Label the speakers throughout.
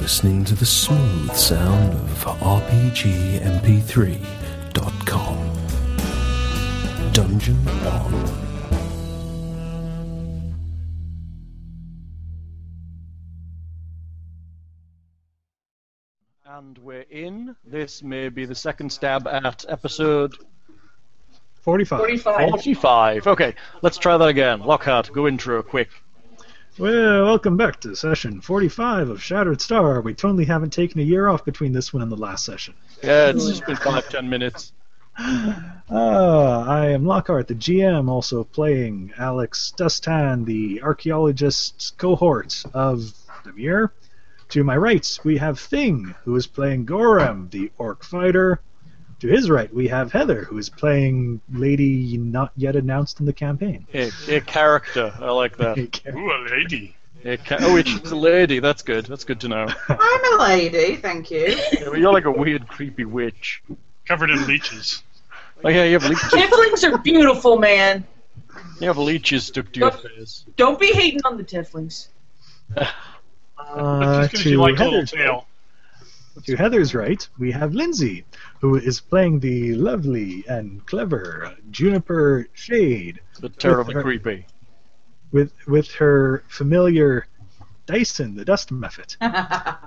Speaker 1: listening to the smooth sound of RPGMP3.com. Dungeon on.
Speaker 2: And we're in. This may be the second stab at episode
Speaker 3: 45.
Speaker 4: 45.
Speaker 2: 45. Okay, let's try that again. Lockhart, go intro quick.
Speaker 3: Well, welcome back to session 45 of Shattered Star. We totally haven't taken a year off between this one and the last session.
Speaker 2: Yeah, it's just been five, ten minutes.
Speaker 3: Uh, I am Lockhart, the GM, also playing Alex Dustan, the archaeologist cohort of the Muir. To my right, we have Thing, who is playing Gorham, the orc fighter. To his right, we have Heather, who is playing Lady Not Yet Announced in the Campaign.
Speaker 2: A, a character. I like that.
Speaker 5: Ooh, a lady.
Speaker 2: A ca- oh, it's a lady. That's good. That's good to know.
Speaker 4: I'm a lady, thank you.
Speaker 2: Yeah, but you're like a weird, creepy witch.
Speaker 5: Covered in leeches.
Speaker 2: Oh, yeah, you have leeches,
Speaker 6: Tifflings are beautiful, man.
Speaker 2: you have leeches stuck to your face.
Speaker 6: Don't be hating on the tifflings.
Speaker 3: Uh,
Speaker 5: Just gives you
Speaker 3: to
Speaker 5: like a little
Speaker 3: Heather's
Speaker 5: tail.
Speaker 3: To Heather's right, we have Lindsay, who is playing the lovely and clever Juniper Shade
Speaker 2: But terribly creepy.
Speaker 3: with with her familiar Dyson, the dust muffet.
Speaker 4: I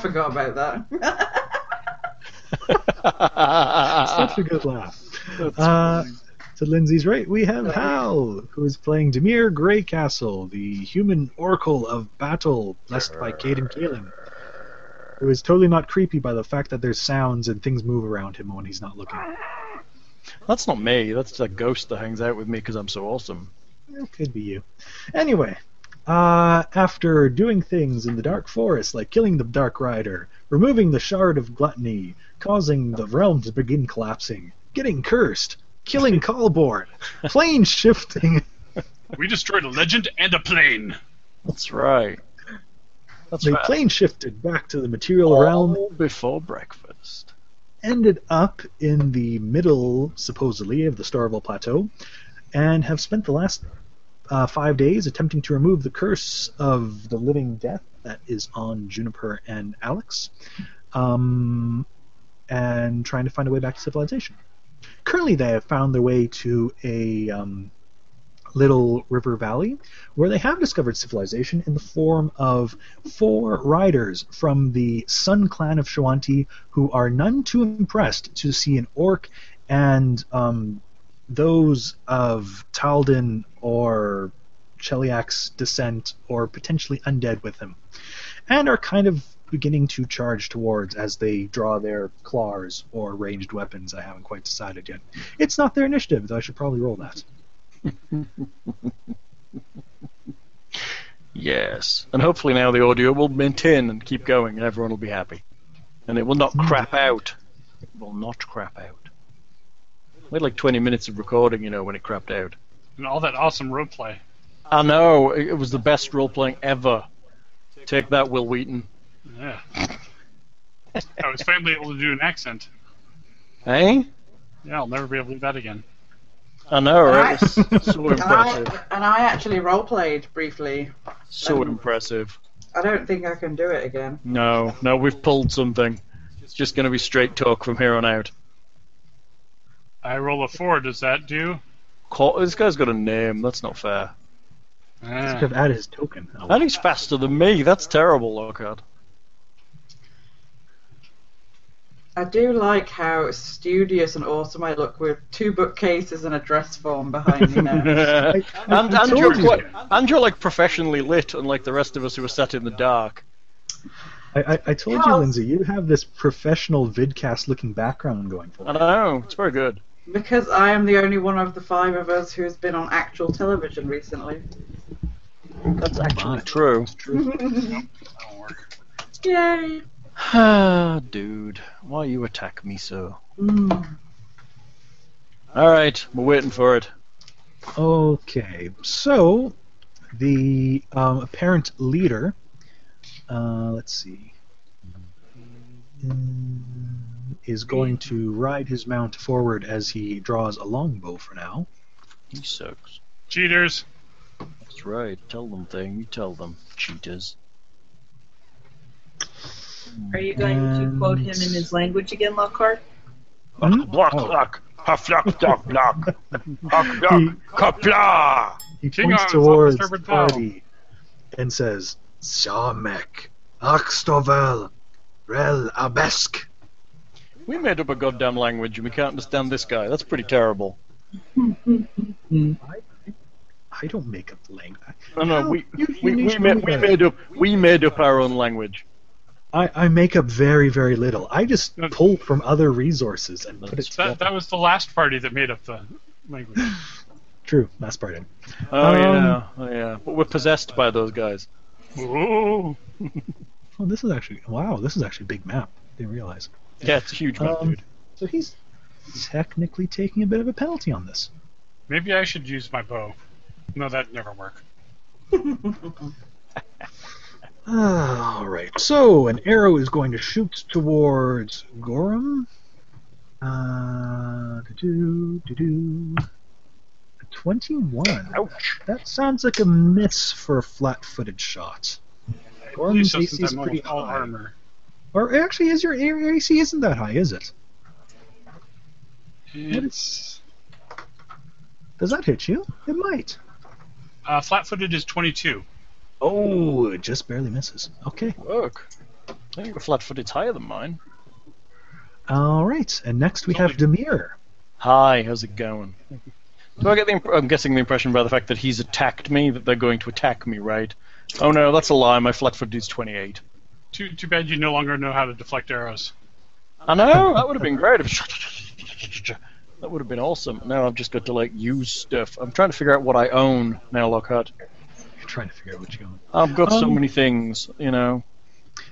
Speaker 4: forgot about that.
Speaker 2: Ah.
Speaker 3: Such a good laugh. Uh, to Lindsay's right, we have Hal, who is playing Demir Greycastle, the human oracle of battle, blessed by Caden Kalin, who is totally not creepy by the fact that there's sounds and things move around him when he's not looking.
Speaker 2: That's not me. That's a ghost that hangs out with me because I'm so awesome.
Speaker 3: It could be you. Anyway, uh, after doing things in the Dark Forest, like killing the Dark Rider, removing the Shard of Gluttony, causing the realm to begin collapsing, getting cursed, killing Callborn, plane shifting,
Speaker 5: We destroyed a legend and a plane.
Speaker 2: That's right. That's
Speaker 3: they
Speaker 2: right.
Speaker 3: plane shifted back to the material realm,
Speaker 2: All before breakfast.
Speaker 3: ended up in the middle, supposedly, of the Starvel Plateau, and have spent the last uh, five days attempting to remove the curse of the living death that is on Juniper and Alex, um, and trying to find a way back to civilization. Currently, they have found their way to a um, little river valley where they have discovered civilization in the form of four riders from the Sun Clan of Shawanti who are none too impressed to see an orc and um, those of Taldan or Cheliak's descent or potentially undead with him, and are kind of beginning to charge towards as they draw their claws or ranged weapons. I haven't quite decided yet. It's not their initiative, though I should probably roll that.
Speaker 2: Yes. And hopefully now the audio will maintain and keep going and everyone will be happy. And it will not crap out. It will not crap out. We had like 20 minutes of recording, you know, when it crapped out.
Speaker 5: And all that awesome roleplay.
Speaker 2: I know, it it was the best role playing ever. Take that, Will Wheaton.
Speaker 5: Yeah. I was finally able to do an accent.
Speaker 2: Eh?
Speaker 5: Yeah, I'll never be able to do that again.
Speaker 2: I know, right?
Speaker 4: Nice.
Speaker 2: It was so
Speaker 4: and, I,
Speaker 2: impressive.
Speaker 4: and I actually roleplayed briefly.
Speaker 2: So impressive.
Speaker 4: I don't think I can do it again.
Speaker 2: No, no, we've pulled something. It's just going to be straight talk from here on out.
Speaker 5: I roll a four. Does that do?
Speaker 2: Co- This guy's got a name. That's not fair.
Speaker 3: Could
Speaker 5: Ah,
Speaker 3: have added his token. Oh,
Speaker 2: And he's faster than me. That's terrible, Lockhart.
Speaker 4: I do like how studious and awesome I look with two bookcases and a dress form behind me now.
Speaker 3: I-
Speaker 2: and,
Speaker 3: I
Speaker 2: and,
Speaker 3: told
Speaker 2: you're
Speaker 3: you.
Speaker 2: quite, and you're like professionally lit, unlike the rest of us who are sat in the dark.
Speaker 3: I, I, I told you, Lindsay, you have this professional vidcast looking background going for
Speaker 2: I
Speaker 3: it.
Speaker 2: know, it's very good.
Speaker 4: because I am the only one of the five of us who's been on actual television recently.
Speaker 2: That's actually Ah, true.
Speaker 5: that'll work.
Speaker 4: Yay!
Speaker 2: Ah, Dude, why you attack me so?
Speaker 4: Mm.
Speaker 2: Alright, we're waiting for it.
Speaker 3: Okay, so the um, apparent leader. Uh, let's see. mm, Is going to ride his mount forward as he draws a longbow for now.
Speaker 2: He sucks.
Speaker 5: Cheaters.
Speaker 2: That's right. Tell them thing, you tell them. Cheaters.
Speaker 6: Are you going
Speaker 3: Mm.
Speaker 6: to quote him in
Speaker 3: And-
Speaker 6: his language again, Lockhart?
Speaker 3: Hmm?
Speaker 2: Block,
Speaker 3: Oh.
Speaker 2: block. Haflock, dock, block. Hock,
Speaker 3: He-
Speaker 2: dock, kapla.
Speaker 3: He
Speaker 5: King
Speaker 3: points
Speaker 5: Arms on the
Speaker 3: towards
Speaker 5: starboard bow.
Speaker 3: Ardi and says, Sarmek, Axtovel, Rel Abesk.
Speaker 2: We made up a goddamn language and we can't understand this guy. That's pretty terrible.
Speaker 3: I don't make up the language.
Speaker 2: No, no,
Speaker 3: No,
Speaker 2: we,
Speaker 3: you- you
Speaker 2: we,
Speaker 3: need
Speaker 2: we,
Speaker 3: to
Speaker 2: made,
Speaker 3: do
Speaker 2: we
Speaker 3: that.
Speaker 2: made up we made up our own language.
Speaker 3: I, I make up very, very little. I just
Speaker 5: That's-
Speaker 3: pull from other resources and put it together.
Speaker 5: That, that was the last party that made up the language.
Speaker 3: True, mass pardon.
Speaker 2: Oh,
Speaker 3: Um,
Speaker 2: yeah. Oh, yeah. But we're possessed by those guys.
Speaker 5: Ooh.
Speaker 3: Oh, this is actually wow. This is actually a big map. Didn't realize.
Speaker 2: Yeah, it's a huge map,
Speaker 3: Um,
Speaker 2: dude.
Speaker 3: so he's technically taking a bit of a penalty on this.
Speaker 5: Maybe I should use my bow. No, that'd never work.
Speaker 3: Ah, all right. So an arrow is going to shoot towards Gorham. Uh, do do do. Twenty-one.
Speaker 2: Ouch.
Speaker 3: That sounds like a miss for a flat-footed shot. Gorham's
Speaker 5: At least
Speaker 3: AC
Speaker 5: since
Speaker 3: is
Speaker 5: I'm
Speaker 3: pretty
Speaker 5: all- all
Speaker 3: high.
Speaker 5: armor.
Speaker 3: Or actually, is your your AC isn't that high, is it?
Speaker 5: It's
Speaker 3: Does that hit you? It might.
Speaker 5: uh, flat-footed is 22.
Speaker 3: Oh, it just barely misses. Okay.
Speaker 2: Work. I think your flat foot is higher than mine.
Speaker 3: All right. And next we have Demir.
Speaker 2: Hi, how's it going? Do I get the? Imp- I'm guessing the impression by the fact that he's attacked me that they're going to attack me, right? Oh no, that's a lie. My flat foot is 28.
Speaker 5: Too too bad you no longer know how to deflect arrows.
Speaker 2: I know that would have been great. If that would have been awesome. Now I've just got to like use stuff. I'm trying to figure out what I own now, Lockhart.
Speaker 3: You're trying to figure out what you want.
Speaker 2: I've got so
Speaker 3: Um,
Speaker 2: many things, you know.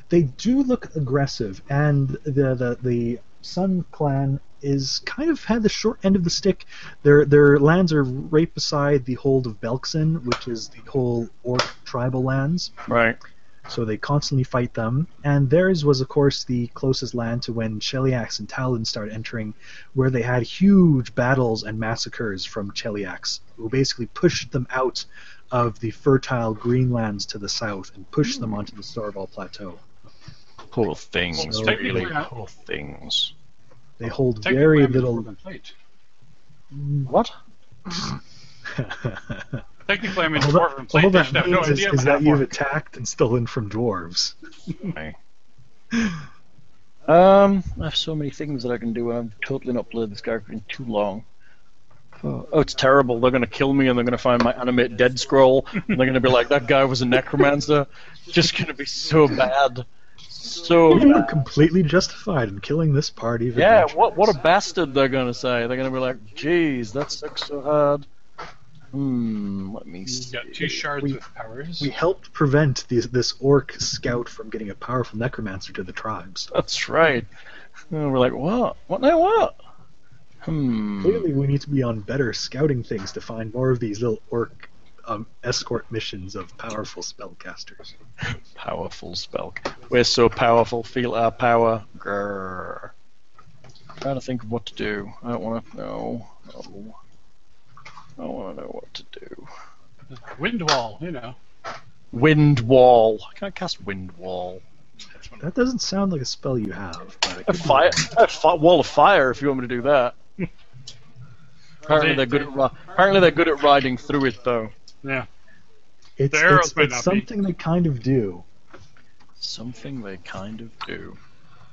Speaker 3: They do look aggressive, and the the the Sun Clan is kind of had the short end of the stick. Their their lands are right beside the hold of Belkson, which is the whole orc tribal lands.
Speaker 2: Right.
Speaker 3: So they constantly fight them. And theirs was, of course, the closest land to when Cheliax and Talon started entering, where they had huge battles and massacres from Cheliax, who basically pushed them out of the fertile Greenlands to the south and pushed
Speaker 5: Hmm.
Speaker 3: them onto the Starval Plateau.
Speaker 2: Poor things.
Speaker 3: So-
Speaker 2: really.
Speaker 5: Technically, I-
Speaker 2: Poor things.
Speaker 3: They hold
Speaker 5: Technically,
Speaker 3: very
Speaker 5: I'm
Speaker 3: little.
Speaker 5: in plate.
Speaker 2: What?
Speaker 5: Technically, I'm in
Speaker 3: All that,
Speaker 5: dwarven
Speaker 3: all
Speaker 5: plate. They
Speaker 3: that
Speaker 5: should have no
Speaker 3: means is,
Speaker 5: idea
Speaker 3: is
Speaker 5: about
Speaker 3: that
Speaker 5: that
Speaker 3: you've
Speaker 5: work.
Speaker 3: attacked and stolen from dwarves.
Speaker 2: Um, I have so many things that I can do, and I've totally not played this character in too long. Oh, oh, it's terrible. They're going to kill me, and they're going to find my animate dead scroll, and they're going to be like, that guy was a necromancer. Just going to be so bad. So
Speaker 3: You were
Speaker 2: bad.
Speaker 3: completely justified in killing this party. of
Speaker 2: Yeah,
Speaker 3: adventurers.
Speaker 2: what, what a bastard they're going to say. They're going to be like, geez, that sucks so hard. Hmm, let me
Speaker 5: You've
Speaker 2: see.
Speaker 5: got two shards
Speaker 3: We-
Speaker 5: with powers.
Speaker 3: We helped prevent these, this orc scout from getting a powerful necromancer to the tribes.
Speaker 2: That's right. And we're like, what? What now what? Hmm.
Speaker 3: Clearly, we need to be on better scouting things to find more of these little orc um, escort missions of powerful spellcasters.
Speaker 2: powerful spell. We're so powerful. Feel our power. Grrr. Trying to think of what to do. I don't want to know. Oh. I don't want to know what to do.
Speaker 5: Wind wall, you know.
Speaker 2: Wind wall. Can I cast wind wall?
Speaker 3: That doesn't sound like a spell you have. But it
Speaker 2: A
Speaker 3: could be
Speaker 2: fire.
Speaker 3: one.
Speaker 2: A fi- wall of fire. If you want me to do that. apparently
Speaker 5: They-
Speaker 2: they're good at ri- apparently they're good at riding through it though.
Speaker 3: It's,
Speaker 5: The arrows
Speaker 3: it's,
Speaker 5: might
Speaker 3: it's
Speaker 5: not be.
Speaker 3: something they kind of do.
Speaker 2: Something they kind of do.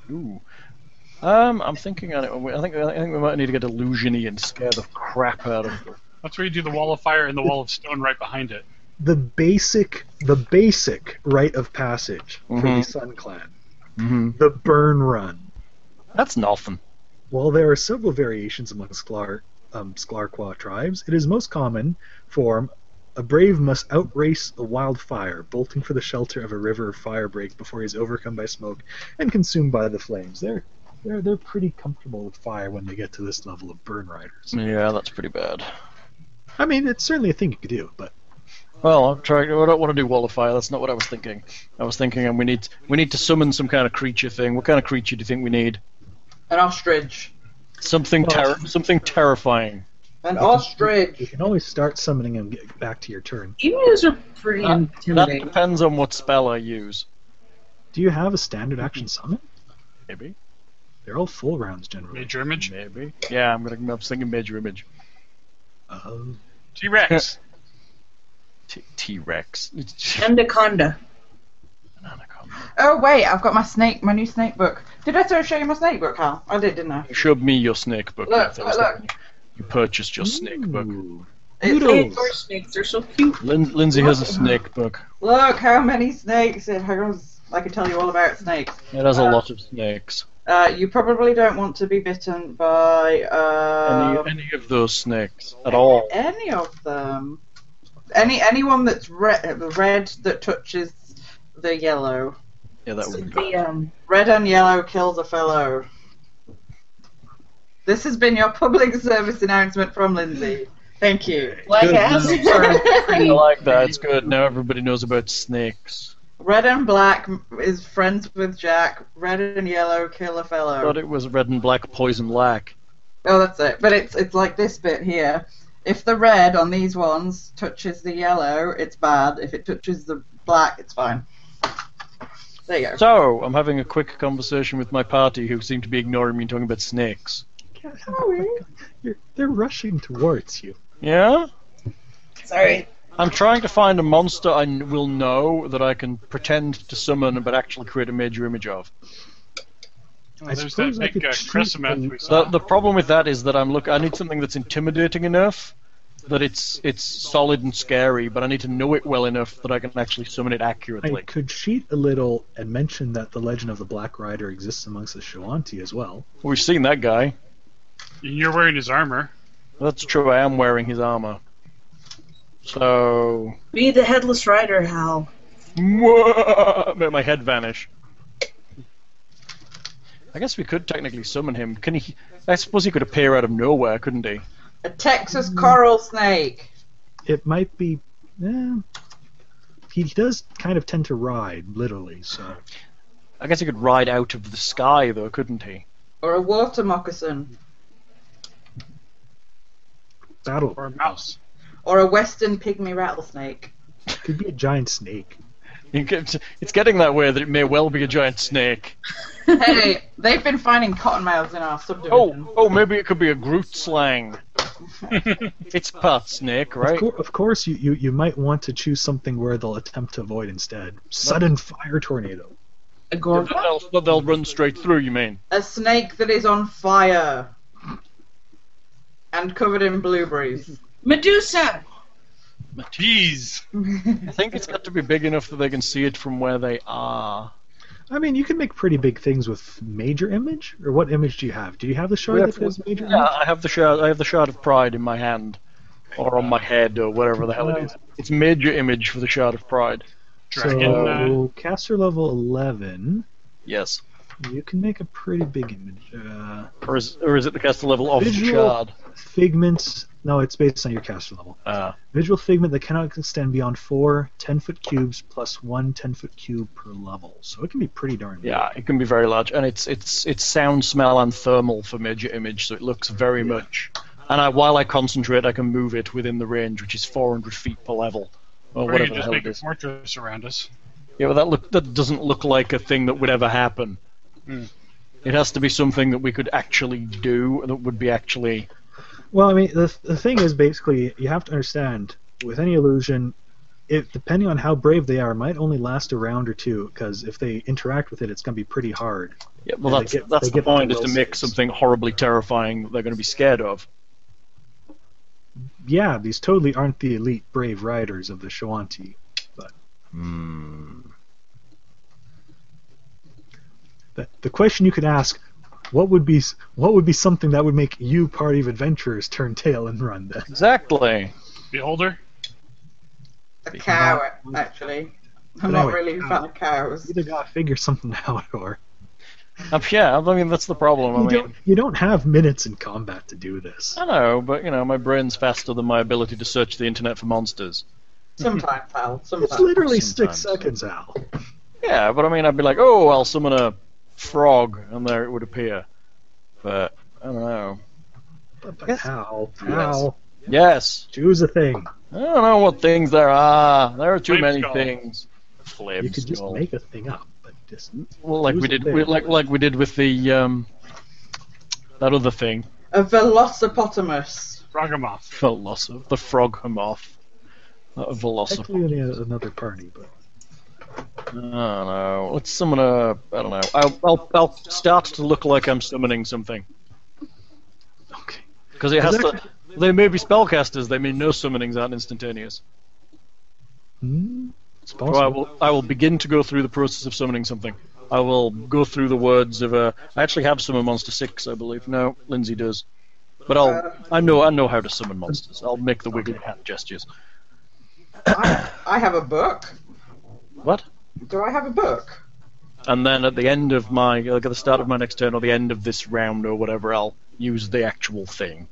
Speaker 2: Ooh. Um, I'm thinking on it. I think I think we might need to get illusiony and scare the crap out of them.
Speaker 5: That's where you do the wall of fire and the wall of stone right behind it.
Speaker 3: The basic, the basic rite of passage for the
Speaker 2: Mhm.
Speaker 3: Sun Clan,
Speaker 2: Mm-hmm.
Speaker 3: the burn run.
Speaker 2: That's nothing.
Speaker 3: While there are several variations among Sklar, um, Sklarqua tribes, it is most common form a brave must outrace a wildfire, bolting for the shelter of a river or fire break before he is overcome by smoke and consumed by the flames. They're they're, they're pretty comfortable with fire when they get to this level of burn riders.
Speaker 2: Yeah, that's pretty bad.
Speaker 3: I mean, it's certainly a thing you could do, but
Speaker 2: Well, I'm trying. I don't want to do wall of fire. That's not what I was thinking. I was thinking, and we need we need to summon some kind of creature thing. What kind of creature do you think we need?
Speaker 4: An ostrich.
Speaker 2: Something ter- something terrifying.
Speaker 4: An
Speaker 3: you
Speaker 4: ostrich.
Speaker 3: can always start summoning and get back to your turn.
Speaker 6: Emus are pretty
Speaker 2: Uh, That, that
Speaker 6: intimidating.
Speaker 2: depends on what spell I use.
Speaker 3: Do you have a standard action summon?
Speaker 2: Maybe.
Speaker 3: They're all full rounds generally.
Speaker 5: Major image.
Speaker 2: Maybe. Yeah, I'm gonna. I'm thinking major image.
Speaker 3: Oh.
Speaker 5: T Rex.
Speaker 2: T Rex.
Speaker 6: Endaconda.
Speaker 2: Anaconda.
Speaker 4: Oh wait, I've got my snake, my new snake book. Did I sort of show you my snake book, Hal? I did, didn't I?
Speaker 2: You showed me your snake book.
Speaker 4: Look,
Speaker 2: Beth. I was
Speaker 4: look.
Speaker 2: thinking You purchased your snake book.
Speaker 3: Ooh.
Speaker 4: It's-
Speaker 6: They
Speaker 3: Noodles.
Speaker 4: it's-
Speaker 6: adore snakes. They're so cute.
Speaker 2: Lin- Lindsay has a snake book.
Speaker 4: look how many snakes it has. I can tell you all about snakes.
Speaker 2: It has a
Speaker 4: Uh,
Speaker 2: lot of snakes.
Speaker 4: Uh, you probably don't want to be bitten by
Speaker 2: Any,
Speaker 4: um,
Speaker 2: any of those snakes at all?
Speaker 4: any of them. Any anyone that's red, red that touches the yellow.
Speaker 2: Yeah, that would be
Speaker 6: The, um,
Speaker 4: Red and yellow kills a fellow. This has been your public service announcement from Lindsay. Thank you.
Speaker 6: black
Speaker 2: Good.
Speaker 6: ass.
Speaker 2: I like that. It's good. Now everybody knows about snakes.
Speaker 4: Red and black is friends with Jack. Red and yellow kill a
Speaker 2: I
Speaker 4: fellow.
Speaker 2: thought it was red and black poison lack.
Speaker 4: Oh, that's it. But it's it's like this bit here. If the red on these ones touches the yellow, it's bad. If it touches the black, it's fine. There you go.
Speaker 2: So I'm having a quick conversation with my party, who seem to be ignoring me and talking about snakes.
Speaker 3: Can't have a quick con- You're, they're rushing towards you.
Speaker 2: Yeah,
Speaker 6: Sorry.
Speaker 2: I'm trying to find a monster I kn- will know that I can pretend to summon, but actually create a major image of.
Speaker 5: Well, there's
Speaker 3: suppose
Speaker 5: that
Speaker 3: I
Speaker 5: big
Speaker 3: could
Speaker 5: uh,
Speaker 3: treat
Speaker 5: Crescent
Speaker 3: them-
Speaker 5: we
Speaker 2: The,
Speaker 5: saw.
Speaker 2: the problem with that is that I'm look. I need something that's intimidating enough that it's it's solid and scary, but I need to know it well enough that I can actually summon it
Speaker 3: I
Speaker 2: accurately.
Speaker 3: could cheat a little and mention that the legend of the Black Rider exists amongst the Shawanti as well.
Speaker 2: We've seen that guy.
Speaker 5: You're wearing his armor.
Speaker 2: That's true. I am wearing his armor. So,
Speaker 6: Be the headless rider, Hal.
Speaker 2: made my head vanish. I guess we could technically summon him. Can he? I suppose he could appear out of nowhere, couldn't he?
Speaker 4: A Texas coral snake.
Speaker 3: It might be. Eh, he does kind of tend to ride, literally, so.
Speaker 2: I guess he could ride out of the sky, though, couldn't he?
Speaker 4: Or a water moccasin.
Speaker 3: Battle.
Speaker 5: Or a mouse.
Speaker 4: Or a western pygmy rattlesnake.
Speaker 3: Could be a giant snake.
Speaker 2: You get- It's getting that way that it may well be a giant snake.
Speaker 4: hey, they've been finding cottonmouths in our subdivision.
Speaker 2: Oh, oh, maybe it could be a Groot slang. it's part snake,
Speaker 3: Of,
Speaker 2: right?
Speaker 3: cour- of course, you, you, you might want to choose something where they'll attempt to avoid instead. Sudden fire tornado.
Speaker 6: A
Speaker 2: But
Speaker 6: gorgon.
Speaker 2: They'll, but they'll run straight through. You mean?
Speaker 4: A snake that is on fire. And covered in blueberries.
Speaker 6: Medusa.
Speaker 5: Jeez.
Speaker 2: I think it's got to be big enough that they can see it from where they are.
Speaker 3: I mean, you can make pretty big things with major image. Or what image do you have? Do you have the shard
Speaker 2: We
Speaker 3: that
Speaker 2: have-
Speaker 3: has major
Speaker 2: Yeah, I have the shard. I have the shard of pride in my hand, or on my head, or whatever the hell it is. It's major image for the shard of pride.
Speaker 5: Dragon. uh,
Speaker 3: So, caster level 11,
Speaker 2: Yes,
Speaker 3: you can make a pretty big image. Uh,
Speaker 2: or is, or is it the caster level of the
Speaker 3: Visual-
Speaker 2: shard?
Speaker 3: figment, no, it's based on your caster level.
Speaker 2: Ah,
Speaker 3: Visual figment that cannot extend beyond four 10 foot cubes plus one 10 foot cube per level. So it can be pretty darn big.
Speaker 2: yeah, it can be very large, and it's it's it's sound, smell, and thermal for major image, so it looks very much. And I, while I concentrate, I can move it within the range, which is 400 feet per level, or
Speaker 5: or you
Speaker 2: whatever
Speaker 5: could
Speaker 2: the
Speaker 5: just
Speaker 2: hell
Speaker 5: make
Speaker 2: it
Speaker 5: a
Speaker 2: is.
Speaker 5: fortress around us.
Speaker 2: Yeah, well, that look that doesn't look like a thing that would ever happen.
Speaker 5: Hmm.
Speaker 2: It has to be something that we could actually do that would be actually
Speaker 3: Well, I mean, the, the thing is basically, you have to understand with any illusion, if depending on how brave they are, it might only last a round or two, because if they interact with it, it's going to be pretty hard.
Speaker 2: Yeah, well,
Speaker 3: Yeah,
Speaker 2: that's
Speaker 3: they get-
Speaker 2: that's
Speaker 3: they
Speaker 2: the
Speaker 3: get the
Speaker 2: point is to
Speaker 3: will
Speaker 2: make
Speaker 3: saves.
Speaker 2: something horribly terrifying that they're going to be scared of.
Speaker 3: Yeah, these totally aren't the elite brave riders of the Shawanti. The, the question you could ask, what would be s- what would be something that would make you party of adventurers turn tail and run? Then
Speaker 2: Exactly.
Speaker 5: Beholder.
Speaker 4: A cow, actually. I'm not
Speaker 3: anyway,
Speaker 4: really a fan of cows.
Speaker 3: you either gotta figure something out, or
Speaker 2: Uh, yeah, I mean that's the problem. I
Speaker 3: you
Speaker 2: mean,
Speaker 3: don't you don't have minutes in combat to do this.
Speaker 2: I know, but you know, my brain's faster than my ability to search the internet for monsters.
Speaker 4: Sometimes, pal.
Speaker 3: It's
Speaker 4: Sometimes.
Speaker 3: literally six
Speaker 2: sometimes.
Speaker 3: seconds, Al.
Speaker 2: Yeah, but I mean, I'd be like, oh, I'll summon a frog, and there it would appear. But I don't know.
Speaker 3: But, but
Speaker 2: Yes.
Speaker 3: how?
Speaker 2: Yes.
Speaker 3: How?
Speaker 2: Yes,
Speaker 3: Choose a thing.
Speaker 2: I don't know what things there are. There are too
Speaker 5: Flame
Speaker 2: many
Speaker 5: skull.
Speaker 2: things. Flame
Speaker 3: You could just
Speaker 2: skull.
Speaker 3: make a thing up. But distance.
Speaker 2: Well, like we did, we, like like we did with the um, that other thing,
Speaker 4: A velocipotamus.
Speaker 5: Ragamuff.
Speaker 2: Philosoph, the frog homoth, not a Velocipede.
Speaker 3: Technically, only a- another party, but
Speaker 2: I don't know. Let's summon a. I don't know. I'll I'll, I'll start to look like I'm summoning something
Speaker 3: okay.
Speaker 2: because it has to. They may be spellcasters. They mean no summonings aren't instantaneous.
Speaker 3: Hmm? It's
Speaker 2: So I
Speaker 3: possible.
Speaker 2: will I will begin to go through the process of summoning something. I will go through the words of a. I actually have summon monster six, I believe. No, Lindsay does. But I'll I know I know how to summon monsters. I'll make the wiggly hat gestures.
Speaker 4: I have a book.
Speaker 2: What?
Speaker 4: Do I have a book?
Speaker 2: And then at the end of my like at the start of my next turn or the end of this round or whatever, I'll use the actual thing.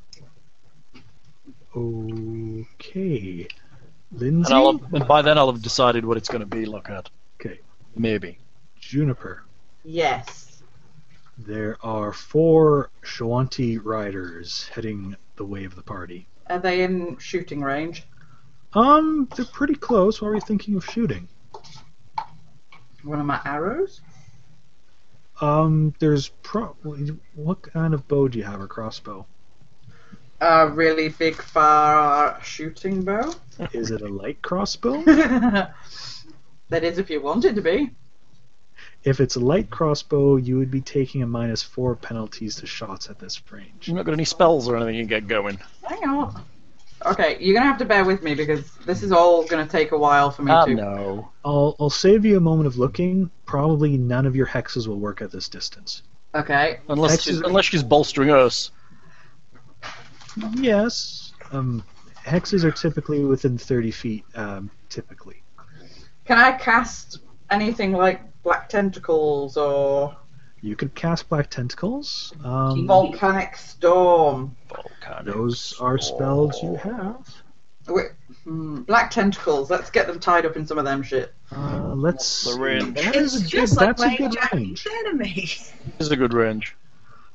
Speaker 3: Okay.
Speaker 2: And
Speaker 3: Lindsay,
Speaker 2: I'll have- and by then I'll have decided what it's going to be. Look at.
Speaker 3: Okay.
Speaker 2: Maybe.
Speaker 3: Juniper.
Speaker 4: Yes.
Speaker 3: There are four Shawanti riders heading the way of the party.
Speaker 4: Are they in shooting range?
Speaker 3: Um, they're pretty close. What were you thinking of shooting?
Speaker 4: One of my arrows?
Speaker 3: Um, there's probably what kind of bow do you have? A crossbow?
Speaker 4: A really big, far shooting bow?
Speaker 3: Is it a light crossbow?
Speaker 4: that is, if you want it to be.
Speaker 3: if it's a light crossbow, you would be taking a minus four penalties to shots at this range.
Speaker 2: You've not got any spells or anything you can get going.
Speaker 4: Hang on. Okay, you're gonna have to bear with me because this is all gonna take a while for me
Speaker 2: Ah
Speaker 4: to.
Speaker 2: no.
Speaker 3: I'll I'll save you a moment of looking. Probably none of your hexes will work at this distance.
Speaker 4: Okay.
Speaker 2: Unless
Speaker 3: Hexes-
Speaker 2: unless she's bolstering us.
Speaker 3: Yes. Um, hexes are typically within thirty feet. Um, typically.
Speaker 4: Can I cast anything like black tentacles or
Speaker 3: You could cast black tentacles. Um,
Speaker 4: volcanic storm?
Speaker 2: Volcanic
Speaker 3: those are spells you have.
Speaker 4: Wait, hmm, black tentacles. Let's get them tied up in some of them shit.
Speaker 3: Uh, let's.
Speaker 2: The range.
Speaker 3: That is a
Speaker 6: It's
Speaker 3: good,
Speaker 6: just like
Speaker 3: that's a
Speaker 6: playing
Speaker 3: good range.
Speaker 6: Japanese anime.
Speaker 2: This is a good range.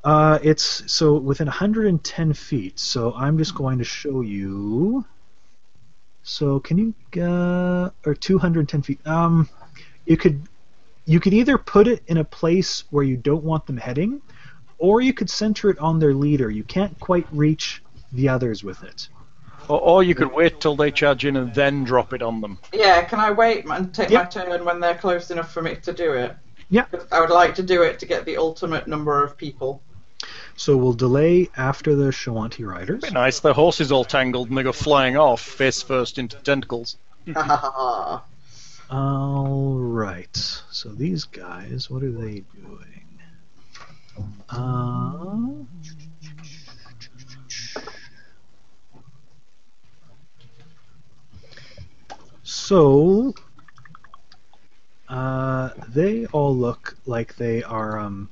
Speaker 3: Uh, it's so within 110 feet. So I'm just going to show you. So can you uh, or 210 feet? Um, you could you could either put it in a place where you don't want them heading, or you could center it on their leader. You can't quite reach the others with it.
Speaker 2: Or, or you could wait till they charge in and then drop it on them.
Speaker 4: Yeah. Can I wait and take
Speaker 3: Yep.
Speaker 4: my turn when they're close enough for me to do it?
Speaker 3: Yeah.
Speaker 4: 'Cause I would like to do it to get the ultimate number of people.
Speaker 3: So we'll delay after the Shawanti riders.
Speaker 2: Be nice. Their horses all tangled and they go flying off face first into tentacles.
Speaker 3: Mm-hmm.
Speaker 4: Ha ha ha ha.
Speaker 3: All right. So these guys, what are they doing? Uh, so uh, they all look like they are. Um,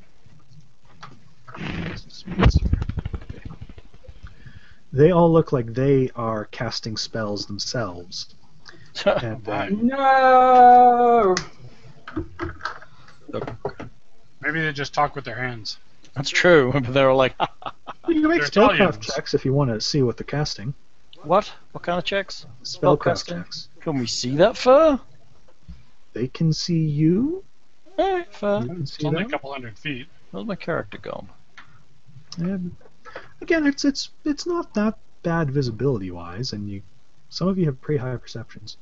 Speaker 3: they all look like they are casting spells themselves. And, uh,
Speaker 4: No.
Speaker 5: Maybe they just talk with their hands.
Speaker 2: That's true. But they're all like,
Speaker 3: You can make
Speaker 5: They're
Speaker 3: spellcraft
Speaker 5: Italians.
Speaker 3: checks if you want to see what they're casting.
Speaker 2: what? What kind of checks?
Speaker 3: Spellcraft
Speaker 2: Spellcasting.
Speaker 3: checks.
Speaker 2: Can we see that fur?
Speaker 3: They can see you.
Speaker 2: Eh, fur.
Speaker 3: You can
Speaker 5: It's
Speaker 3: see
Speaker 5: only a
Speaker 3: them.
Speaker 5: couple hundred feet.
Speaker 2: Where's my character gone?
Speaker 3: And again, it's it's it's not that bad visibility wise, and you some of you have pretty high perceptions.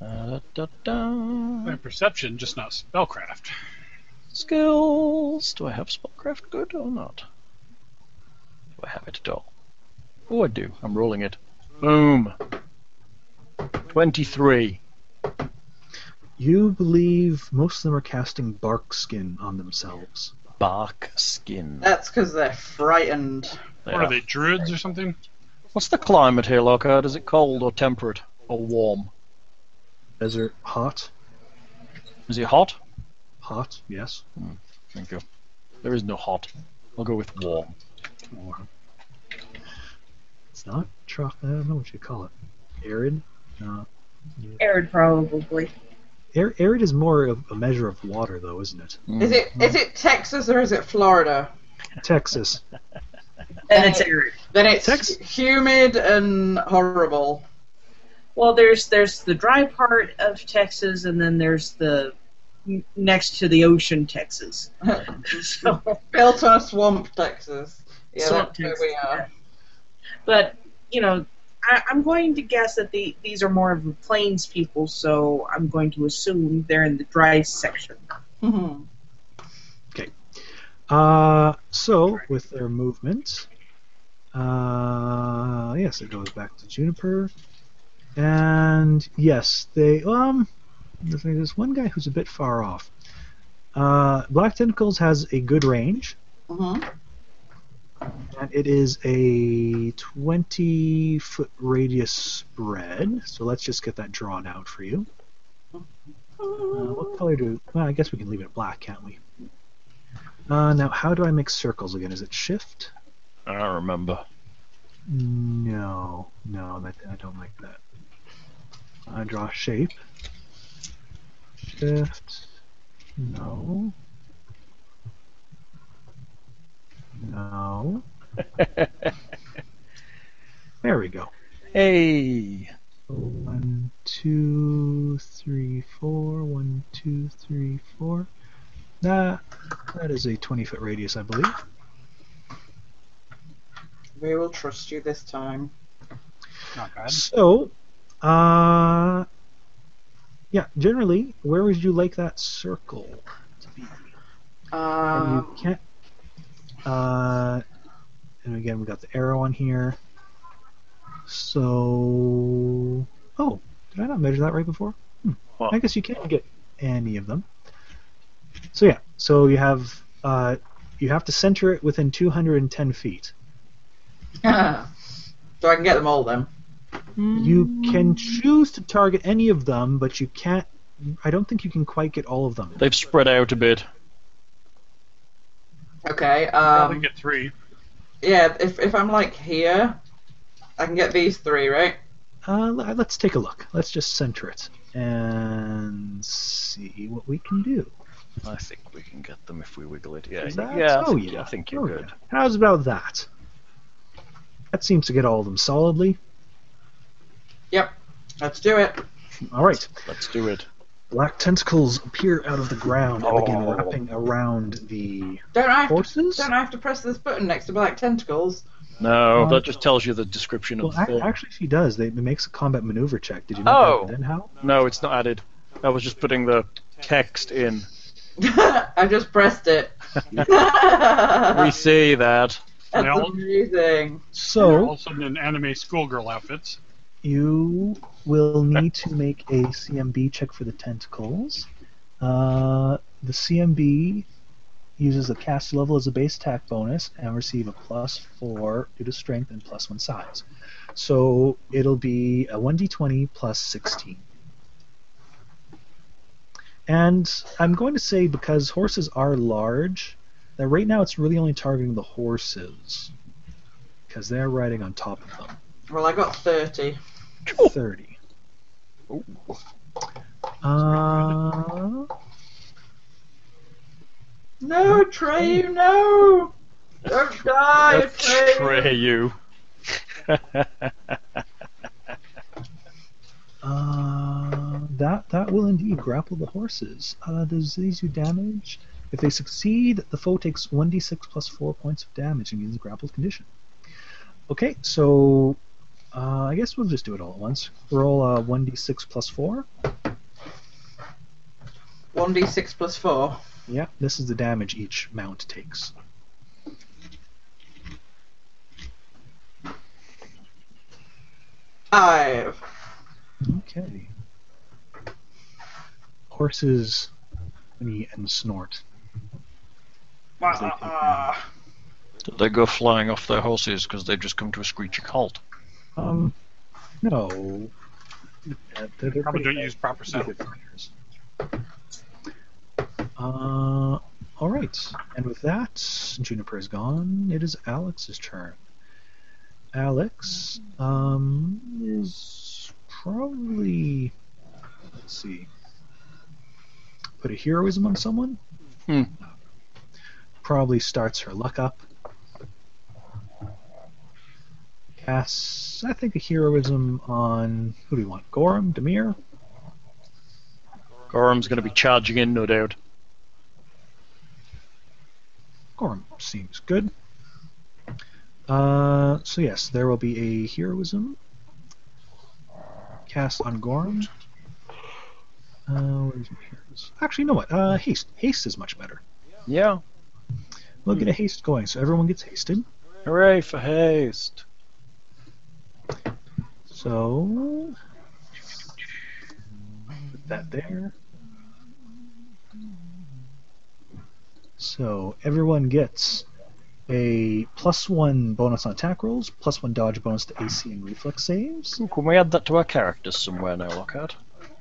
Speaker 2: Uh, da, da,
Speaker 5: Their perception, just not spellcraft.
Speaker 2: Skills. Do I have spellcraft good or not? Do I have it at all? Oh, I do. I'm rolling it. Boom. 23.
Speaker 3: You believe most of them are casting bark skin on themselves.
Speaker 2: Bark skin.
Speaker 4: That's because they're frightened.
Speaker 3: Mm-hmm.
Speaker 2: They
Speaker 5: What
Speaker 2: are.
Speaker 5: are they, druids or something?
Speaker 2: What's the climate here, Lockhart? Is it cold or temperate or warm?
Speaker 3: Desert hot,
Speaker 2: Is it hot?
Speaker 3: hot, yes.
Speaker 2: Thank you. There is no hot. I'll go with warm.
Speaker 3: Or it's not tro- I don't know what you call it. Arid. No.
Speaker 6: Arid, probably.
Speaker 3: Ar- arid is more of a measure of water, though, isn't it?
Speaker 2: Hmm.
Speaker 4: Is it is it Texas or is it Florida?
Speaker 3: Texas.
Speaker 6: And it's arid.
Speaker 4: Then it's
Speaker 3: Tex-
Speaker 4: humid and horrible.
Speaker 6: Well, there's there's the dry part of Texas, and then there's the n- next to the ocean Texas. so,
Speaker 4: Built on a swamp, Texas. Yeah,
Speaker 6: Swamp
Speaker 4: that's where
Speaker 6: Texas,
Speaker 4: we are.
Speaker 6: but you know, I, I'm going to guess that the, these are more of the plains people, so I'm going to assume they're in the dry section.
Speaker 4: hmm
Speaker 3: Uh, so with their movement, uh, yes, it goes back to Juniper, and yes, they um, there's there's one guy who's a bit far off. Uh, Black Tentacles has a good range,
Speaker 4: hmm
Speaker 3: and it is a 20 foot radius spread. So let's just get that drawn out for you. Uh, what color do? Well, I guess we can leave it black, can't we? Uh, now, how do I make circles again? Is it shift?
Speaker 2: I don't remember.
Speaker 3: No, no, that, I don't like that. I draw a shape. Shift. No. No. There we go.
Speaker 2: hey.
Speaker 3: One, two, three, four. One, two, three, four. That, that is a 20 foot radius, I believe.
Speaker 4: We will trust you this time.
Speaker 5: Not bad.
Speaker 3: So, uh, yeah, generally, where would you like that circle to be? And
Speaker 4: Um,
Speaker 3: you can't. Uh, and again, we got the arrow on here. So, oh, did I not measure that right before? Hmm.
Speaker 2: What?
Speaker 3: I guess you can't get any of them. So yeah, so you have uh, you have to center it within 210 feet.
Speaker 4: so I can get them all then.
Speaker 3: You can choose to target any of them, but you can't. I don't think you can quite get all of them.
Speaker 2: They've spread out a bit.
Speaker 4: Okay.
Speaker 5: Probably
Speaker 4: Um,
Speaker 5: get three.
Speaker 4: yeah, if, if I'm like here, I can get these three, right?
Speaker 3: Uh, le- let's take a look. Let's just center it and see what we can do.
Speaker 2: I think we can get them if we wiggle it. Yeah,
Speaker 3: Is that-
Speaker 2: Uh, yeah, I
Speaker 3: oh,
Speaker 2: think,
Speaker 3: yeah.
Speaker 2: I think you're
Speaker 3: Oh,
Speaker 2: good.
Speaker 3: yeah. How's about that? That seems to get all of them solidly.
Speaker 4: Yep. Let's do it.
Speaker 3: All right.
Speaker 2: Let's do it.
Speaker 3: Black tentacles appear out of the ground and begin
Speaker 2: Oh.
Speaker 3: wrapping around the
Speaker 4: Don't I have to,
Speaker 3: horses.
Speaker 4: don't I have to press this button next to black tentacles?
Speaker 2: No,
Speaker 3: Um,
Speaker 2: that just tells you the description
Speaker 3: Well,
Speaker 2: of the
Speaker 3: ac-
Speaker 2: thing.
Speaker 3: actually, she does. They, it makes a combat maneuver check. Did you know
Speaker 2: Oh.
Speaker 3: that? Then how?
Speaker 2: No, it's not added. I was just putting the text in.
Speaker 4: I just pressed it.
Speaker 2: We see that.
Speaker 4: That's
Speaker 5: Well-
Speaker 4: amazing.
Speaker 5: They're
Speaker 3: So
Speaker 5: all of a sudden in anime schoolgirl outfits.
Speaker 3: You will need to make a CMB check for the tentacles. Uh, the CMB uses the cast level as a base attack bonus and receive a plus four due to strength and plus one size. So it'll be a 1d20 plus 16. And I'm going to say because horses are large, that right now it's really only targeting the horses because they're riding on top of them.
Speaker 4: Well, I got 30.
Speaker 3: 30. Uh,
Speaker 4: No, Treyu, no! Don't die, Treyu!
Speaker 2: Betray you.
Speaker 3: uh, that that will indeed grapple the horses. Uh, does these do damage? If they succeed, the foe takes 1d6 plus 4 points of damage and gains a grappled condition. Okay, so uh, I guess we'll just do it all at once. Roll uh, 1d6 plus 4.
Speaker 4: 1d6 plus 4.
Speaker 3: Yeah, this is the damage each mount takes.
Speaker 4: Five.
Speaker 3: Okay. Horses knee and snort. as they take damage.
Speaker 2: They go flying off their horses because they've just come to a screeching halt.
Speaker 3: Um, no. Uh, they're- they're
Speaker 5: Probably
Speaker 3: pretty
Speaker 5: don't use proper
Speaker 3: bad.
Speaker 5: saddle.
Speaker 3: Uh, all right. And with that, Juniper is gone. It is Alex's turn. Alex um, is probably. Let's see. Put a heroism on someone?
Speaker 2: Hmm.
Speaker 3: Probably starts her luck up. cast, I think, a heroism on who do we want? Gorham, Demir.
Speaker 2: Gorham's going to be charging in, no doubt.
Speaker 3: Gorham seems good. Uh, so yes, there will be a heroism cast on Gorham. Uh, where's my heroes? Actually, you know what? Uh, haste. Haste is much better.
Speaker 2: Yeah.
Speaker 3: We'll get a haste going, so everyone gets hasted.
Speaker 2: Hooray for haste.
Speaker 3: So put that there. So everyone gets a plus one bonus on attack rolls, plus one dodge bonus to AC and reflex saves.
Speaker 2: Ooh, can we add that to our characters somewhere now, Lockhart?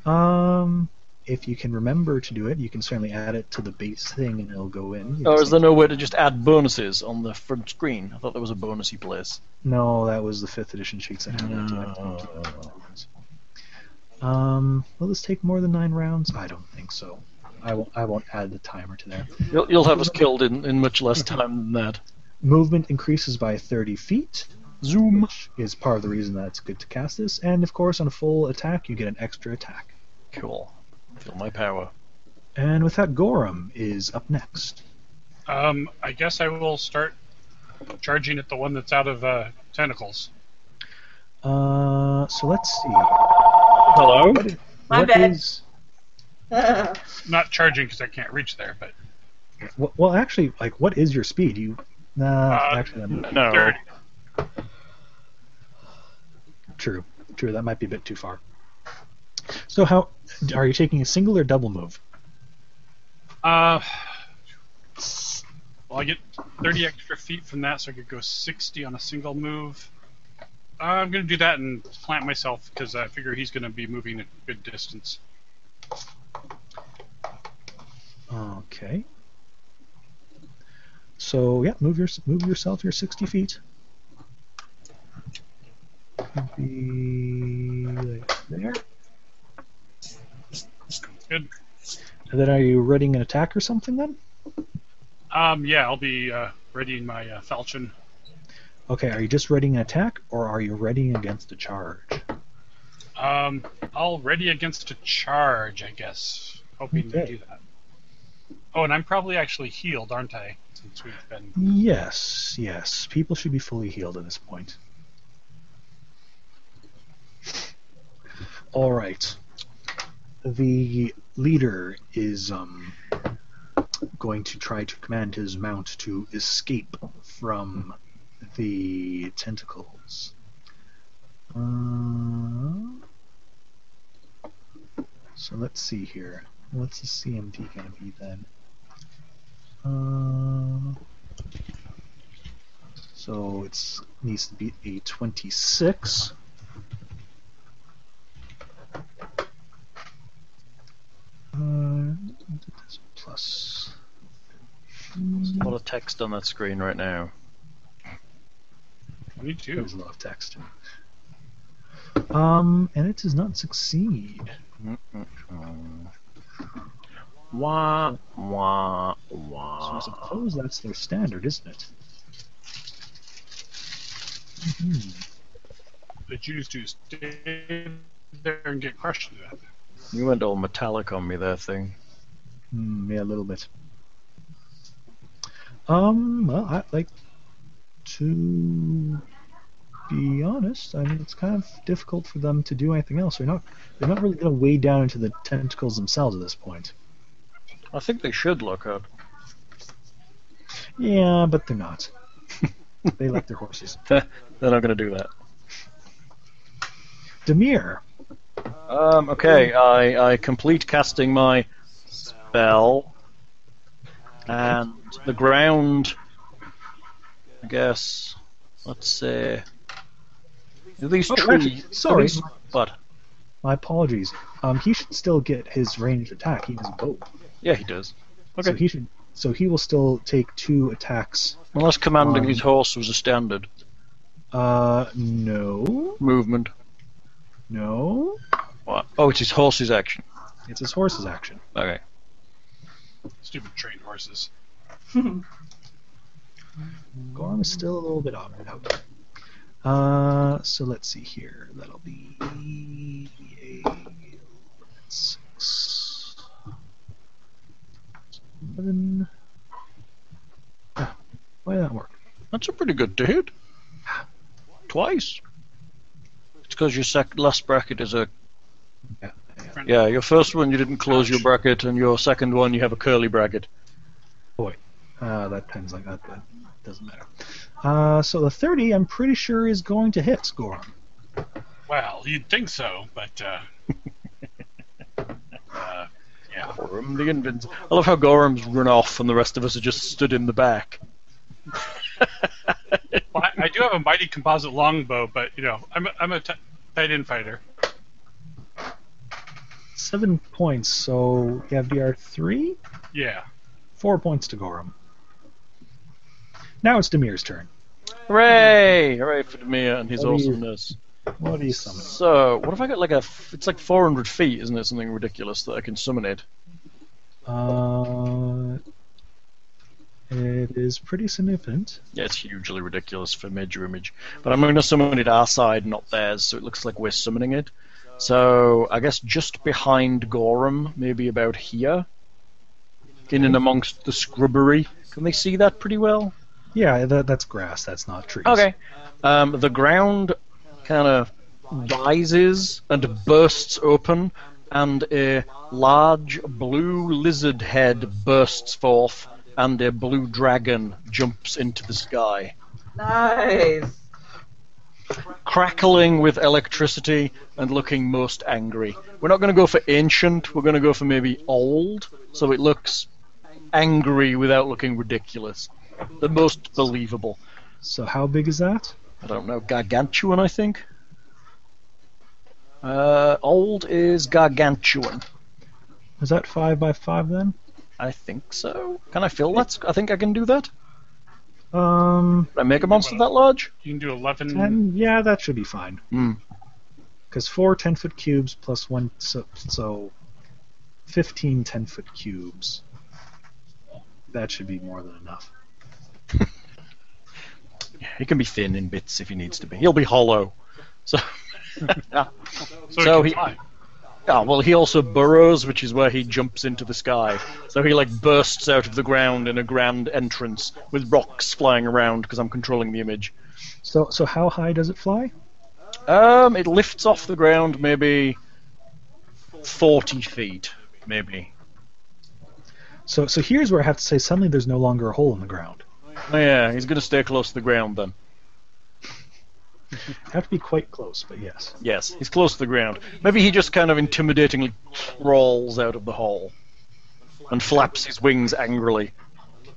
Speaker 3: Um, if you can remember to do it, you can certainly add it to the base thing and it'll go in. You
Speaker 2: Or
Speaker 3: can
Speaker 2: Oh, is
Speaker 3: say-
Speaker 2: there no way to just add bonuses on the front screen? I thought there was a bonusy place.
Speaker 3: No, that was the fifth edition sheets that had that. Um, will this take more than nine rounds? I don't think so. I won't. I won't add the timer to there.
Speaker 2: You'll, you'll have us killed in, in much less time than that.
Speaker 3: Movement increases by 30 feet,
Speaker 2: Zoom.
Speaker 3: which is part of the reason that it's good to cast this. And of course, on a full attack, you get an extra attack.
Speaker 2: Cool. Feel my power.
Speaker 3: And with that, Gorham is up next.
Speaker 5: Um, I guess I will start charging at the one that's out of uh, tentacles.
Speaker 3: Uh, so let's see.
Speaker 2: Hello?
Speaker 6: My
Speaker 3: What
Speaker 6: bad.
Speaker 3: is-
Speaker 5: Not charging because I can't reach there, but
Speaker 3: wh- well, actually, like, what is your speed? You. Nah,
Speaker 5: Uh,
Speaker 3: actually, I'm,
Speaker 2: No.
Speaker 5: thirty.
Speaker 3: true. True. That might be a bit too far. So how are you taking a single or double move?
Speaker 5: Uh, well, I get 30 extra feet from that, so I could go 60 on a single move. I'm going to do that and plant myself because I figure he's going to be moving a good distance.
Speaker 3: Okay. So yeah, move your move yourself your sixty feet. Could Be like there.
Speaker 5: Good.
Speaker 3: And then are you readying an attack or something then?
Speaker 5: Um, yeah, I'll be uh, readying my uh, falchion.
Speaker 3: Okay, are you just readying an attack or are you readying against a charge?
Speaker 5: Um, I'll ready against a charge, I guess. Hoping
Speaker 3: Okay.
Speaker 5: to do that. Oh, and I'm probably actually healed, aren't I? Since we've been.
Speaker 3: Yes, yes. People should be fully healed at this point. All right. The leader is um, going to try to command his mount to escape from the tentacles. Uh, so let's see here. What's the CMD going to be then? Uh, so it's needs to be a 26. Uh, plus.
Speaker 2: There's a lot of text on that screen right now.
Speaker 5: 22.
Speaker 3: There's a lot of text. Um, and it does not succeed.
Speaker 2: Um, Wah, wah,
Speaker 3: So I
Speaker 2: wah.
Speaker 3: suppose that's their standard, isn't it? Hmm.
Speaker 5: The Jews do stay there and get crushed to death.
Speaker 2: You went all metallic on me there, thing.
Speaker 3: Mm, yeah, a little bit. Um, well, I like to be honest. I mean, it's kind of difficult for them to do anything else. They're not they're not really going to wade down into the tentacles themselves at this point.
Speaker 2: I think they should look up.
Speaker 3: Yeah, but they're not. they like their horses.
Speaker 2: They're not going to do that.
Speaker 3: Demir.
Speaker 2: Um, okay, I, I complete casting my spell, and the ground, I guess, let's say, these
Speaker 3: Oh, actually,
Speaker 2: trees.
Speaker 3: sorry.
Speaker 2: these- But
Speaker 3: My apologies. Um, he should still get his ranged attack. He has both.
Speaker 2: yeah, he does.
Speaker 3: So he should. So he will still take two attacks.
Speaker 2: Unless commanding
Speaker 3: Um,
Speaker 2: his horse was a standard
Speaker 3: Uh, no,
Speaker 2: movement.
Speaker 3: no.
Speaker 2: What? Oh, it's his horse's action.
Speaker 3: It's his horse's action.
Speaker 2: Okay.
Speaker 5: Stupid trained horses.
Speaker 3: Gorm is still a little bit out. out. Uh, so let's see here. That'll be eight, six, seven. Ah, why did that work?
Speaker 2: That's a pretty good dude. Twice. It's because your sec- last bracket is a.
Speaker 3: Yeah,
Speaker 5: yeah.
Speaker 2: Yeah, your first one you didn't close your bracket, and your second one you have a curly bracket.
Speaker 3: Uh, that pen's like that, but doesn't matter. Uh, so the 30, I'm pretty sure, is going to hit Score.
Speaker 5: Well, you'd think so, but uh, uh, yeah.
Speaker 2: Gorham the Invincible. I love how Gorham's run off, and the rest of us are just stood in the back.
Speaker 5: Well, I, I do have a mighty composite longbow, but you know, I'm a, I'm a t- tight end fighter.
Speaker 3: Seven points, so you have DR3,
Speaker 5: Yeah.
Speaker 3: four points to Gorham. Now it's Demir's turn.
Speaker 2: Hooray! Hooray for Demir and his
Speaker 3: Oh, yeah.
Speaker 2: awesomeness.
Speaker 3: What do you summon?
Speaker 2: So, what if I got like a. f- It's like 400 feet, isn't it? Something ridiculous that I can summon it.
Speaker 3: Uh, it is pretty significant.
Speaker 2: Yeah, it's hugely ridiculous for major image. But I'm going to summon it our side, not theirs, so it looks like we're summoning it. So I guess just behind Gorham, maybe about here, in and amongst the scrubbery. Can they see that pretty well?
Speaker 3: Yeah, that, that's grass. That's not trees.
Speaker 2: Um, the ground kind of rises and bursts open, and a large blue lizard head bursts forth, and a blue dragon jumps into the sky.
Speaker 4: Nice.
Speaker 2: crackling with electricity and looking most angry. We're not going to go for ancient, we're going to go for maybe old, so it looks angry without looking ridiculous. The most believable.
Speaker 3: So how big is that?
Speaker 2: I don't know, gargantuan, I think. Uh, old is gargantuan.
Speaker 3: Is that five by five then?
Speaker 2: I think so. Can I fill that? sc- I think I can do that.
Speaker 3: Um,
Speaker 2: Can I make a monster that large?
Speaker 5: You can do 11.
Speaker 3: ten. Yeah, that should be fine.
Speaker 2: Hmm.
Speaker 3: Because four 10 foot cubes plus one, so, so 15 10 foot cubes. That should be more than enough.
Speaker 2: He can be thin in bits if he needs to be. He'll be hollow. So.
Speaker 5: So,
Speaker 2: So
Speaker 5: he
Speaker 2: he-
Speaker 5: can fly.
Speaker 2: Ah, well, he also burrows, which is where he jumps into the sky. So he like bursts out of the ground in a grand entrance with rocks flying around because I'm controlling the image.
Speaker 3: So, so how high does it fly?
Speaker 2: Um, it lifts off the ground maybe 40 feet, maybe.
Speaker 3: So, so here's where I have to say suddenly there's no longer a hole in the ground.
Speaker 2: Oh, yeah, he's going to stay close to the ground then.
Speaker 3: I have to be quite close, but yes.
Speaker 2: Yes, he's close to the ground. Maybe he just kind of intimidatingly crawls out of the hole and flaps his wings angrily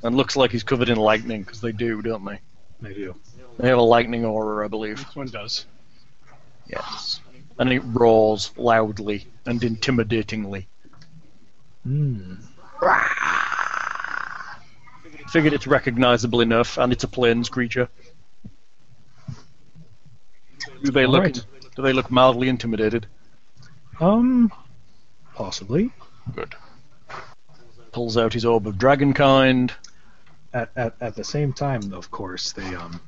Speaker 2: and looks like he's covered in lightning because they do, don't they?
Speaker 3: I do.
Speaker 2: They have a lightning aura, I believe.
Speaker 5: This one does.
Speaker 2: Yes. And it roars loudly and intimidatingly.
Speaker 3: Hmm.
Speaker 2: Figured it's recognizable enough, and it's a plains creature. Do they look?
Speaker 3: Alright.
Speaker 2: Do they look mildly intimidated?
Speaker 3: Um, possibly.
Speaker 2: Good. Pulls out his orb of dragon kind.
Speaker 3: At, at, at the same time, of course, they um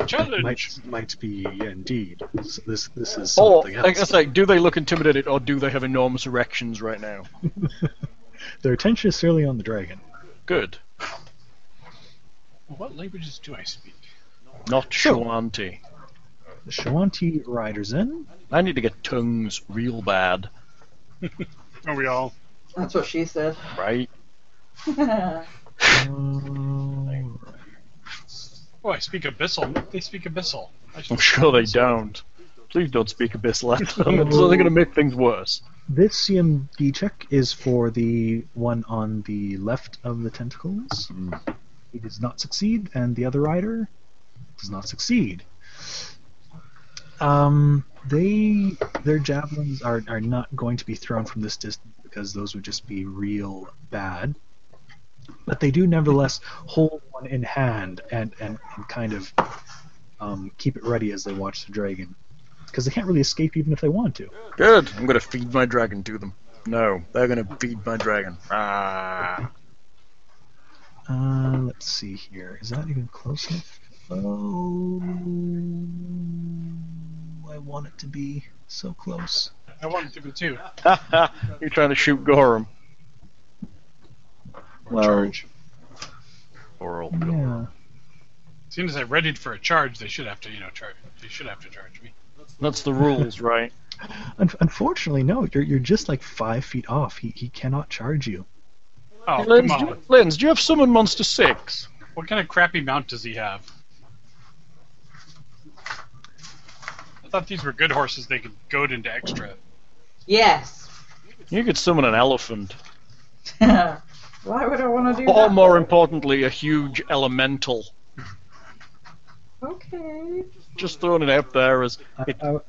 Speaker 5: A challenge.
Speaker 3: might might be indeed. s- This this is
Speaker 2: Or,
Speaker 3: something
Speaker 2: like Oh, I
Speaker 3: else.
Speaker 2: say, do they look intimidated, or do they have enormous erections right now?
Speaker 3: Their attention is clearly on the dragon.
Speaker 2: Good.
Speaker 5: What languages do I speak?
Speaker 2: Not Shawanti.
Speaker 3: The Shawanti riders in.
Speaker 2: I need to get tongues real bad,
Speaker 5: Are we all?
Speaker 4: That's what she said.
Speaker 2: right?
Speaker 3: Um,
Speaker 5: Oh, I speak abyssal. No, They speak abyssal. I should-
Speaker 2: I'm sure they don't. Please don't speak abyssal at them. It's only going to make things worse.
Speaker 3: this CMD check is for the one on the left of the tentacles. He does not succeed, and the other rider does not succeed. Um, they their javelins are, are not going to be thrown from this distance because those would just be real bad. But they do nevertheless hold one in hand and and, and kind of um, keep it ready as they watch the dragon because they can't really escape even if they want to.
Speaker 2: Good. I'm gonna feed my dragon to them. No, they're gonna feed my dragon. Ah.
Speaker 3: Uh, let's see here. Is that even close enough? Oh, I want it to be so close.
Speaker 5: I wanted to be too.
Speaker 2: You're trying to shoot Gorham. Or
Speaker 3: Well-
Speaker 2: charge. Or old Gorham.
Speaker 3: Yeah.
Speaker 5: As soon as I readied for a charge, they should have to, you know, charge. They should have to charge me.
Speaker 2: That's the rules, right?
Speaker 3: Un- unfortunately, no. You're you're just like five feet off. He he cannot charge you.
Speaker 5: Oh,
Speaker 2: Hey, Lens,
Speaker 5: come
Speaker 2: do you,
Speaker 5: on.
Speaker 2: Lens, do you have Summon Monster 6?
Speaker 5: What kind of crappy mount does he have? I thought these were good horses they could goad into extra.
Speaker 4: Yes.
Speaker 2: You could summon an elephant.
Speaker 4: Why would I want to do
Speaker 2: Or
Speaker 4: that?
Speaker 2: more importantly, a huge elemental.
Speaker 4: Okay.
Speaker 2: Just throwing it out there as
Speaker 3: I,
Speaker 2: It-
Speaker 3: I,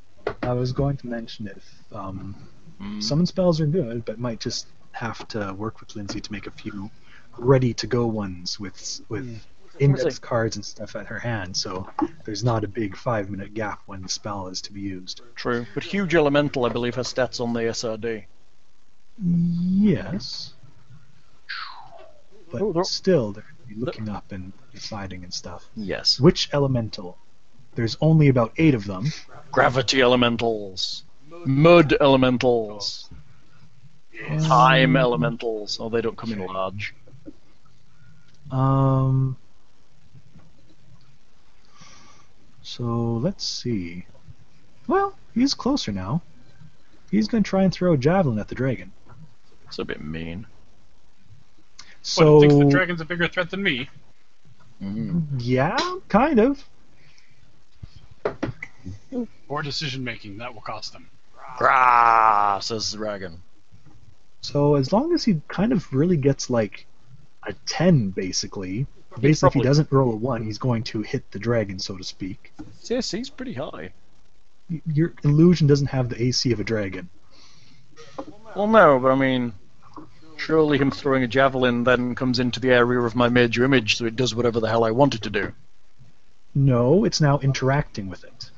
Speaker 3: I was going to mention if um,
Speaker 2: Mm.
Speaker 3: summon spells are good, but might just have to work with Lindsay to make a few ready to go ones with with index
Speaker 2: Lindsay.
Speaker 3: cards and stuff at her hand. So there's not a big five minute gap when the spell is to be used.
Speaker 2: true. But huge elemental, I believe, has stats on the SRD.
Speaker 3: Yes, but
Speaker 2: Oh, there-
Speaker 3: still they're gonna be looking up and deciding and stuff.
Speaker 2: Yes.
Speaker 3: Which elemental? There's only about eight of them.
Speaker 2: Gravity elementals, mud elementals, Mm. time elementals. Oh, they don't come in large.
Speaker 3: Um. So let's see. Well, he's closer now. He's going to try and throw a javelin at the dragon.
Speaker 2: It's a bit mean.
Speaker 5: What,
Speaker 3: So
Speaker 5: thinks the dragon's a bigger threat than me?
Speaker 2: Mm.
Speaker 3: yeah, kind of.
Speaker 5: Poor decision making, that will cost them.
Speaker 2: Grah, says the dragon.
Speaker 3: So as long as he kind of really gets like a ten, basically. Basically, if he
Speaker 2: probably-
Speaker 3: doesn't roll a one, he's going to hit the dragon, so to speak.
Speaker 2: Yes, he's pretty high.
Speaker 3: Y- Your illusion doesn't have the AC of a dragon.
Speaker 2: Well, no, but I mean, surely him throwing a javelin then comes into the area of my major image, so it does whatever the hell I want it to do.
Speaker 3: No, it's now interacting with it.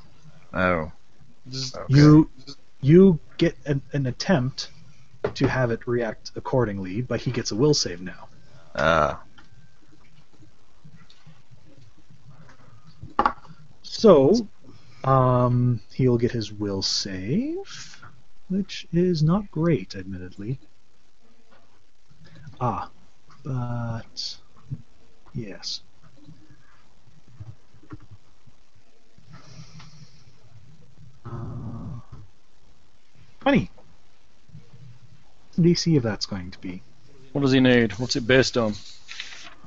Speaker 2: Oh.
Speaker 5: Zzz,
Speaker 3: You you get an, an attempt to have it react accordingly, but he gets a will save now.
Speaker 2: Ah.
Speaker 3: So um, he'll get his will save, which is not great, admittedly. Ah, but yes. Uh, Twenty. DC if that's going to be.
Speaker 2: What does he need? What's it based on?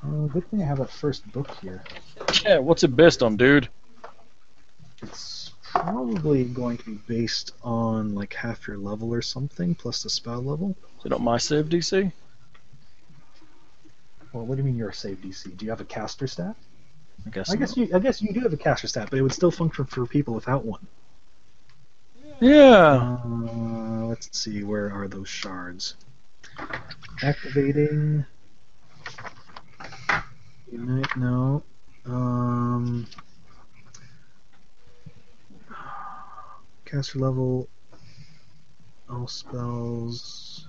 Speaker 3: Uh, good thing I have that first book here.
Speaker 2: Yeah, what's it based on, dude?
Speaker 3: It's probably going to be based on like half your level or something, plus the spell level.
Speaker 2: Is it not my save DC?
Speaker 3: Well, what do you mean you're a save DC? Do you have a caster stat?
Speaker 2: I guess.
Speaker 3: I guess
Speaker 2: not.
Speaker 3: you, I guess you do have a caster stat, but it would still function for people without one.
Speaker 2: Yeah.
Speaker 3: Uh, let's see, where are those shards? Activating. Unite, no. Um, caster level. All spells.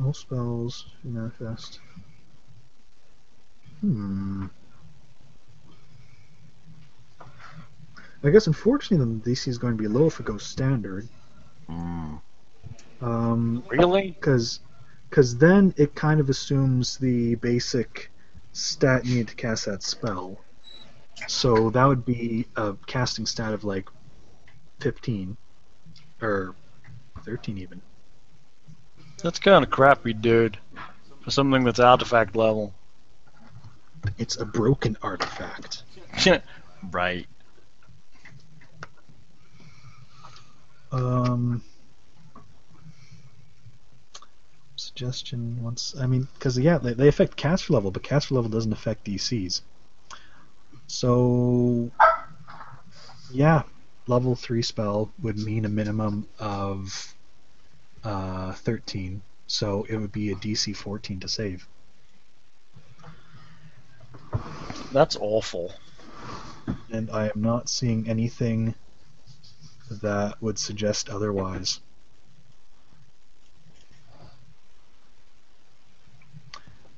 Speaker 3: All spells manifest. Hmm. I guess unfortunately the DC is going to be low if it goes standard. Um,
Speaker 2: Really?
Speaker 3: because because then it kind of assumes the basic stat you need to cast that spell. So that would be a casting stat of like 15 or 13 even.
Speaker 2: That's kind of crappy, dude. For something that's artifact level.
Speaker 3: It's a broken artifact.
Speaker 2: right.
Speaker 3: Um, suggestion once. I mean, because yeah, they, they affect caster level, but caster level doesn't affect DCs. So, yeah, level three spell would mean a minimum of uh, thirteen. So it would be a DC fourteen to save.
Speaker 2: That's awful.
Speaker 3: and I am not seeing anything that would suggest otherwise.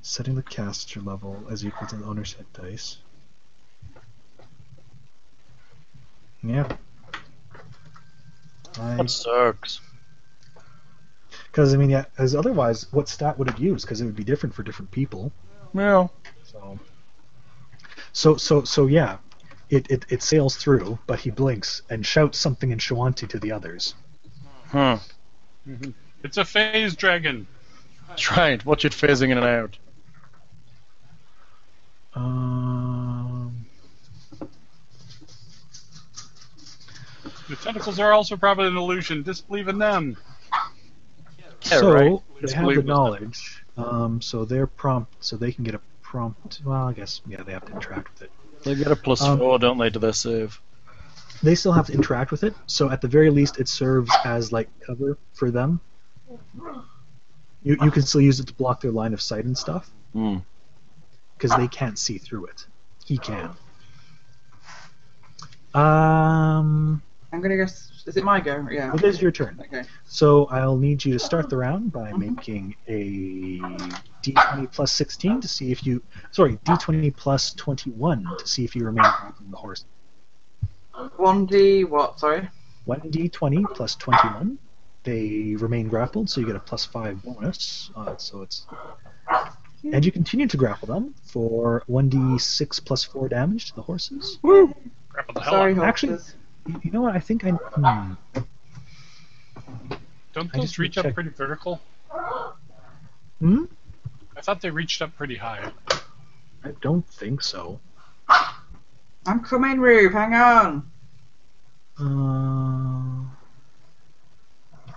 Speaker 3: Setting the caster level as equal to the owner's hit dice. Yeah. I,
Speaker 2: That sucks.
Speaker 3: because I mean, yeah, as otherwise, what stat would it use? Because it would be different for different people.
Speaker 2: Well,
Speaker 3: So, so, so, so yeah, it, it, it sails through, but he blinks and shouts something in Shawanti to the others.
Speaker 2: huh.
Speaker 5: It's a phase dragon.
Speaker 2: That's right. Watch it phasing in and out.
Speaker 3: Um,
Speaker 5: The tentacles are also probably an illusion. Disbelieve in them.
Speaker 2: Yeah,
Speaker 3: so
Speaker 2: right. It's
Speaker 3: they have the
Speaker 2: believable.
Speaker 3: knowledge. Um, so they're prompt, so they can get a prompt. Well, I guess yeah, they have to interact with it.
Speaker 2: They get a plus
Speaker 3: Um,
Speaker 2: four, don't they, to their save?
Speaker 3: They still have to interact with it. So at the very least, it serves as like cover for them. You you can still use it to block their line of sight and stuff.
Speaker 2: Hmm.
Speaker 3: because they can't see through it. He can. Um,
Speaker 4: I'm gonna guess. Is it my go? Yeah.
Speaker 3: it is your turn.
Speaker 4: Okay.
Speaker 3: So I'll need you to start the round by making a d20 plus 16 to see if you. Sorry, d20 plus 21 to see if you remain on the horse.
Speaker 4: One D. What? Sorry.
Speaker 3: 1d20 plus 21. They remain grappled, so you get a plus 5 bonus. Uh, so it's. And you continue to grapple them for 1d6 plus 4 damage to the horses.
Speaker 5: Grapple the hell
Speaker 4: Sorry,
Speaker 5: out.
Speaker 4: horses.
Speaker 3: Actually- You know what? I think I. Hmm.
Speaker 5: Don't
Speaker 3: I
Speaker 5: those
Speaker 3: just need
Speaker 5: reach
Speaker 3: to
Speaker 5: up
Speaker 3: check.
Speaker 5: pretty vertical?
Speaker 3: Hmm?
Speaker 5: I thought they reached up pretty high.
Speaker 3: I don't think so.
Speaker 4: I'm coming, Rube. Hang on.
Speaker 3: Uh,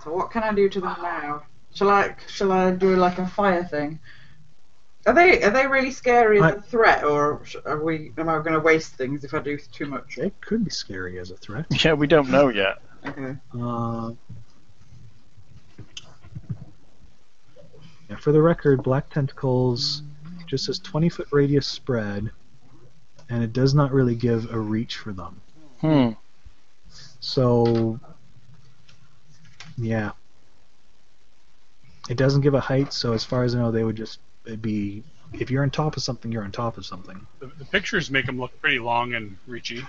Speaker 4: So what can I do to them now? Shall I? Shall I do like a fire thing? Are they? Are they really scary as
Speaker 3: I-
Speaker 4: a threat, or sh- are we? Am I going to waste things if I do too much?
Speaker 3: it could be scary as a threat.
Speaker 2: Yeah, we don't know yet.
Speaker 4: Okay.
Speaker 3: Uh, yeah, for the record, Black Tentacles just has 20 foot radius spread, and it does not really give a reach for them.
Speaker 2: Hmm.
Speaker 3: So, yeah. It doesn't give a height, so as far as I know, they would just it'd be. If you're on top of something, you're on top of something.
Speaker 5: The, the pictures make them look pretty long and reachy.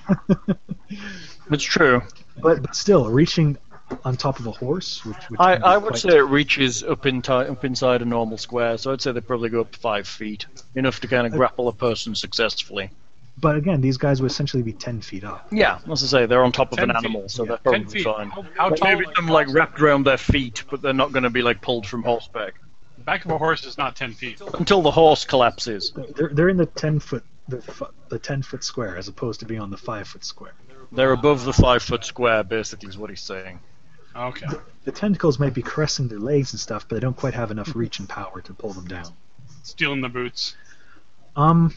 Speaker 2: It's true.
Speaker 3: But, but still, reaching on top of a horse, which, which
Speaker 2: I,
Speaker 3: can be
Speaker 2: I would
Speaker 3: quite-
Speaker 2: say it reaches up, in ti- up inside a normal square, so I'd say they probably go up five feet, enough to kind
Speaker 3: Uh,
Speaker 2: of grapple a person successfully.
Speaker 3: But again, these guys would essentially be ten feet up.
Speaker 2: Yeah, as I say, they're on top of
Speaker 5: Ten
Speaker 2: an
Speaker 5: feet.
Speaker 2: animal, so
Speaker 3: Yeah.
Speaker 2: they're
Speaker 5: Ten
Speaker 2: probably
Speaker 5: feet.
Speaker 2: fine.
Speaker 5: How, how
Speaker 2: But
Speaker 5: tall?
Speaker 2: maybe them like wrapped around their feet, but they're not going to be like pulled from horseback
Speaker 5: The back of a horse is not ten feet.
Speaker 2: until the horse collapses.
Speaker 3: They're, they're in the ten foot the, fu- the ten foot square as opposed to being on the five foot square.
Speaker 2: They're above the five foot square, basically, is what he's saying.
Speaker 5: Okay.
Speaker 3: The tentacles might be caressing their legs and stuff, but they don't quite have enough reach and power to pull them down.
Speaker 5: Stealing the boots.
Speaker 3: Um,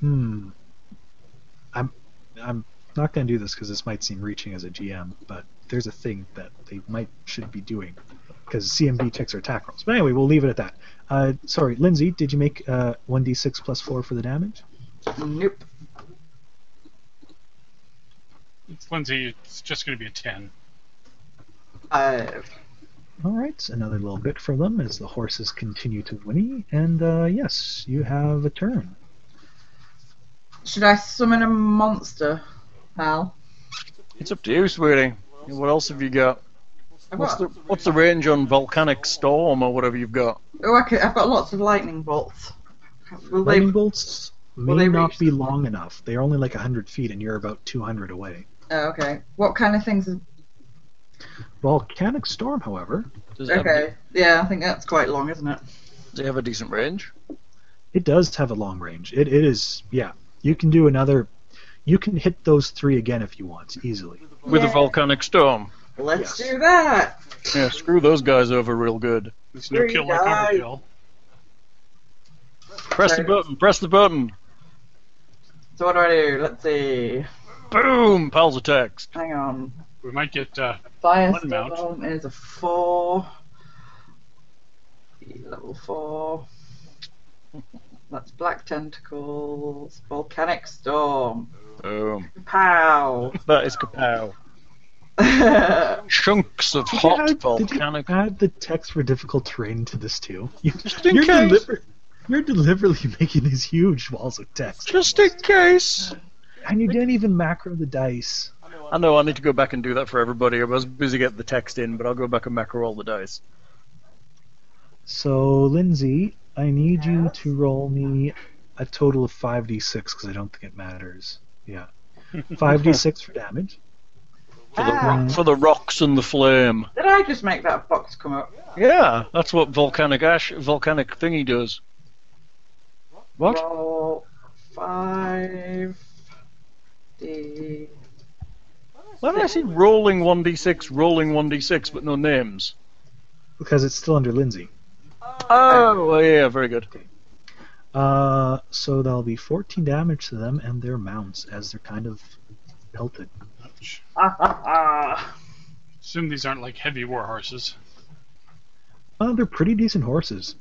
Speaker 3: hmm. I'm I'm not gonna do this because this might seem reaching as a GM, but there's a thing that they might should be doing because CMB checks our attack rolls. But anyway, we'll leave it at that. Uh, sorry, Lindsay, did you make uh 1d6 plus four for the damage?
Speaker 4: Nope.
Speaker 5: It's Lindsay. It's just going to be a ten.
Speaker 4: Five.
Speaker 3: All right, another little bit for them as the horses continue to whinny, and uh, yes, you have a turn.
Speaker 4: Should I summon a monster, pal?
Speaker 2: It's up to you, sweetie. What else have you got?
Speaker 4: I've
Speaker 2: What's
Speaker 4: got,
Speaker 2: the, what's the range on volcanic storm or whatever you've got?
Speaker 4: oh, I could, I've got lots of lightning bolts. Will they?
Speaker 3: Lightning bolts may
Speaker 4: will they
Speaker 3: not
Speaker 4: reach
Speaker 3: be
Speaker 4: the-
Speaker 3: long enough. They're only like 100 feet, and you're about 200 away.
Speaker 4: Oh, okay. What kind of things? Is,
Speaker 3: Volcanic storm, however,
Speaker 2: Does it, have,
Speaker 4: okay. Yeah, I think that's quite long, isn't it?
Speaker 2: does it have a decent range?
Speaker 3: It does have a long range. It, it is, yeah. You can do another. You can hit those three again if you want, easily.
Speaker 2: With a
Speaker 4: Yeah.
Speaker 2: volcanic storm.
Speaker 4: Let's
Speaker 3: Yes.
Speaker 4: do that.
Speaker 2: Yeah, screw those guys over real good.
Speaker 5: It's no kill like
Speaker 4: Three
Speaker 5: overkill.
Speaker 2: Press the
Speaker 4: Sorry.
Speaker 2: button, press the button.
Speaker 4: So what do I do? Let's see.
Speaker 2: Boom! Pals attacks.
Speaker 4: Hang on.
Speaker 5: We might get uh, One mount.
Speaker 4: Firestorm is a four. E Level four. That's Black Tentacles. Volcanic Storm.
Speaker 2: Boom.
Speaker 4: Pow!
Speaker 2: That is kapow.
Speaker 4: I
Speaker 2: Chunks of
Speaker 3: Did you
Speaker 2: hot
Speaker 3: add- did you
Speaker 2: volcanic.
Speaker 3: add the text for difficult terrain to this too? You,
Speaker 2: in
Speaker 3: you're
Speaker 2: case.
Speaker 3: deliber- You're deliberately making these huge walls of text.
Speaker 2: Just in case.
Speaker 3: And you didn't even macro the dice.
Speaker 2: I know I need to go back and do that for everybody. I was busy getting the text in, but I'll go back and macro all the dice.
Speaker 3: So, Lindsay, I need you
Speaker 4: Yes?
Speaker 3: to roll me a total of 5d6 because I don't think it matters. Yeah. 5d6 for damage.
Speaker 2: For the,
Speaker 4: Ah.
Speaker 2: ro- for the rocks and the flame.
Speaker 4: Did I just make that box come up?
Speaker 2: Yeah, that's what volcanic ash, volcanic thingy does. What?
Speaker 4: Roll five D.
Speaker 2: Why did I see rolling 1d6, rolling 1d6, but no names?
Speaker 3: Because it's still under Lindsay.
Speaker 2: Oh, oh, yeah, very good.
Speaker 3: Uh, so that'll be 14 damage to them and their mounts as they're kind of pelted.
Speaker 5: Ouch.
Speaker 4: Ah, ah, ah.
Speaker 5: Assume these aren't like heavy war horses.
Speaker 3: Uh, they're pretty decent horses.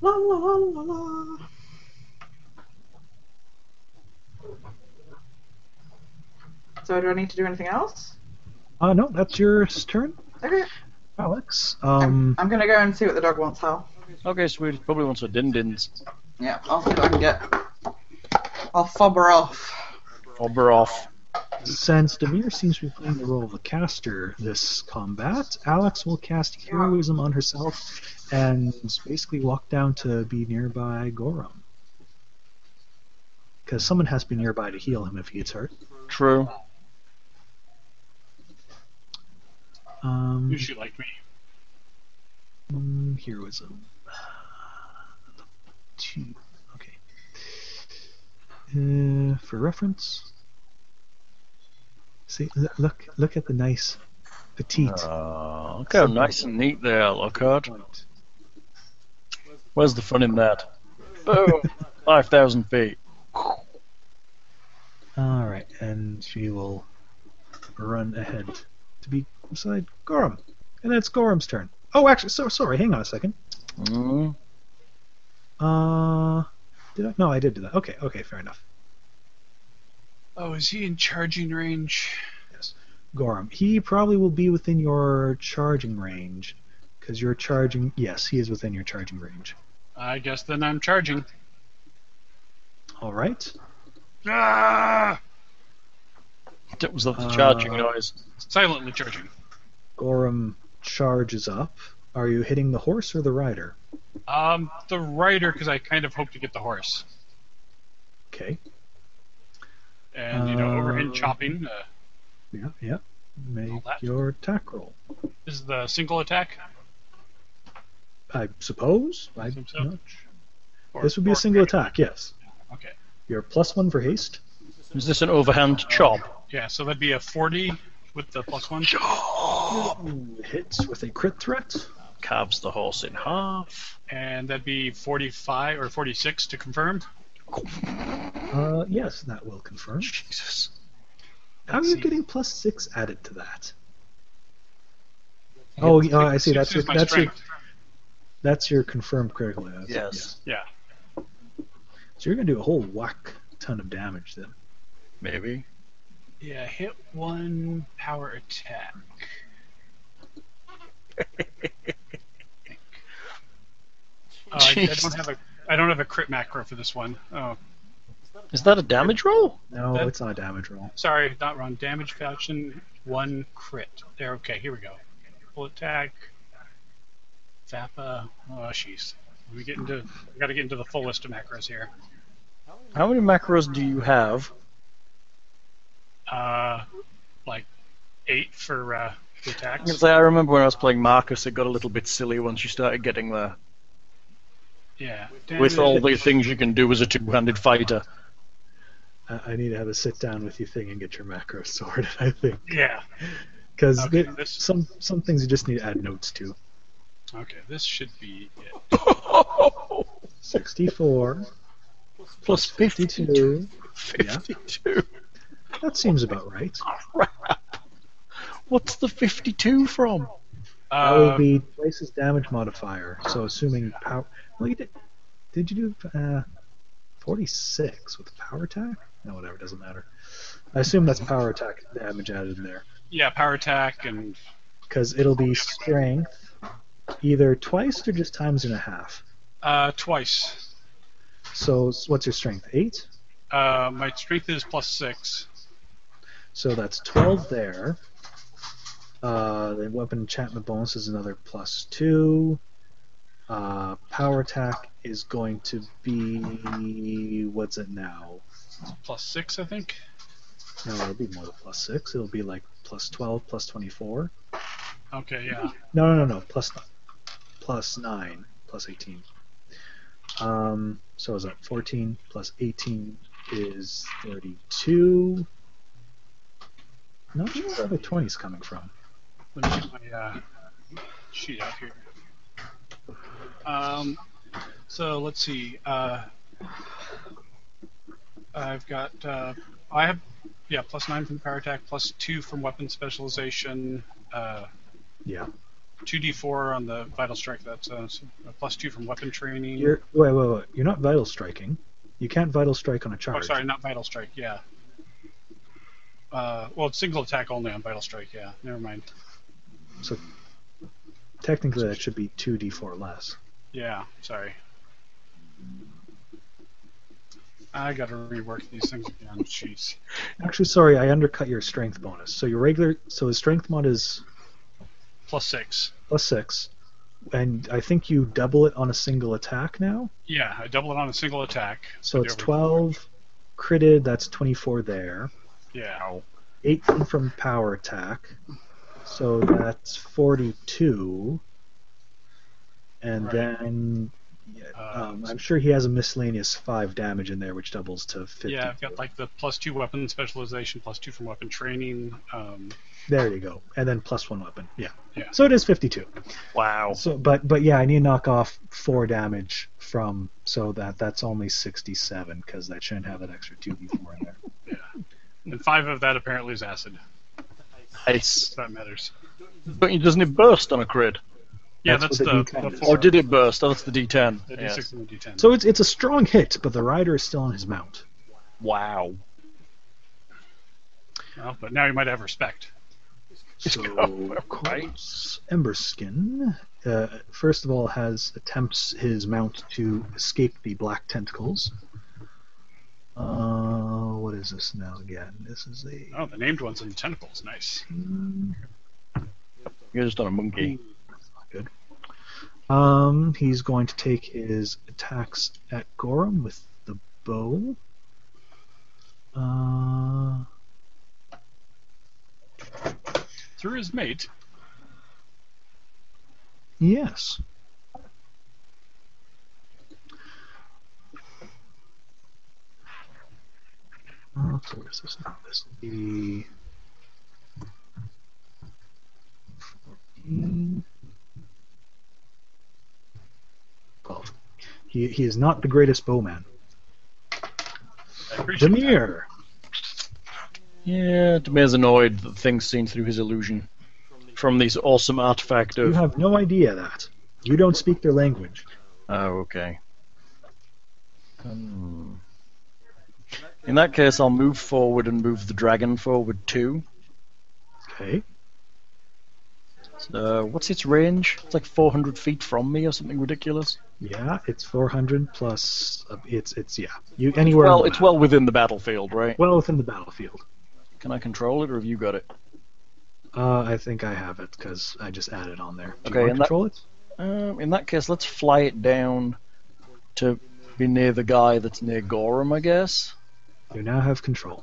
Speaker 4: La la la la la. So do I need to do anything else?
Speaker 3: Uh, no, that's your turn,
Speaker 4: Okay.
Speaker 3: Alex.
Speaker 4: I'm,
Speaker 3: Um,
Speaker 4: I'm gonna go and see what the dog wants, Hal.
Speaker 2: Okay, sweet. Probably wants a din dins.
Speaker 4: Yeah, I'll see what I can get. I'll fob her off.
Speaker 2: Bobber off.
Speaker 3: Since Demir seems to be playing the role of a caster this combat, Alex will cast heroism on herself and basically walk down to be nearby Gorom. Because someone has to be nearby to heal him if he gets hurt.
Speaker 2: True.
Speaker 3: Um,
Speaker 5: You should like me.
Speaker 3: mm, heroism. uh, Two. Okay. Uh, for reference. See, l- look, look at the nice, petite.
Speaker 2: Oh, look how nice and neat they are, Lockhart. Where's the fun in that? Boom! 5,000 feet.
Speaker 3: All right, and she will run ahead to be beside Gorum, and it's Gorum's turn. Oh, actually, so sorry. Hang on a second.
Speaker 2: Mm.
Speaker 3: Uh, did I? No, I did do that. Okay, okay, fair enough.
Speaker 5: Oh, is he in charging range?
Speaker 3: Gorum, he probably will be within your charging range, because you're charging. Yes, he is within your charging range.
Speaker 5: I guess then I'm charging.
Speaker 3: All right.
Speaker 5: Ah!
Speaker 2: That was the
Speaker 3: Uh,
Speaker 2: charging noise.
Speaker 5: Silently charging.
Speaker 3: Gorum charges up. Are you hitting the horse or the rider?
Speaker 5: Um, the rider, because I kind of hope to get the horse.
Speaker 3: Okay.
Speaker 5: And, you know, overhand
Speaker 3: Uh,
Speaker 5: chopping uh,
Speaker 3: Yeah, yeah. Make
Speaker 5: that.
Speaker 3: your attack roll.
Speaker 5: is the single attack.
Speaker 3: I suppose. I,
Speaker 5: Think so?
Speaker 3: not
Speaker 5: Or-
Speaker 3: This would be
Speaker 5: or
Speaker 3: a single
Speaker 5: critical.
Speaker 3: attack, yes.
Speaker 5: Okay.
Speaker 3: You're plus one for haste.
Speaker 2: Is this an overhand chop?
Speaker 5: Yeah, so that'd be a 40 with the plus one.
Speaker 3: Hits with a crit threat.
Speaker 2: Carves the horse in half.
Speaker 5: And that'd be 45 or 46 to confirm.
Speaker 3: Uh, yes, that will confirm.
Speaker 2: Jesus.
Speaker 3: How are
Speaker 5: Let's
Speaker 3: you
Speaker 5: see.
Speaker 3: getting plus six added to that? Oh, yeah, I see.
Speaker 5: Six
Speaker 3: That's
Speaker 5: is
Speaker 3: your,
Speaker 5: my
Speaker 3: that's your
Speaker 5: strength.
Speaker 3: that's your confirmed critical. hit. That's-
Speaker 2: Yes.
Speaker 5: Yeah.
Speaker 3: yeah. So you're gonna do a whole whack ton of damage then.
Speaker 2: Maybe.
Speaker 5: Yeah, hit one power attack. Uh, I, I
Speaker 2: Jeez.
Speaker 5: don't have a I don't have a crit macro for this one. Oh,
Speaker 2: Is that a damage roll?
Speaker 3: No,
Speaker 5: That-
Speaker 3: it's not a damage roll.
Speaker 5: sorry, not wrong. Damage faction, one crit. There, okay, here we go. Full attack. Zappa. Oh, jeez. We get into I got to get into the full list of macros here.
Speaker 2: How many macros do you have?
Speaker 5: Uh, like eight for uh, the
Speaker 2: I can
Speaker 5: attacks.
Speaker 2: say I remember when I was playing Marcus, it got a little bit silly once you started getting there.
Speaker 5: Yeah.
Speaker 2: With
Speaker 5: Damage.
Speaker 2: all the things you can do as a two-handed fighter.
Speaker 3: I, I need to have a sit down with you thing and get your macro sorted. I think
Speaker 5: Yeah.
Speaker 3: because
Speaker 5: Okay, this-
Speaker 3: some some things you just need to add notes to.
Speaker 5: Okay, this should be it.
Speaker 3: Sixty-four
Speaker 2: Plus 52.
Speaker 3: fifty-two.
Speaker 2: 52.
Speaker 3: That seems about right.
Speaker 2: Crap. What's the 52 from?
Speaker 5: Uh,
Speaker 3: That would be twice his damage modifier. So assuming power. Well, you did. Did you do uh, 46 with power attack? No, whatever. Doesn't matter. I assume that's power attack damage added in there
Speaker 5: yeah, power attack and
Speaker 3: because it'll be strength either twice or just times and a half.
Speaker 5: Uh, twice.
Speaker 3: So s- what's your strength? Eight.
Speaker 5: Uh, my strength is plus six.
Speaker 3: So that's 12 there. Uh, the weapon enchantment bonus is another plus 2. Uh, power attack is going to be. What's it now?
Speaker 5: Plus six, I think.
Speaker 3: No, it'll be more than plus 6. It'll be like plus 12, plus 24.
Speaker 5: Okay, yeah.
Speaker 3: No, no, no, no. Plus, n- plus 9, plus 18. Um, so is that 14 plus 18 is 32. Not sure where the 20 is coming from.
Speaker 5: Let me get my uh, sheet out here. Um, so let's see. Uh, I've got. Uh, I have. Yeah, plus nine from power attack, plus two from weapon specialization. Uh,
Speaker 3: Yeah.
Speaker 5: 2d4 on the vital strike. That's uh, s- uh, plus two from weapon training.
Speaker 3: You're wait, wait, wait. You're not vital striking. You can't vital strike on a charge.
Speaker 5: oh, sorry, not vital strike. Yeah. Uh, well, it's single attack only on vital strike. Yeah, never mind.
Speaker 3: Technically, that should be two d4 less.
Speaker 5: Yeah, sorry. I gotta rework these things again. Jeez.
Speaker 3: Actually, sorry, I undercut your strength bonus. So your regular, so his strength mod is
Speaker 5: Plus six.
Speaker 3: plus six, and I think you double it on a single attack now.
Speaker 5: Yeah, I double it on a single attack.
Speaker 3: So it's
Speaker 5: There we go.
Speaker 3: twelve critted. That's twenty-four there.
Speaker 5: Yeah.
Speaker 3: Eighteen from power attack. So that's forty-two. And
Speaker 5: Right.
Speaker 3: then. yeah,
Speaker 5: Uh,
Speaker 3: um, I'm sure he has a miscellaneous five damage in there, which doubles to fifty.
Speaker 5: Yeah, I've got like the plus two weapon specialization, plus two from weapon training. Um,
Speaker 3: There you go. And then plus one weapon. Yeah.
Speaker 5: Yeah.
Speaker 3: So it is 52.
Speaker 2: Wow.
Speaker 3: So, but but yeah, I need to knock off four damage from so that that's only 67 because that shouldn't have that extra 2d4 in there.
Speaker 5: and five of that apparently is acid.
Speaker 2: It's
Speaker 5: If that matters.
Speaker 2: but it- doesn't it burst on a crit?
Speaker 5: Yeah,
Speaker 3: That's
Speaker 5: that's,
Speaker 3: what
Speaker 5: the,
Speaker 3: the
Speaker 5: the,
Speaker 3: D10 is.
Speaker 5: four.
Speaker 2: Or did it burst? Oh, that's the D10.
Speaker 5: the
Speaker 2: Yes.
Speaker 5: D6 and the D10.
Speaker 3: So it's it's a strong hit, but the rider is still on his mount.
Speaker 2: Wow.
Speaker 5: Well, Oh, but now you might have respect.
Speaker 3: So
Speaker 2: right.
Speaker 3: Corpse Emberskin, uh, first of all, has attempts his mount to escape the black tentacles. Uh, what is this now again? This is a
Speaker 5: Oh, the named ones in the tentacles. Nice.
Speaker 2: You're just on a monkey.
Speaker 3: Um, he's going to take his attacks at Gorum with the bow. Uh,
Speaker 5: Through his mate.
Speaker 3: yes. Oh, so this is not this. E. will be 14. 12. He, he is not the greatest bowman.
Speaker 5: I appreciate that.
Speaker 3: Demir!
Speaker 2: Yeah, Demir's annoyed that the thing's seen through his illusion from this awesome artifact
Speaker 3: You
Speaker 2: of.
Speaker 3: have no idea that. You don't speak their language.
Speaker 2: Oh, okay. Hmm. In that case, I'll move forward and move the dragon forward too.
Speaker 3: Okay.
Speaker 2: Uh, what's its range? It's like 400 feet from me or something ridiculous.
Speaker 3: Yeah, it's 400 plus. Uh, it's it's yeah. You anywhere. on
Speaker 2: Well,
Speaker 3: the
Speaker 2: it's
Speaker 3: map.
Speaker 2: well within the battlefield, right?
Speaker 3: well within the battlefield.
Speaker 2: Can I control it, or have you got it?
Speaker 3: Uh, I think I have it because I just added on there. Do
Speaker 2: Okay,
Speaker 3: you want
Speaker 2: and
Speaker 3: to
Speaker 2: that-
Speaker 3: control it?
Speaker 2: Um, in that case, let's fly it down to be near the guy that's near Gorham, I guess.
Speaker 3: You now have control.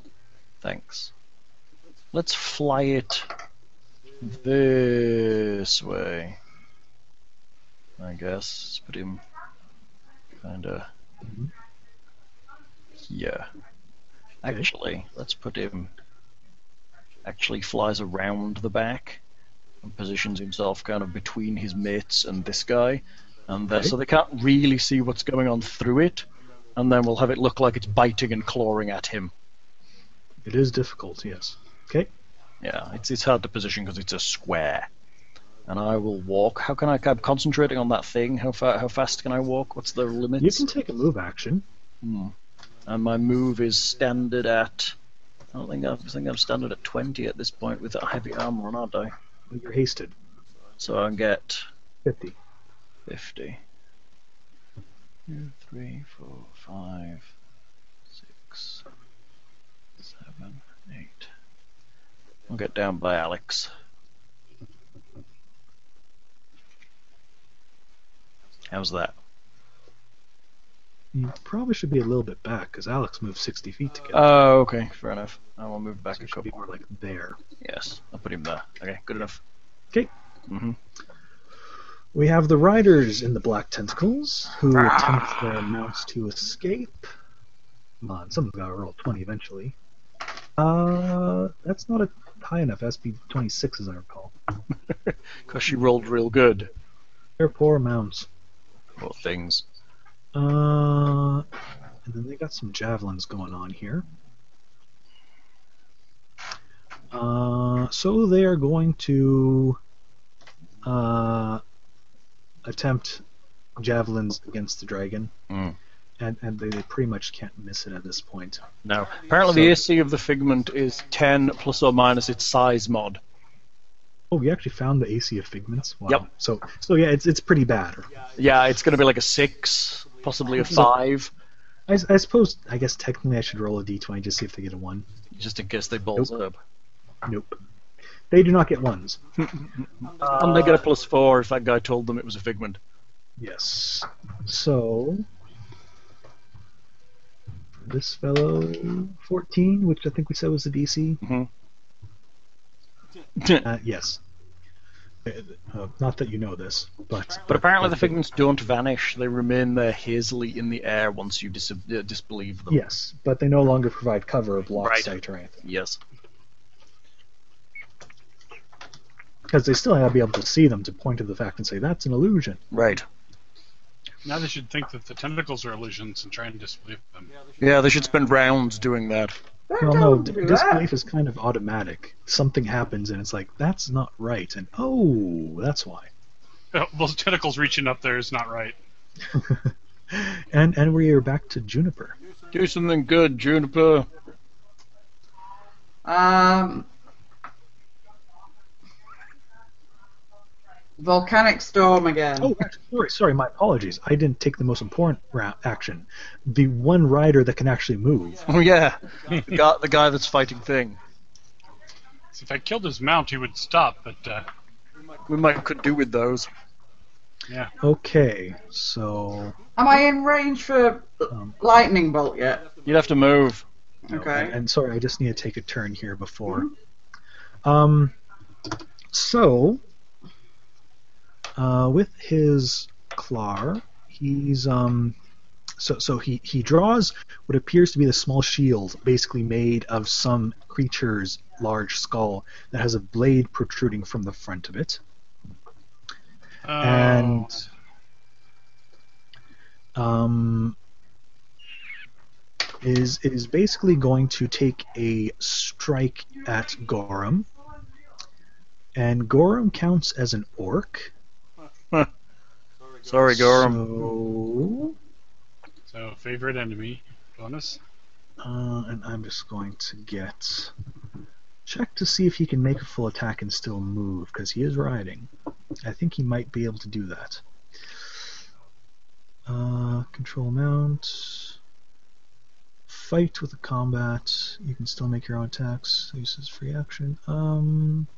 Speaker 2: Thanks. Let's fly it this way. I guess. Let's put him kinda here. Actually, let's put him actually flies around the back and positions himself kind of between his mates and this guy. And they- so they can't really see what's going on through it, and then we'll have it look like it's biting and clawing at him.
Speaker 3: It is difficult. Yes. Okay.
Speaker 2: Yeah, it's it's hard to position because it's a square. And I will walk. How can I? I'm concentrating on that thing. How far? How fast can I walk? What's the limit?
Speaker 3: You can take a move action.
Speaker 2: And my move is standard at. I don't think I think I'm standard at 20 at this point with that heavy armor on, aren't I?
Speaker 3: but You're hasted.
Speaker 2: So I get
Speaker 3: 50.
Speaker 2: 50. 2, 3, 4, 5, 6, 7, 8. I'll get down by Alex. How's that?
Speaker 3: You probably should be a little bit back because Alex moved 60 feet to get up,
Speaker 2: Oh, okay, fair enough. I will move back
Speaker 3: so
Speaker 2: a
Speaker 3: you should be
Speaker 2: couple.
Speaker 3: more like there.
Speaker 2: Yes, I'll put him there. Okay, good enough.
Speaker 3: 'Kay.
Speaker 2: Mm-hmm.
Speaker 3: We have the riders in the black tentacles who
Speaker 2: Ah.
Speaker 3: attempt their mounts to escape. Come on, someone's got to roll 20 eventually. Uh, that's not a high enough SP 26 as I recall.
Speaker 2: Because she rolled real good.
Speaker 3: They're poor mounts.
Speaker 2: Poor things.
Speaker 3: Uh, and then they got some javelins going on here. Uh, so they are going to uh, attempt javelins against the dragon,
Speaker 2: Mm.
Speaker 3: and and they, they pretty much can't miss it at this point.
Speaker 2: No. Apparently, the AC of the figment is 10 plus or minus its size mod.
Speaker 3: Oh, we actually found the AC of figments. Wow.
Speaker 2: Yep.
Speaker 3: So so yeah, it's it's pretty bad.
Speaker 2: Yeah, it's going to be like a 6, possibly a
Speaker 3: So-
Speaker 2: 5,
Speaker 3: I, s- I suppose I guess technically I should roll a d20 just see if they get a one.
Speaker 2: just in case they balls up. Ah.
Speaker 3: Nope. They do not get ones.
Speaker 2: and they Uh, get a plus 4 if that guy told them it was a figment.
Speaker 3: Yes. So this fellow, fourteen, which I think we said was a DC. Uh, yes. Uh, uh, not that you know this, but
Speaker 2: But apparently, the figments don't vanish, they remain there hazily in the air once you dis- uh, disbelieve them.
Speaker 3: yes, but they no longer provide cover or block
Speaker 2: Right.
Speaker 3: sight or anything
Speaker 2: Yes.
Speaker 3: because they still have to be able to see them to point to the fact and say that's an illusion.
Speaker 2: Right.
Speaker 5: Now they should think that the tentacles are illusions and try and disbelieve them.
Speaker 2: Yeah, they should spend rounds doing that.
Speaker 4: Don't
Speaker 3: Well, no,
Speaker 4: do
Speaker 3: d-
Speaker 4: that.
Speaker 3: disbelief is kind of automatic. Something happens and it's like that's not right, and oh, that's why.
Speaker 5: Oh, Those tentacles reaching up there is not right.
Speaker 3: And and we are back to Juniper.
Speaker 2: Do something good, Juniper.
Speaker 4: Um, volcanic storm again.
Speaker 3: Oh, actually, sorry, sorry, my apologies. I didn't take the most important ra- action. The one rider that can actually move.
Speaker 2: Oh, yeah. the, guy, the guy that's fighting Thing.
Speaker 5: So if I killed his mount, he would stop, but uh,
Speaker 2: We might could do with those.
Speaker 3: Okay, so
Speaker 4: Am I in range for
Speaker 3: Um.
Speaker 4: lightning bolt yet?
Speaker 2: You'd have to move.
Speaker 4: Okay.
Speaker 3: and, and sorry, I just need to take a turn here before. Um, so uh, with his clar, he's um, so so he he draws what appears to be the small shield, basically made of some creature's large skull that has a blade protruding from the front of it.
Speaker 5: oh,
Speaker 3: And- um, is is basically going to take a strike at Gorum, and Gorum counts as an orc.
Speaker 2: Sorry, Gorum.
Speaker 3: So,
Speaker 5: so favorite enemy bonus.
Speaker 3: uh, and I'm just going to get check to see if he can make a full attack and still move because he is riding. I think he might be able to do that. Uh, control mount. Fight with the combat. You can still make your own attacks. Uses free action. Um.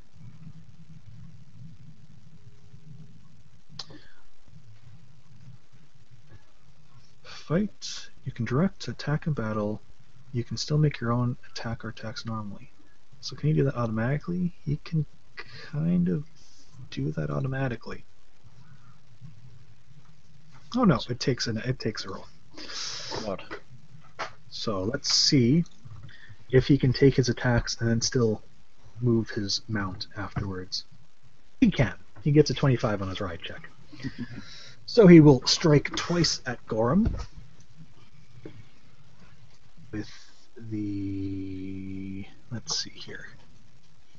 Speaker 3: Fight. You can direct attack and battle. You can still make your own attack or attacks normally. So can you do that automatically? You can kind of do that automatically. Oh no, it takes an it takes a roll.
Speaker 2: God.
Speaker 3: So let's see if he can take his attacks and then still move his mount afterwards. He can. He gets a 25 on his ride check. so he will strike twice at Gorum with the. Let's see here.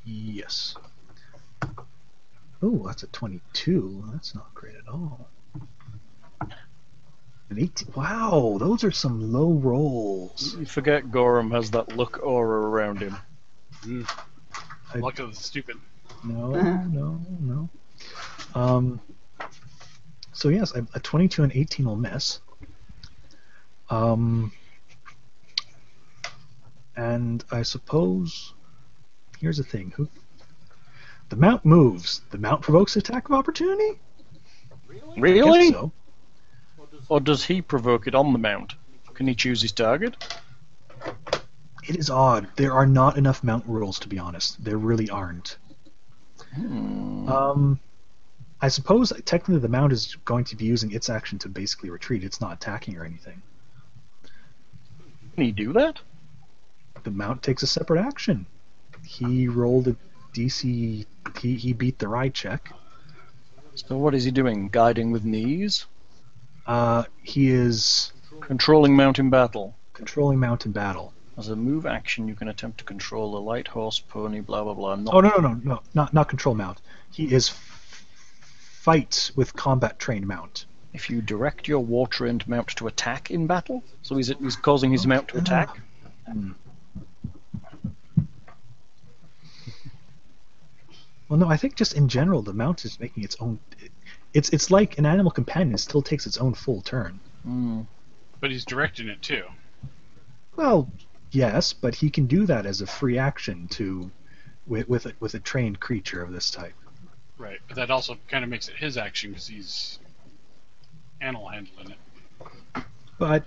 Speaker 3: Yes. Oh, that's a 22. That's not great at all. An 18. Wow, those are some low rolls.
Speaker 2: You forget Gorum has that luck aura around him.
Speaker 3: Hmm.
Speaker 5: Luck of the stupid.
Speaker 3: No, no, no. Um, So yes, a, a 22 and 18 will miss. Um, and I suppose here's the thing: who the mount moves, the mount provokes attack of opportunity. I guess
Speaker 2: Really?
Speaker 3: so.
Speaker 2: Or does he provoke it on the mount? Can he choose his target?
Speaker 3: It is odd. There are not enough mount rules, to be honest. There really aren't. Um, I suppose technically the mount is going to be using its action to basically retreat. It's not attacking or anything.
Speaker 2: Can he do that?
Speaker 3: The mount takes a separate action. He rolled a DC. He, he beat the ride check.
Speaker 2: So what is he doing? Guiding with knees?
Speaker 3: Uh, he is
Speaker 2: Controlling mount in battle.
Speaker 3: controlling mount in battle.
Speaker 2: As a move action, you can attempt to control a light horse, pony, blah blah blah. Not
Speaker 3: Oh no no no no not not control mount. He is f- fight with combat trained mount.
Speaker 2: if you direct your war trained mount to attack in battle. So he's, he's causing his mount to
Speaker 3: Mm-hmm.
Speaker 2: attack.
Speaker 3: Well, no, I think just in general, the mount is making its own. It's it's like an animal companion it still takes its own full turn.
Speaker 2: Hmm.
Speaker 5: But he's directing it too.
Speaker 3: Well, yes, but he can do that as a free action to, with with a, with a trained creature of this type.
Speaker 5: Right. But that also kind of makes it his action because he's animal handling it.
Speaker 3: But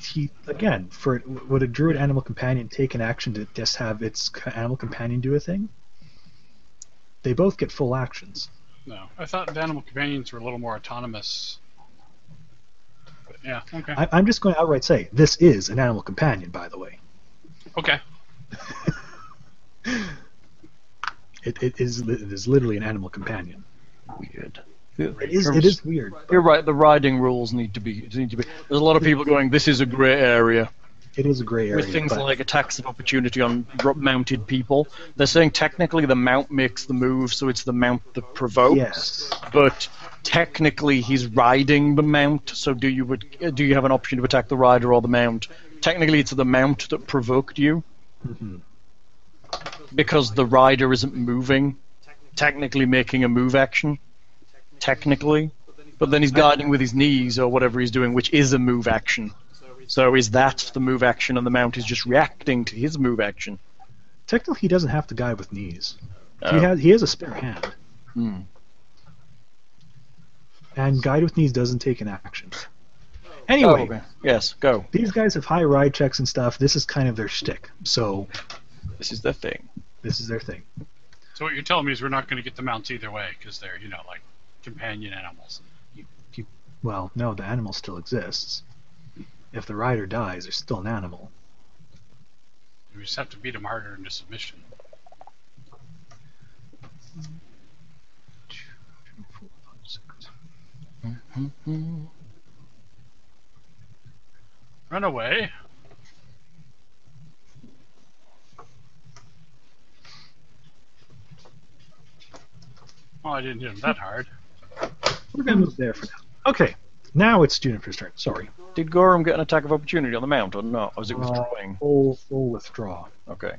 Speaker 3: he again, for would a druid animal companion take an action to just have its c- animal companion do a thing? They both get full actions.
Speaker 5: No. I thought the animal companions were a little more autonomous. But yeah. Okay.
Speaker 3: I, I'm just going to outright say this is an animal companion. By the way,
Speaker 5: Okay.
Speaker 3: it, it is li- it is literally an animal companion.
Speaker 2: Weird.
Speaker 3: It is it is weird.
Speaker 2: You're right. The riding rules need to be need to be. There's a lot of people going. This is a grey area
Speaker 3: It is a gray area.
Speaker 2: with things
Speaker 3: but-
Speaker 2: like attacks of opportunity on r- mounted people. They're saying technically the mount makes the move, so it's the mount that provokes.
Speaker 3: yes,
Speaker 2: But technically he's riding the mount. So do you would uh, do you have an option to attack the rider or the mount? Technically, it's the mount that provoked you. Mm-hmm. Because the rider isn't moving, technically making a move action. Technically. But then he's guiding with his knees or whatever he's doing, which is a move action. So is that the move action, and the mount is just reacting to his move action?
Speaker 3: technically he doesn't have to guide with knees.
Speaker 2: Oh.
Speaker 3: He has he has a spare hand.
Speaker 2: Hmm.
Speaker 3: And guide with knees doesn't take an action. Anyway,
Speaker 2: Oh, okay. Yes, go.
Speaker 3: these guys have high ride checks and stuff. This is kind of their shtick, so
Speaker 2: This is the thing.
Speaker 3: this is their thing.
Speaker 5: So what you're telling me is we're not going to get the mounts either way because they're you know like companion animals.
Speaker 3: Well, no, the animal still exists. If the rider dies, they're still an animal.
Speaker 5: We just have to beat them harder into submission. Run away. Well, Oh, I didn't hit him that hard.
Speaker 3: We're gonna move there for now. Okay, now it's Juniper's turn. Sorry,
Speaker 2: Did Gorham get an attack of opportunity on the mount or not? Or was it
Speaker 3: Uh,
Speaker 2: withdrawing?
Speaker 3: full full withdraw.
Speaker 2: Okay.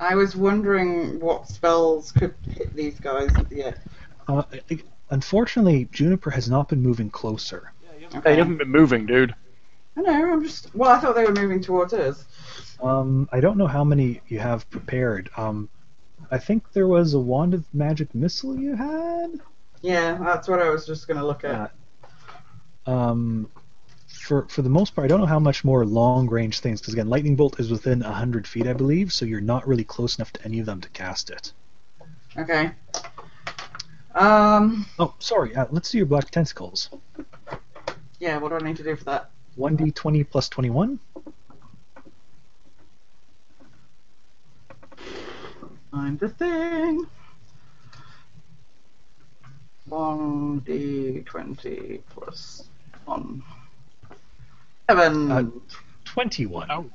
Speaker 4: I was wondering what spells could hit these guys at the end.
Speaker 3: Uh, I- I- unfortunately, Juniper has not been moving closer.
Speaker 2: Hey, you
Speaker 4: Okay.
Speaker 2: haven't been moving, dude.
Speaker 4: I know, I'm just. Well, I thought they were moving towards us.
Speaker 3: Um, I don't know how many you have prepared. Um, I think there was a wand of magic missile you had.
Speaker 4: Yeah, that's what I was just going to look at.
Speaker 3: Um, for for the most part, I don't know how much more long range things. Because again, lightning bolt is within hundred feet, I believe, so you're not really close enough to any of them to cast it.
Speaker 4: Okay. Um.
Speaker 3: Oh, sorry. Uh, let's do your black tentacles.
Speaker 4: Yeah, what do I need to do for that?
Speaker 3: One d twenty plus twenty one.
Speaker 4: Find the thing. 1d20 plus 1. 7.
Speaker 3: Uh, Twenty one.
Speaker 5: Oh.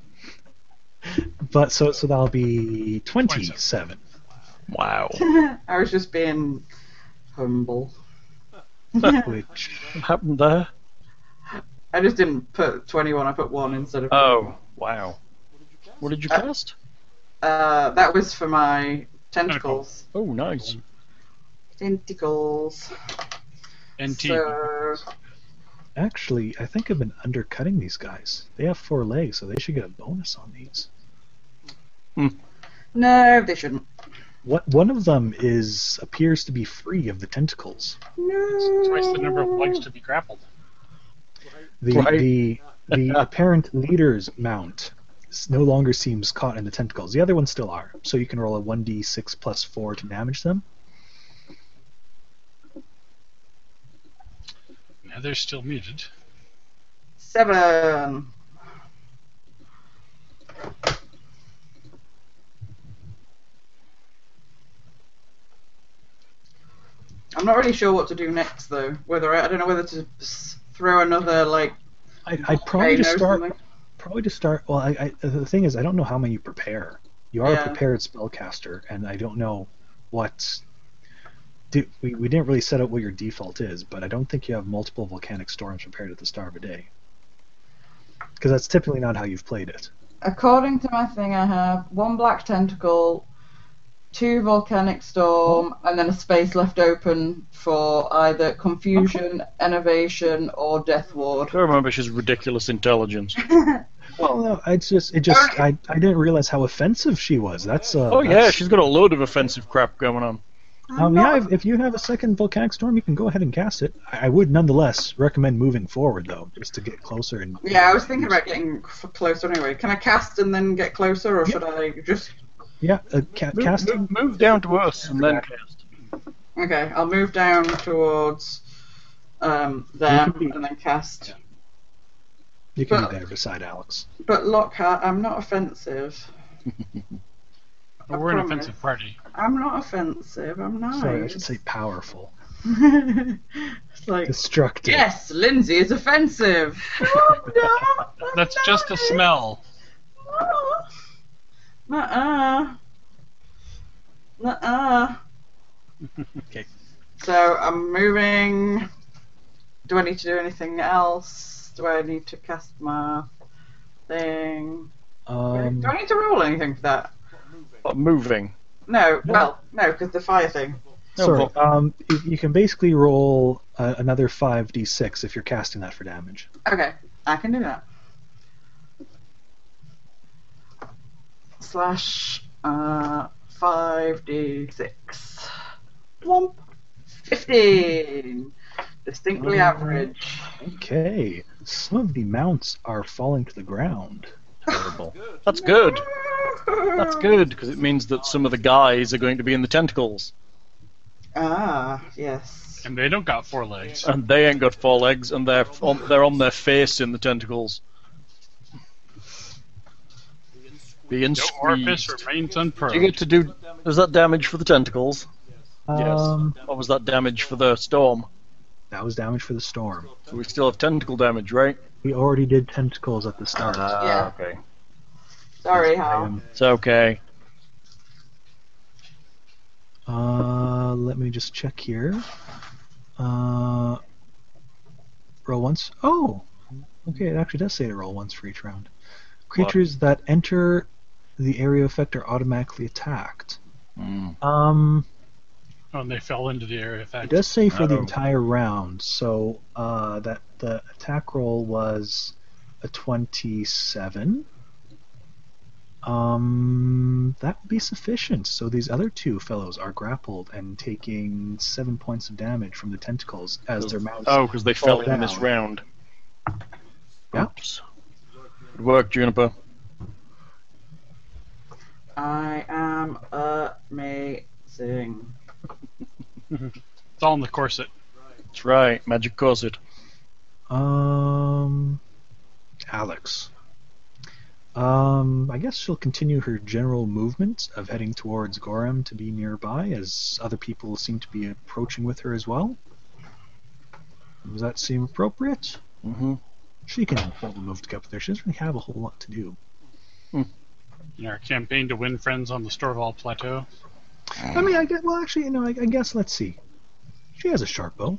Speaker 3: But so so that'll be twenty seven.
Speaker 2: Wow.
Speaker 4: I was just being humble.
Speaker 3: Which
Speaker 2: What happened there?
Speaker 4: I just didn't put 21, I put 1 instead of.
Speaker 2: Oh, wow. What did you
Speaker 4: Uh,
Speaker 2: cast?
Speaker 4: Uh, that was for my tentacles.
Speaker 2: Oh, nice.
Speaker 4: Integals.
Speaker 5: NT.
Speaker 4: So,
Speaker 3: Actually, I think I've been undercutting these guys. They have four legs, so they should get a bonus on these.
Speaker 4: no, they shouldn't.
Speaker 3: What one of them is appears to be free of the tentacles.
Speaker 4: No.
Speaker 5: Twice the number of legs to be grappled.
Speaker 3: The
Speaker 2: Right.
Speaker 3: the the apparent leader's mount s- no longer seems caught in the tentacles. The other ones still are. So you can roll a one d six plus four to damage them.
Speaker 5: Now they're still muted.
Speaker 4: Seven. I'm not really sure what to do next, though. Whether I, I don't know whether to s- throw another like
Speaker 3: I, I'd probably
Speaker 4: rain
Speaker 3: just
Speaker 4: or
Speaker 3: start.
Speaker 4: something.
Speaker 3: Probably to start. Well, I, I, the thing is, I don't know how many you prepare. You are
Speaker 4: Yeah.
Speaker 3: a prepared spellcaster, and I don't know what. Do, we, we didn't really set out what your default is, but I don't think you have multiple volcanic storms prepared at the start of a day. Because that's typically not how you've played it.
Speaker 4: According to my thing, I have one black tentacle, two volcanic storm, and then a space left open for either confusion, innovation, or death ward.
Speaker 2: I remember she's ridiculous intelligence.
Speaker 3: Well, no, it's just it just I, I didn't realize how offensive she was. That's uh,
Speaker 2: Oh yeah,
Speaker 3: that's-
Speaker 2: she's got a load of offensive crap going on.
Speaker 3: Um, yeah, if, if you have a second volcanic storm, you can go ahead and cast it. I, I would nonetheless recommend moving forward though, just to get closer and.
Speaker 4: Yeah, I was thinking about getting c- closer anyway. Can I cast and then get closer, or should I just?
Speaker 3: Yeah, uh, ca-
Speaker 2: Move,
Speaker 3: casting.
Speaker 2: move, move down to us and then cast.
Speaker 4: Okay, I'll move down towards um, them and then cast.
Speaker 3: You can
Speaker 4: Well-
Speaker 3: be there beside Alex.
Speaker 4: But Lockhart, I'm not offensive.
Speaker 5: But we're an
Speaker 4: promise.
Speaker 5: offensive party.
Speaker 4: I'm not offensive. I'm nice.
Speaker 3: Sorry, I should say powerful.
Speaker 4: it's like
Speaker 3: Destructive.
Speaker 4: yes, Lindsay is offensive. No, I'm not. I'm
Speaker 5: That's just a
Speaker 4: nice.
Speaker 5: smell.
Speaker 4: Nuh-uh. Nuh-uh.
Speaker 3: Okay.
Speaker 4: So I'm moving. Do I need to do anything else? Do I need to cast my thing?
Speaker 3: Um,
Speaker 4: do I need to roll anything for that?
Speaker 2: But Oh, moving.
Speaker 4: No. Well, no, because the fire thing.
Speaker 2: No,
Speaker 3: sorry.
Speaker 2: but-
Speaker 3: Um, you, you can basically roll uh, another five d6 if you're casting that for damage.
Speaker 4: Okay, I can do that. Slash uh, 5d6. Womp. 15. Distinctly average.
Speaker 3: Okay. Some of the mounts are falling to the ground. Terrible.
Speaker 2: That's good. That's good because it means that some of the guys are going to be in the tentacles,
Speaker 4: Ah, yes.
Speaker 5: And they don't got four legs.
Speaker 2: and they ain't got four legs, and they're on, they're on their face in the tentacles. Being
Speaker 5: No orifice
Speaker 2: squeezed.
Speaker 5: remains unpurled.
Speaker 2: Do you get to do? Was that damage for the tentacles, Yes.
Speaker 3: Um,
Speaker 2: or was that damage for the storm?
Speaker 3: That was damage for the storm.
Speaker 2: So we still have tentacle damage, right?
Speaker 3: We already did tentacles at the start.
Speaker 2: Uh,
Speaker 4: Yeah.
Speaker 2: Okay.
Speaker 4: Sorry,
Speaker 3: I
Speaker 4: Hal.
Speaker 3: am-
Speaker 2: It's okay.
Speaker 3: Uh, let me just check here. Uh, roll once. Oh, okay. It actually does say to roll once for each round. Creatures that enter the area of effect are automatically attacked.
Speaker 2: Mm.
Speaker 3: Um,
Speaker 5: Oh, and they fell into the area
Speaker 3: it
Speaker 5: effect.
Speaker 3: does say for the
Speaker 2: Oh.
Speaker 3: entire round, so uh, that the attack roll was a twenty-seven. Um, that would be sufficient. So these other two fellows are grappled and taking seven points of damage from the tentacles as their mouths.
Speaker 2: Oh, because they fell
Speaker 3: Fall
Speaker 2: in this
Speaker 3: down.
Speaker 2: round.
Speaker 3: Yeah.
Speaker 2: Oops. Good work, Juniper.
Speaker 4: I am amazing.
Speaker 5: It's all in the corset.
Speaker 2: That's right. Magic corset.
Speaker 3: Um, Alex. Um, I guess she'll continue her general movement of heading towards Gorham to be nearby, as other people seem to be approaching with her as well. Does that seem appropriate?
Speaker 2: Mm-hmm.
Speaker 3: She can hold a move to get up there. She doesn't really have a whole lot to do.
Speaker 5: In our campaign to win friends on the Storval Plateau.
Speaker 3: I mean, I guess, well, actually, you know, I, I guess let's see. She has a sharp bow.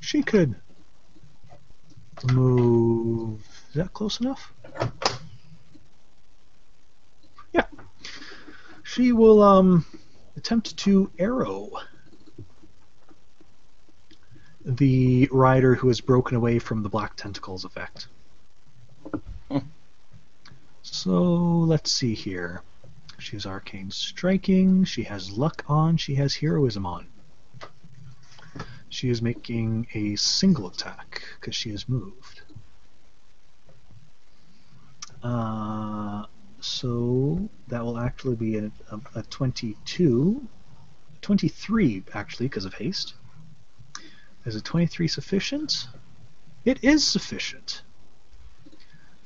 Speaker 3: She could move. Is that close enough? Yeah. She will um attempt to arrow the rider who has broken away from the black tentacles effect.
Speaker 2: Hmm.
Speaker 3: so let's see here. She has arcane striking. She has luck on. She has heroism on. She is making a single attack because she is moved. Uh, so that will actually be a, a, a 22, 23 actually because of haste. Is a 23 sufficient? It is sufficient.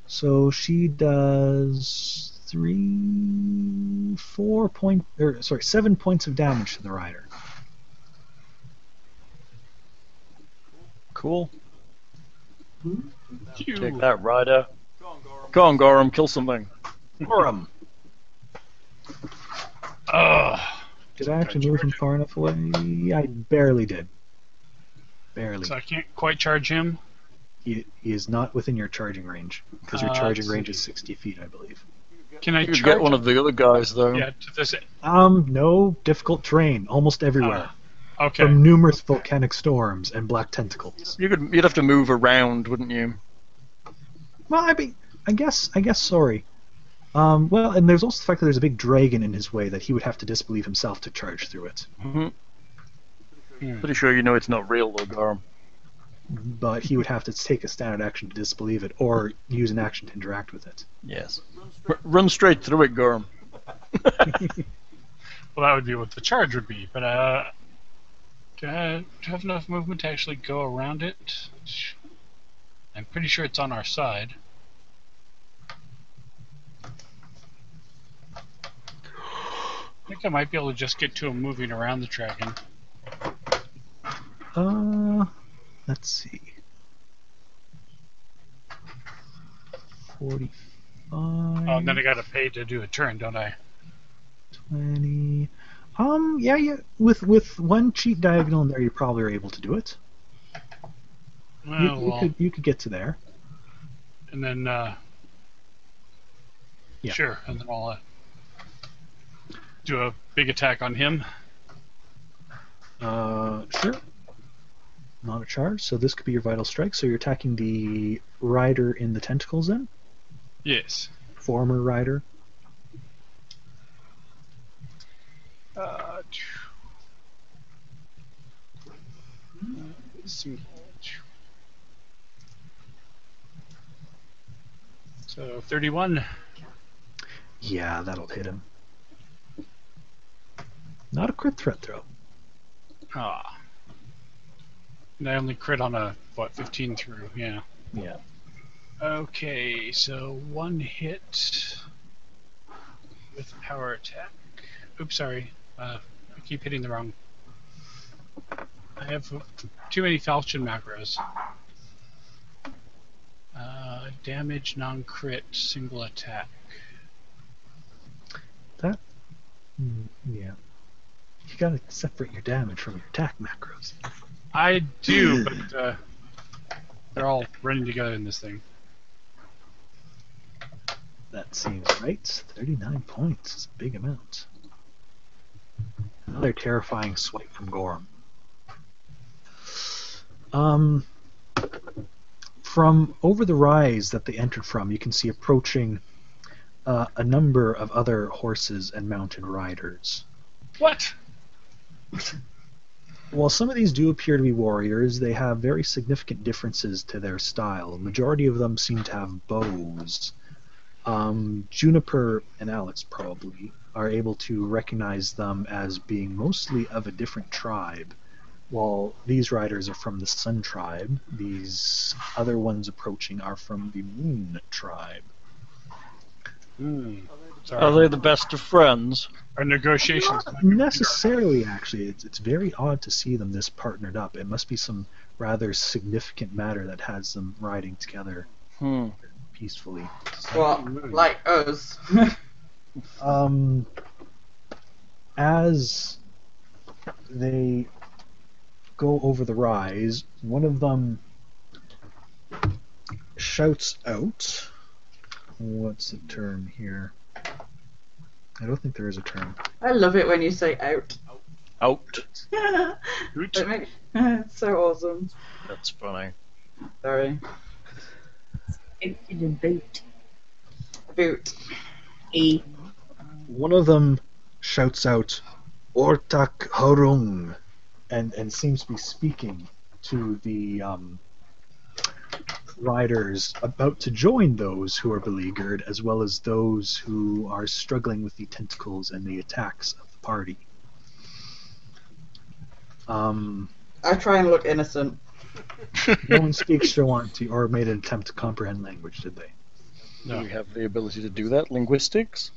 Speaker 3: So she does three, four point, or sorry, seven points of damage to the rider.
Speaker 2: Cool. Take
Speaker 5: Phew.
Speaker 2: that, Ryder. Go on, Gorham, kill something.
Speaker 3: Oram,
Speaker 5: Ugh.
Speaker 3: did I actually move him far enough away? I barely did. Barely.
Speaker 5: So I can't quite charge him.
Speaker 3: He, he is not within your charging range because your
Speaker 5: Uh,
Speaker 3: charging
Speaker 5: let's
Speaker 3: range
Speaker 5: see.
Speaker 3: is 60 feet, I believe.
Speaker 5: Can I
Speaker 2: You could
Speaker 5: charge
Speaker 2: get one of the other guys, though.
Speaker 5: Yeah, to this.
Speaker 3: Um, no difficult terrain, almost everywhere.
Speaker 5: Ah, Okay.
Speaker 3: From numerous volcanic storms and black tentacles.
Speaker 2: You could. You'd have to move around, wouldn't you?
Speaker 3: Well, I mean, I guess, I guess, sorry. Um, well, and there's also the fact that there's a big dragon in his way that he would have to disbelieve himself to charge through it.
Speaker 2: Pretty sure you know it's not real, though, Gorham.
Speaker 3: But he would have to take a standard action to disbelieve it, or use an action to interact with it.
Speaker 2: Yes. R- run straight through it, Gorham.
Speaker 5: Well, that would be what the charge would be, but uh, do I, do I have enough movement to actually go around it? I'm pretty sure it's on our side. I think I might be able to just get to him moving around the dragon.
Speaker 3: Uh, let's see. 45.
Speaker 5: Oh, and then I gotta pay to do a turn, don't I?
Speaker 3: 20. Um, yeah, yeah. With with one cheat diagonal in there, you probably are able to do it. You,
Speaker 5: Well,
Speaker 3: you
Speaker 5: Oh, well.
Speaker 3: could you could get to there.
Speaker 5: and then uh,
Speaker 3: Yeah.
Speaker 5: sure, and then I'll uh, do a big attack on him.
Speaker 3: Uh, sure. Not a charge, so this could be your vital strike. So you're attacking the rider in the tentacles, then
Speaker 5: Yes.
Speaker 3: former rider.
Speaker 5: Uh, single. So 31.
Speaker 3: Yeah, that'll hit him. Not a crit threat throw.
Speaker 5: Ah. And I only crit on a, what, 15 through, yeah.
Speaker 3: Yeah.
Speaker 5: Okay, so one hit with power attack. Oops, sorry. Uh, I keep hitting the wrong. I have too many falchion macros. Uh, damage, non crit, single attack.
Speaker 3: Mm, yeah. You gotta separate your damage from your attack macros.
Speaker 5: I do, but uh, they're all running together in this thing.
Speaker 3: That seems right. 39 points is a big amount. Another terrifying swipe from Gorham. Um, from over the rise that they entered from, you can see approaching uh, a number of other horses and mounted riders.
Speaker 5: What?
Speaker 3: While some of these do appear to be warriors, they have very significant differences to their style. Majority of them seem to have bows. Um, Juniper and Alex probably are able to recognize them as being mostly of a different tribe. While these riders are from the Sun tribe, these other ones approaching are from the Moon tribe.
Speaker 5: Hmm.
Speaker 2: Are
Speaker 5: Sorry.
Speaker 2: they the best of friends?
Speaker 5: Our negotiations.
Speaker 3: Not necessarily, actually. It's, it's very odd to see them this partnered up. It must be some rather significant matter that has them riding together
Speaker 2: Hmm.
Speaker 3: peacefully.
Speaker 4: What? Like us.
Speaker 3: Um, as they go over the rise, one of them shouts out. What's the term here? I don't think there is a term.
Speaker 4: I love it when you say out.
Speaker 2: Out. Oot.
Speaker 4: It makes- it's so awesome.
Speaker 2: That's funny.
Speaker 4: Sorry.
Speaker 6: In, in a boot.
Speaker 4: Boot.
Speaker 6: A
Speaker 3: One of them shouts out, Ortak Horung, and, and seems to be speaking to the um, riders about to join those who are beleaguered, as well as those who are struggling with the tentacles and the attacks of the party. Um,
Speaker 4: I try and look innocent.
Speaker 3: no one speaks Shawanti or made an attempt to comprehend language, did they?
Speaker 2: Do
Speaker 5: No.
Speaker 2: we have the ability to do that? Linguistics?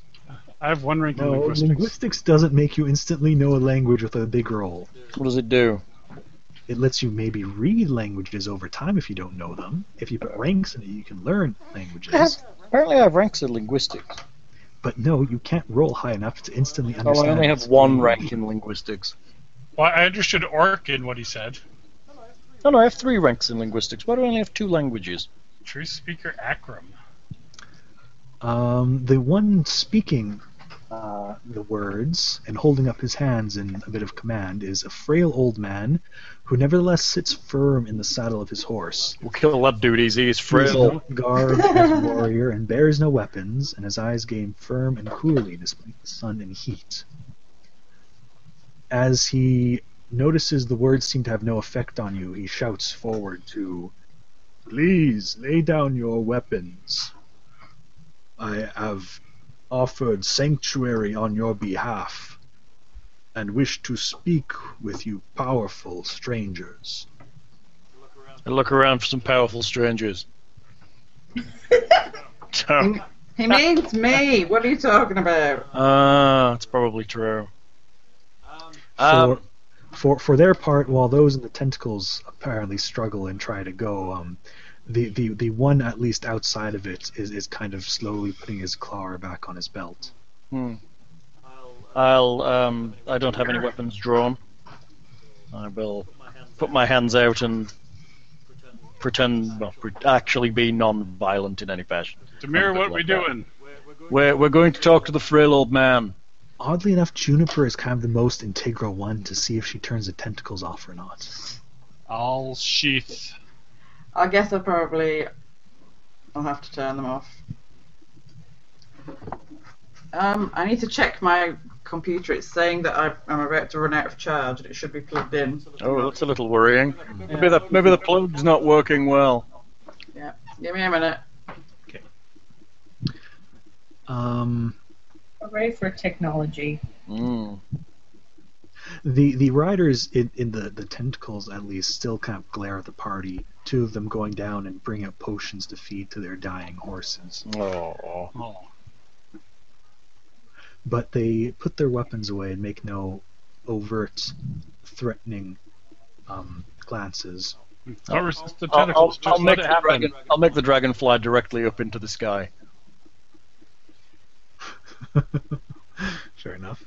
Speaker 5: I have one rank in
Speaker 3: No,
Speaker 5: linguistics.
Speaker 3: linguistics doesn't make you instantly know a language with a big roll.
Speaker 2: What does it do?
Speaker 3: It lets you maybe read languages over time if you don't know them. If you put ranks in it, you can learn languages.
Speaker 2: Apparently, I have ranks in linguistics.
Speaker 3: But no, you can't roll high enough to instantly
Speaker 2: Oh,
Speaker 3: understand.
Speaker 2: I only have
Speaker 3: what's
Speaker 2: one
Speaker 3: going on.
Speaker 2: rank in linguistics.
Speaker 5: Well, I understood orc in what he said.
Speaker 2: No, no, I have three ranks in linguistics. Why do I only have two languages?
Speaker 5: True speaker Akram.
Speaker 3: Um, the one speaking uh, the words and holding up his hands in a bit of command is a frail old man who nevertheless sits firm in the saddle of his horse.
Speaker 2: We'll kill that dude easy. He's
Speaker 3: He is
Speaker 2: frail.
Speaker 3: not garbed as a warrior and bears no weapons, and his eyes gain firm and coolly despite the sun and heat. As he notices the words seem to have no effect on you, he shouts forward to, Please lay down your weapons. I have offered sanctuary on your behalf and wish to speak with you powerful strangers.
Speaker 2: I look around for some powerful strangers. Oh,
Speaker 4: He means me. What are you talking about?
Speaker 2: Ah, it's probably true.
Speaker 3: for,
Speaker 2: Um,
Speaker 3: for for their part, while those in the tentacles apparently struggle and try to go, um, the, the, the one at least outside of it is, is kind of slowly putting his claw back on his belt.
Speaker 2: I'll. Um, I don't have any weapons drawn. I will put my hands out and pretend, well, pre- actually be non-violent in any fashion.
Speaker 5: Demir,
Speaker 2: Something like
Speaker 5: what we
Speaker 2: that.
Speaker 5: doing?
Speaker 2: We're we're going to talk to the frail old man.
Speaker 3: Oddly enough, Juniper is kind of the most integral one to see if she turns the tentacles off or not.
Speaker 5: I'll sheath.
Speaker 4: I guess I probably I'll have to turn them off. Um, I need to check my computer. It's saying that I, I'm about to run out of charge. It should be plugged in.
Speaker 2: Oh, that's a little worrying. Maybe the maybe the plug's not working well.
Speaker 4: Give me a minute.
Speaker 3: Um,
Speaker 6: Hooray for technology.
Speaker 2: Mm.
Speaker 3: the the riders in, in the, the tentacles at least still kind of glare at the party. Two of them going down and bring out potions to feed to their dying horses.
Speaker 2: Oh.
Speaker 5: Oh,
Speaker 3: but they put their weapons away and make no overt, threatening um, glances.
Speaker 5: don't resist the
Speaker 2: I'll, I'll,
Speaker 5: tentacles.
Speaker 2: I'll
Speaker 5: Just let
Speaker 2: make
Speaker 5: it
Speaker 2: the
Speaker 5: happen.
Speaker 2: dragon, I'll make the dragon fly directly up into the sky.
Speaker 3: Sure enough.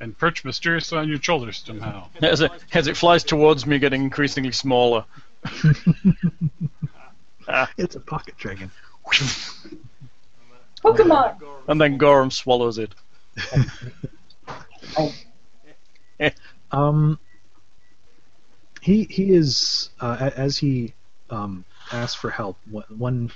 Speaker 5: And perch mysteriously on your shoulders somehow.
Speaker 2: As it, as it flies towards me, getting increasingly smaller.
Speaker 3: It's a pocket dragon.
Speaker 6: Pokemon!
Speaker 2: And then Gorham swallows it.
Speaker 3: Um, he he is uh, a- as he um, asks for help. one- One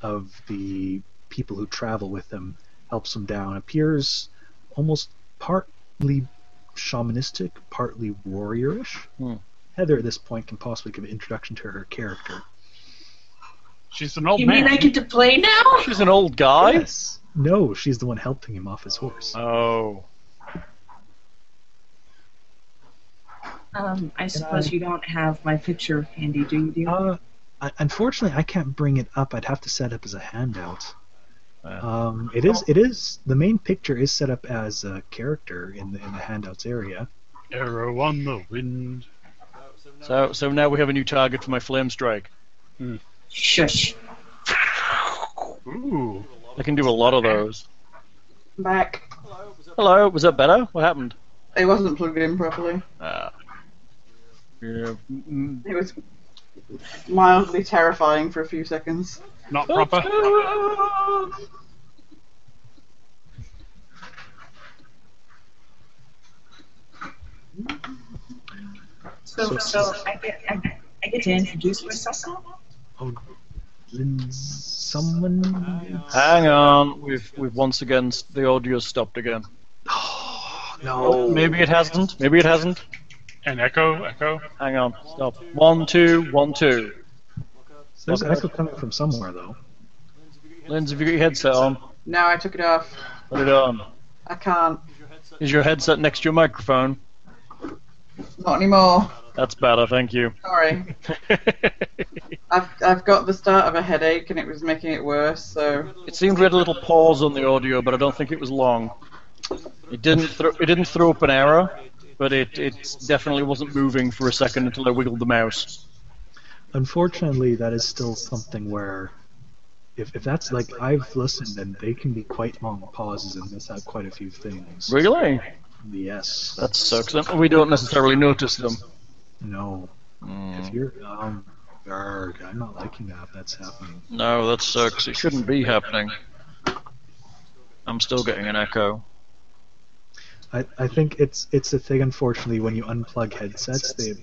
Speaker 3: of the people who travel with him helps him down. Appears almost partly shamanistic, partly warriorish.
Speaker 2: Hmm.
Speaker 3: Heather at this point can possibly give an introduction to her character.
Speaker 5: She's an old
Speaker 6: You
Speaker 5: man.
Speaker 6: mean I get to play now?
Speaker 2: She's an old guy?
Speaker 3: Yes. No, she's the one helping him off his horse.
Speaker 2: Oh.
Speaker 6: Um, I suppose you don't have my picture handy, do you?
Speaker 3: Uh, I, unfortunately, I can't bring it up. I'd have to set up as a handout. Um, it is. It is. The main picture is set up as a character in the in the handouts area.
Speaker 5: Arrow on the wind.
Speaker 2: So so now we have a new target for my flame strike.
Speaker 6: Shush.
Speaker 5: Ooh.
Speaker 2: I can do a lot of those.
Speaker 4: I'm back.
Speaker 2: Hello, was that better? What happened?
Speaker 4: It wasn't plugged in properly.
Speaker 2: Ah. Yeah, mm,
Speaker 4: It was mildly terrifying for a few seconds.
Speaker 5: Not proper.
Speaker 6: So, so I get I, I get to introduce myself now.
Speaker 3: Oh, Lin- someone.
Speaker 2: Hang on, we've we've once again s- the audio stopped again.
Speaker 3: No.
Speaker 2: Maybe it hasn't. Maybe it hasn't.
Speaker 5: And echo, echo.
Speaker 2: Hang on, stop. One two one two.
Speaker 3: There's an echo coming from somewhere though.
Speaker 2: Lindsay, have you got your headset on?
Speaker 4: No, I took it off.
Speaker 2: Put it on.
Speaker 4: I can't.
Speaker 2: Is your headset next to your microphone?
Speaker 4: Not anymore.
Speaker 2: That's better, thank you.
Speaker 4: Sorry. I've, I've got the start of a headache and it was making it worse, so.
Speaker 2: It seemed we had a little pause on the audio, but I don't think it was long. It didn't throw it didn't throw up an error, but it, it definitely wasn't moving for a second until I wiggled the mouse.
Speaker 3: Unfortunately, that is still something where, if, if that's like I've listened, and they can be quite long pauses and miss out quite a few things.
Speaker 2: Really?
Speaker 3: Yes.
Speaker 2: That sucks. And We don't necessarily notice them.
Speaker 3: No.
Speaker 2: Hmm.
Speaker 3: If you're um, arg, I'm not liking that. If that's happening.
Speaker 2: No, that sucks. It shouldn't be happening. I'm still getting an echo.
Speaker 3: I, I think it's it's a thing. Unfortunately, when you unplug headsets, they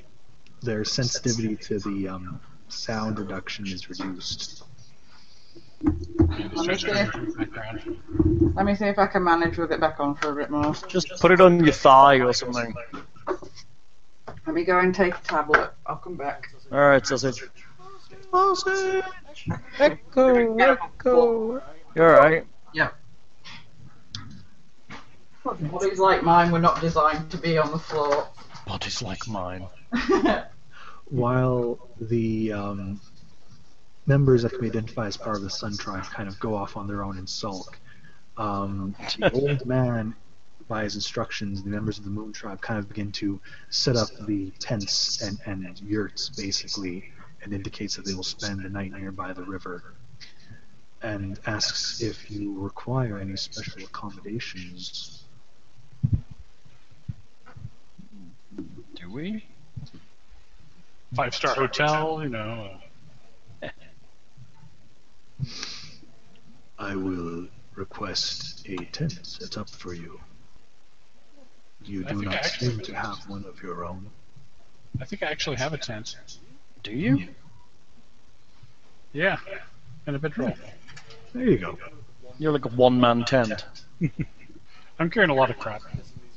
Speaker 3: their sensitivity to the um, sound reduction is reduced.
Speaker 4: Let me, see if,
Speaker 5: Background.
Speaker 4: let me see if I can manage with it back on for a bit more.
Speaker 2: Just put it on your thigh or something.
Speaker 4: Let me go and take a tablet. I'll come back.
Speaker 2: Alright, sausage. Sausage! Echo,
Speaker 4: Yeah.
Speaker 2: echo. You alright?
Speaker 4: Bodies like mine were not designed to be on the floor.
Speaker 2: Body's like mine.
Speaker 3: While the um, members that can be identified as part of the Sun Tribe kind of go off on their own and sulk, um, the old man, by his instructions, the members of the Moon Tribe kind of begin to set up the tents and, and yurts, basically, and indicates that they will spend the night nearby the river. And asks if you require any special accommodations.
Speaker 2: Do we?
Speaker 5: Five star hotel, you know. uh,
Speaker 3: I will request a tent set up for you. You
Speaker 5: I
Speaker 3: do
Speaker 5: think I
Speaker 3: not
Speaker 5: actually
Speaker 3: seem
Speaker 5: would-
Speaker 3: to have one of your own.
Speaker 5: I think I actually have a tent.
Speaker 2: Do you?
Speaker 5: Yeah, and a bedroll.
Speaker 3: There you go.
Speaker 2: You're like a one man tent.
Speaker 5: I'm carrying a lot of crap.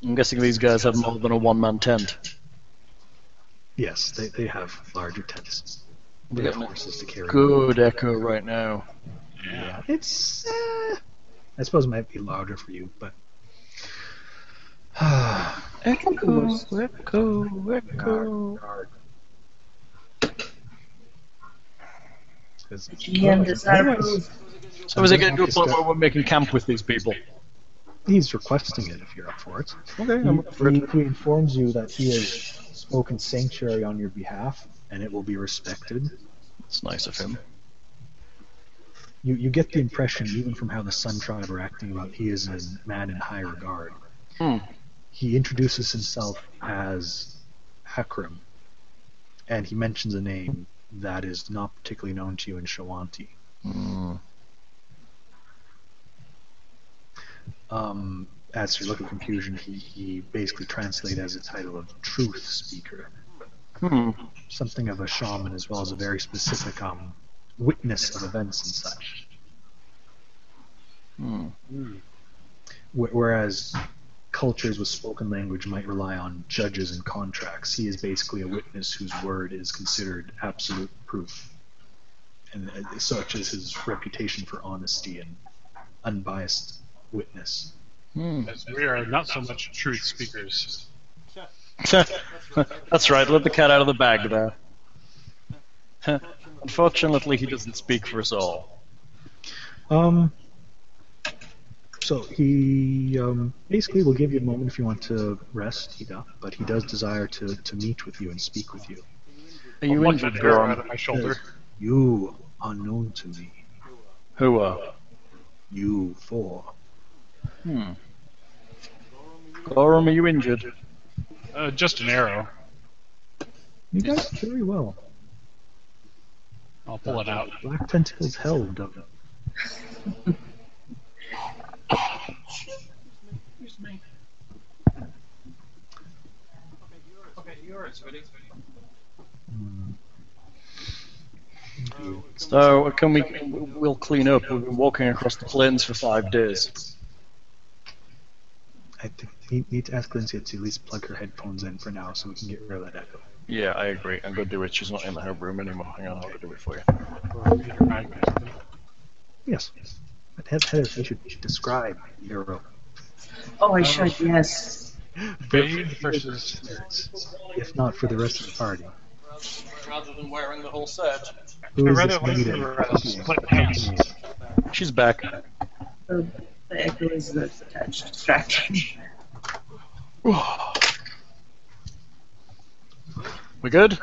Speaker 2: I'm guessing these guys have more than a one man tent.
Speaker 3: Yes, they, they have larger tents.
Speaker 2: We're
Speaker 3: They have
Speaker 2: getting a
Speaker 3: horses to carry.
Speaker 2: good echo right now.
Speaker 3: Yeah, it's. Uh, I suppose it might be louder for you, but.
Speaker 2: Echo, echo, echo.
Speaker 3: Because
Speaker 6: GM does not approve.
Speaker 2: So is it getting to a point where we're making camp with these people?
Speaker 3: He's requesting it if you're up for it.
Speaker 2: Okay, I'm up for
Speaker 3: He,
Speaker 2: it.
Speaker 3: he, he informs you that he has spoken sanctuary on your behalf, and it will be respected.
Speaker 2: It's nice of him.
Speaker 3: You, you get the impression, even from how the Sun Tribe are acting about, he is a man in high regard.
Speaker 2: Hmm.
Speaker 3: He introduces himself as Hakrim, and he mentions a name that is not particularly known to you in Shawanti. Um, as for look of confusion, he, he basically translates as a title of Truth Speaker,
Speaker 2: Hmm.
Speaker 3: something of a shaman as well as a very specific um, witness of events and such.
Speaker 2: Hmm.
Speaker 3: Wh- Whereas cultures with spoken language might rely on judges and contracts, he is basically a witness whose word is considered absolute proof, and uh, such is his reputation for honesty and unbiased witness.
Speaker 2: Hmm.
Speaker 5: As we are not so much truth speakers.
Speaker 2: That's right, let the cat out of the bag there. Unfortunately, he doesn't speak for us all.
Speaker 3: Um. So he um, basically will give you a moment if you want to rest, Hida, but he does desire to, to meet with you and speak with you.
Speaker 2: Are
Speaker 5: I'm
Speaker 2: you
Speaker 5: like
Speaker 2: injured,
Speaker 5: an arrow out
Speaker 2: Huron?
Speaker 5: of my shoulder.
Speaker 3: You are known to me.
Speaker 2: Who are?
Speaker 3: You four.
Speaker 2: Hmm. Gorum, are you injured?
Speaker 5: Uh, just an arrow.
Speaker 3: You got it very well.
Speaker 5: I'll pull it out.
Speaker 3: Black Tentacles Hell does it.
Speaker 5: yours, buddy.
Speaker 2: So uh, can we? We'll clean up. We've been walking across the plains for five days.
Speaker 3: I think we need to ask Lindsay to at least plug her headphones in for now so we can get rid of that echo.
Speaker 2: Yeah, I agree. I'm gonna do it. She's not in the home room anymore. Hang on, I'll go do it for you.
Speaker 3: Yes. But Heather, Heather, you should describe Euro.
Speaker 6: Oh, I should. Yes.
Speaker 5: Bathe versus
Speaker 3: if not for the rest of the party.
Speaker 2: Rather than wearing the whole set.
Speaker 3: Who
Speaker 5: I
Speaker 3: is
Speaker 5: rather
Speaker 3: this
Speaker 5: like
Speaker 3: native?
Speaker 5: the uh, split pants.
Speaker 2: She's back.
Speaker 6: The, the echo is that's attached. Distracting.
Speaker 2: We good?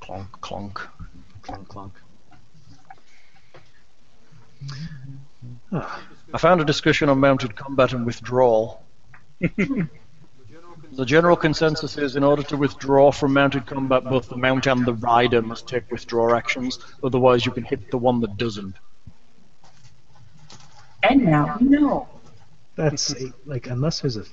Speaker 2: Clonk, clonk.
Speaker 3: Clunk, clunk.
Speaker 2: I found a discussion on mounted combat and withdrawal. the general consensus is in order to withdraw from mounted combat, both the mount and the rider must take withdraw actions, otherwise, you can hit the one that doesn't.
Speaker 6: And now we know.
Speaker 3: That's a, like unless there's a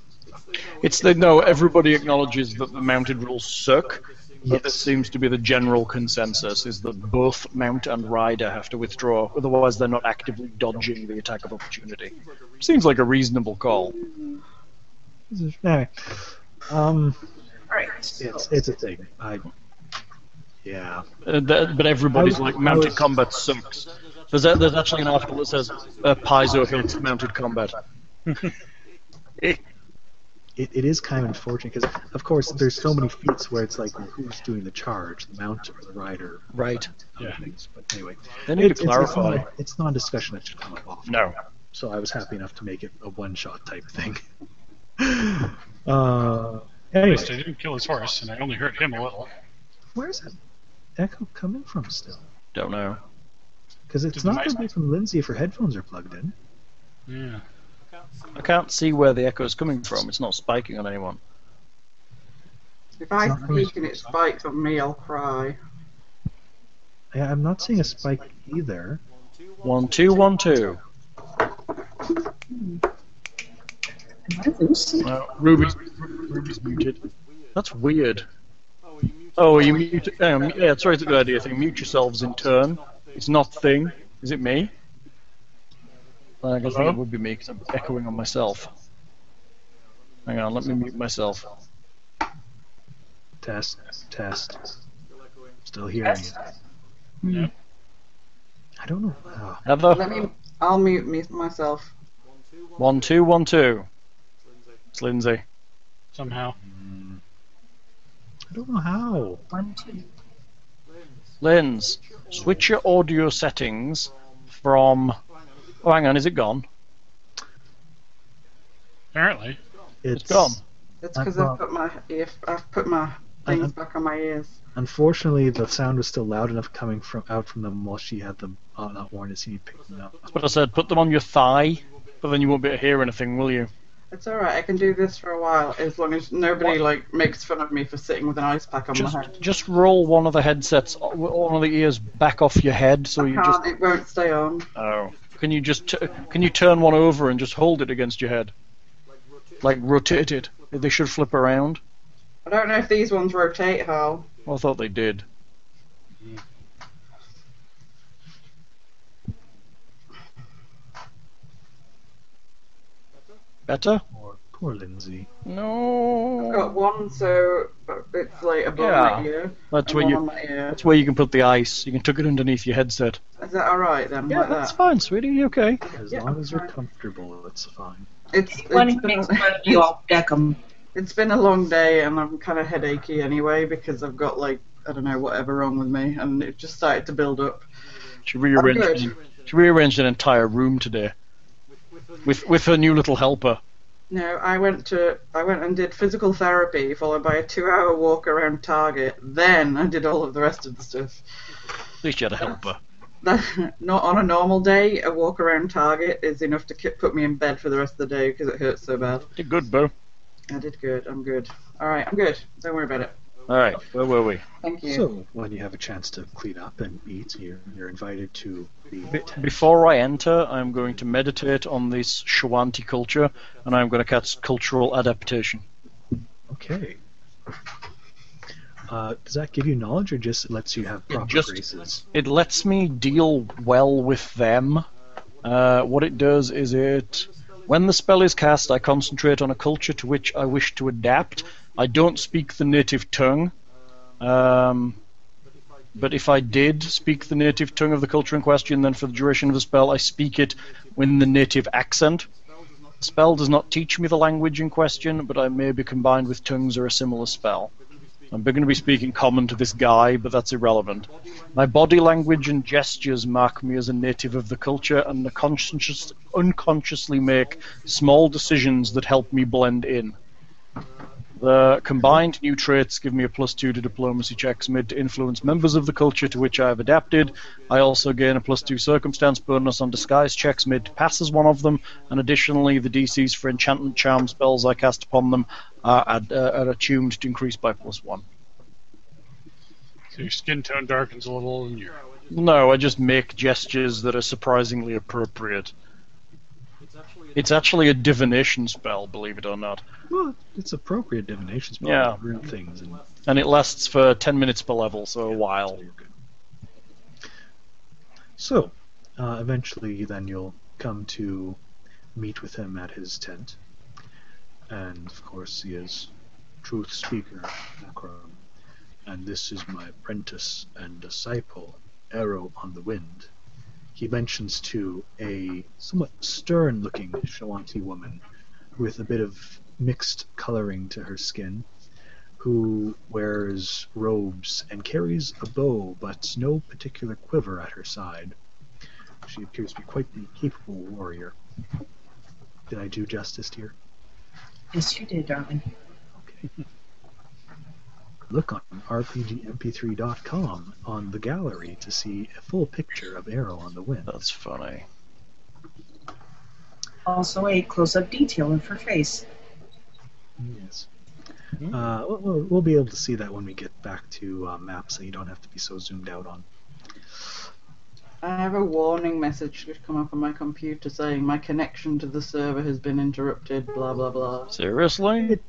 Speaker 2: It's the no, everybody acknowledges that the mounted rules suck, but this
Speaker 3: Yes.
Speaker 2: seems to be the general consensus is that both mount and rider have to withdraw, otherwise, they're not actively dodging the attack of opportunity. Seems like a reasonable call.
Speaker 3: anyway. Um,
Speaker 6: All right. So,
Speaker 3: it's it's a thing. I yeah.
Speaker 2: Uh, th but everybody's
Speaker 3: I-
Speaker 2: like,
Speaker 3: I
Speaker 2: mounted
Speaker 3: was-
Speaker 2: combat sucks. There's, a, there's actually an article that says uh, Paizo hates mounted combat.
Speaker 3: It, it is kind of unfortunate because of course there's so many feats where it's like who's doing the charge, the mount or the rider.
Speaker 2: Right.
Speaker 3: Yeah. Things. But anyway,
Speaker 2: They need
Speaker 3: it's,
Speaker 2: to
Speaker 3: it's- it's not
Speaker 2: clarify.
Speaker 3: a- it's not a discussion that should come up often.
Speaker 2: no.
Speaker 3: so I was happy enough to make it a one-shot type thing. uh,
Speaker 5: At least I
Speaker 3: anyway,
Speaker 5: didn't kill his horse, and I only hurt him a little.
Speaker 3: where's that echo coming from still?
Speaker 2: Don't know.
Speaker 3: Because it's
Speaker 5: Did the
Speaker 3: not
Speaker 5: mice-
Speaker 3: going to be from Lindsay if her headphones are plugged in.
Speaker 5: Yeah.
Speaker 2: I can't see where the echo is coming from. It's not spiking on anyone.
Speaker 4: If I
Speaker 3: It's not
Speaker 4: speak and it spikes on me, I'll cry.
Speaker 3: I, I'm not seeing a spike either.
Speaker 2: One, two, one, two.
Speaker 6: am I loose?
Speaker 2: No, Ruby's, Ruby's muted. That's weird. Oh, are you muted? Um, yeah, sorry, it's a good idea thing. Mute yourselves in turn. It's not thing. Is it me? I guess it would be me because I'm echoing on myself. Hang on, let me mute myself.
Speaker 3: Test, test. Still hearing
Speaker 6: Yes.
Speaker 3: it. I don't know. Oh,
Speaker 2: Heather,
Speaker 4: Let me. I'll mute me, myself.
Speaker 2: one, two, one, two. It's Lindsay.
Speaker 5: Somehow.
Speaker 3: I don't know how.
Speaker 6: One, two.
Speaker 2: Lens, switch your audio settings from. Oh, hang on, is it gone?
Speaker 5: Apparently.
Speaker 3: It's,
Speaker 2: gone.
Speaker 4: It's
Speaker 3: I
Speaker 4: because
Speaker 3: thought-
Speaker 4: I've put my if I've put my
Speaker 3: I-
Speaker 4: things
Speaker 3: I'm-
Speaker 4: back on my ears.
Speaker 3: Unfortunately, the sound was still loud enough coming from out from them while she had them on that warning to see picking up.
Speaker 2: That's what I said. Put them on your thigh, but then you won't be able to hear anything, will you?
Speaker 4: It's all right. I can do this for a while as long as nobody like makes fun of me for sitting with an ice pack on
Speaker 2: Just,
Speaker 4: my head.
Speaker 2: just roll one of the headsets, one of the ears back off your head, so you
Speaker 4: Can't.
Speaker 2: just.
Speaker 4: It won't stay on.
Speaker 2: Oh. Can you just t- can you turn one over and just hold it against your head, like rotate it? They should flip around.
Speaker 4: I don't know if these ones rotate, Hal.
Speaker 2: Well, I thought they did. Better?
Speaker 3: Poor, poor Lindsay.
Speaker 4: I've
Speaker 2: No.
Speaker 4: got one, so uh, it's like above
Speaker 2: Yeah.
Speaker 4: my ear.
Speaker 2: That's
Speaker 4: and
Speaker 2: where
Speaker 4: one on
Speaker 2: you.
Speaker 4: my ear.
Speaker 2: That's where you can put the ice. You can tuck it underneath your headset.
Speaker 4: Is that all right then?
Speaker 2: Yeah,
Speaker 4: like
Speaker 2: that's
Speaker 4: that?
Speaker 2: fine, sweetie. You okay?
Speaker 3: As
Speaker 4: Yeah,
Speaker 3: long as you're
Speaker 4: fine.
Speaker 3: comfortable, it's fine.
Speaker 4: It's, it's
Speaker 6: When he
Speaker 4: been
Speaker 6: makes
Speaker 4: a,
Speaker 6: fun of you, I'll deck him.
Speaker 4: it's been a long day and I'm kind of headachy anyway because I've got like I don't know whatever wrong with me and it just started to build up.
Speaker 2: She rearranged.
Speaker 4: good.
Speaker 2: She rearranged an entire room today, with with her new little helper.
Speaker 4: No, I went to I went and did physical therapy followed by a two-hour walk around Target. Then I did all of the rest of the stuff.
Speaker 2: At least she had a helper.
Speaker 4: Not on a normal day, a walk around Target is enough to ki- put me in bed for the rest of the day because it hurts so bad.
Speaker 2: Did good, Boo.
Speaker 4: I did good. I'm good. All right, I'm good. Don't worry about it.
Speaker 2: All right, where were we?
Speaker 4: Thank you.
Speaker 3: So, when you have a chance to clean up and eat, you're, you're invited to the
Speaker 2: Be- before I enter, I'm going to meditate on this Shawanti culture, and I'm going to cast cultural adaptation.
Speaker 3: Okay. Uh, does that give you knowledge, or just lets you have proper
Speaker 2: just-
Speaker 3: graces?
Speaker 2: It lets me deal well with them. Uh, what it does is it. When the spell is cast, I concentrate on a culture to which I wish to adapt. I don't speak the native tongue. Um, but if I did speak the native tongue of the culture in question, then for the duration of the spell, I speak it in the native accent. The spell does not teach me the language in question, but I may be combined with tongues or a similar spell. I'm going to be speaking common to this guy, but that's irrelevant. My body language and gestures mark me as a native of the culture and the conscious, unconsciously make small decisions that help me blend in. The combined new traits give me a plus two to diplomacy checks made to influence members of the culture to which I have adapted. I also gain a plus two circumstance bonus on disguise checks made to pass as one of them, and additionally, the DCs for enchantment charm spells I cast upon them are, ad- uh, are attuned to increase by plus one.
Speaker 5: So your skin tone darkens a little, and your
Speaker 2: No, I just make gestures that are surprisingly appropriate. It's actually a divination spell, believe it or not,
Speaker 3: Well, it's appropriate divination spell.
Speaker 2: Yeah.
Speaker 3: to Root things and
Speaker 2: and it lasts for 10 minutes per level, so a while.
Speaker 3: so you're good. So, uh, eventually, then you'll come to meet with him at his tent, and of course, he is truth speaker, Akram, and this is my apprentice and disciple, Arrow on the Wind. He mentions to a somewhat stern-looking Shawanti woman with a bit of mixed coloring to her skin who wears robes and carries a bow, but no particular quiver at her side. She appears to be quite the capable warrior. Did I do justice, dear?
Speaker 6: Yes, you did, darling.
Speaker 3: Okay. Look on RPGMP3.com on the gallery to see a full picture of Arrow on the Wind.
Speaker 2: That's funny.
Speaker 6: Also, a close-up detail of her face.
Speaker 3: Yes. Uh, we'll- we'll, we'll be able to see that when we get back to uh, maps that you don't have to be so zoomed out on.
Speaker 4: I have a warning message that's come up on my computer saying my connection to the server has been interrupted, blah blah blah.
Speaker 2: Seriously?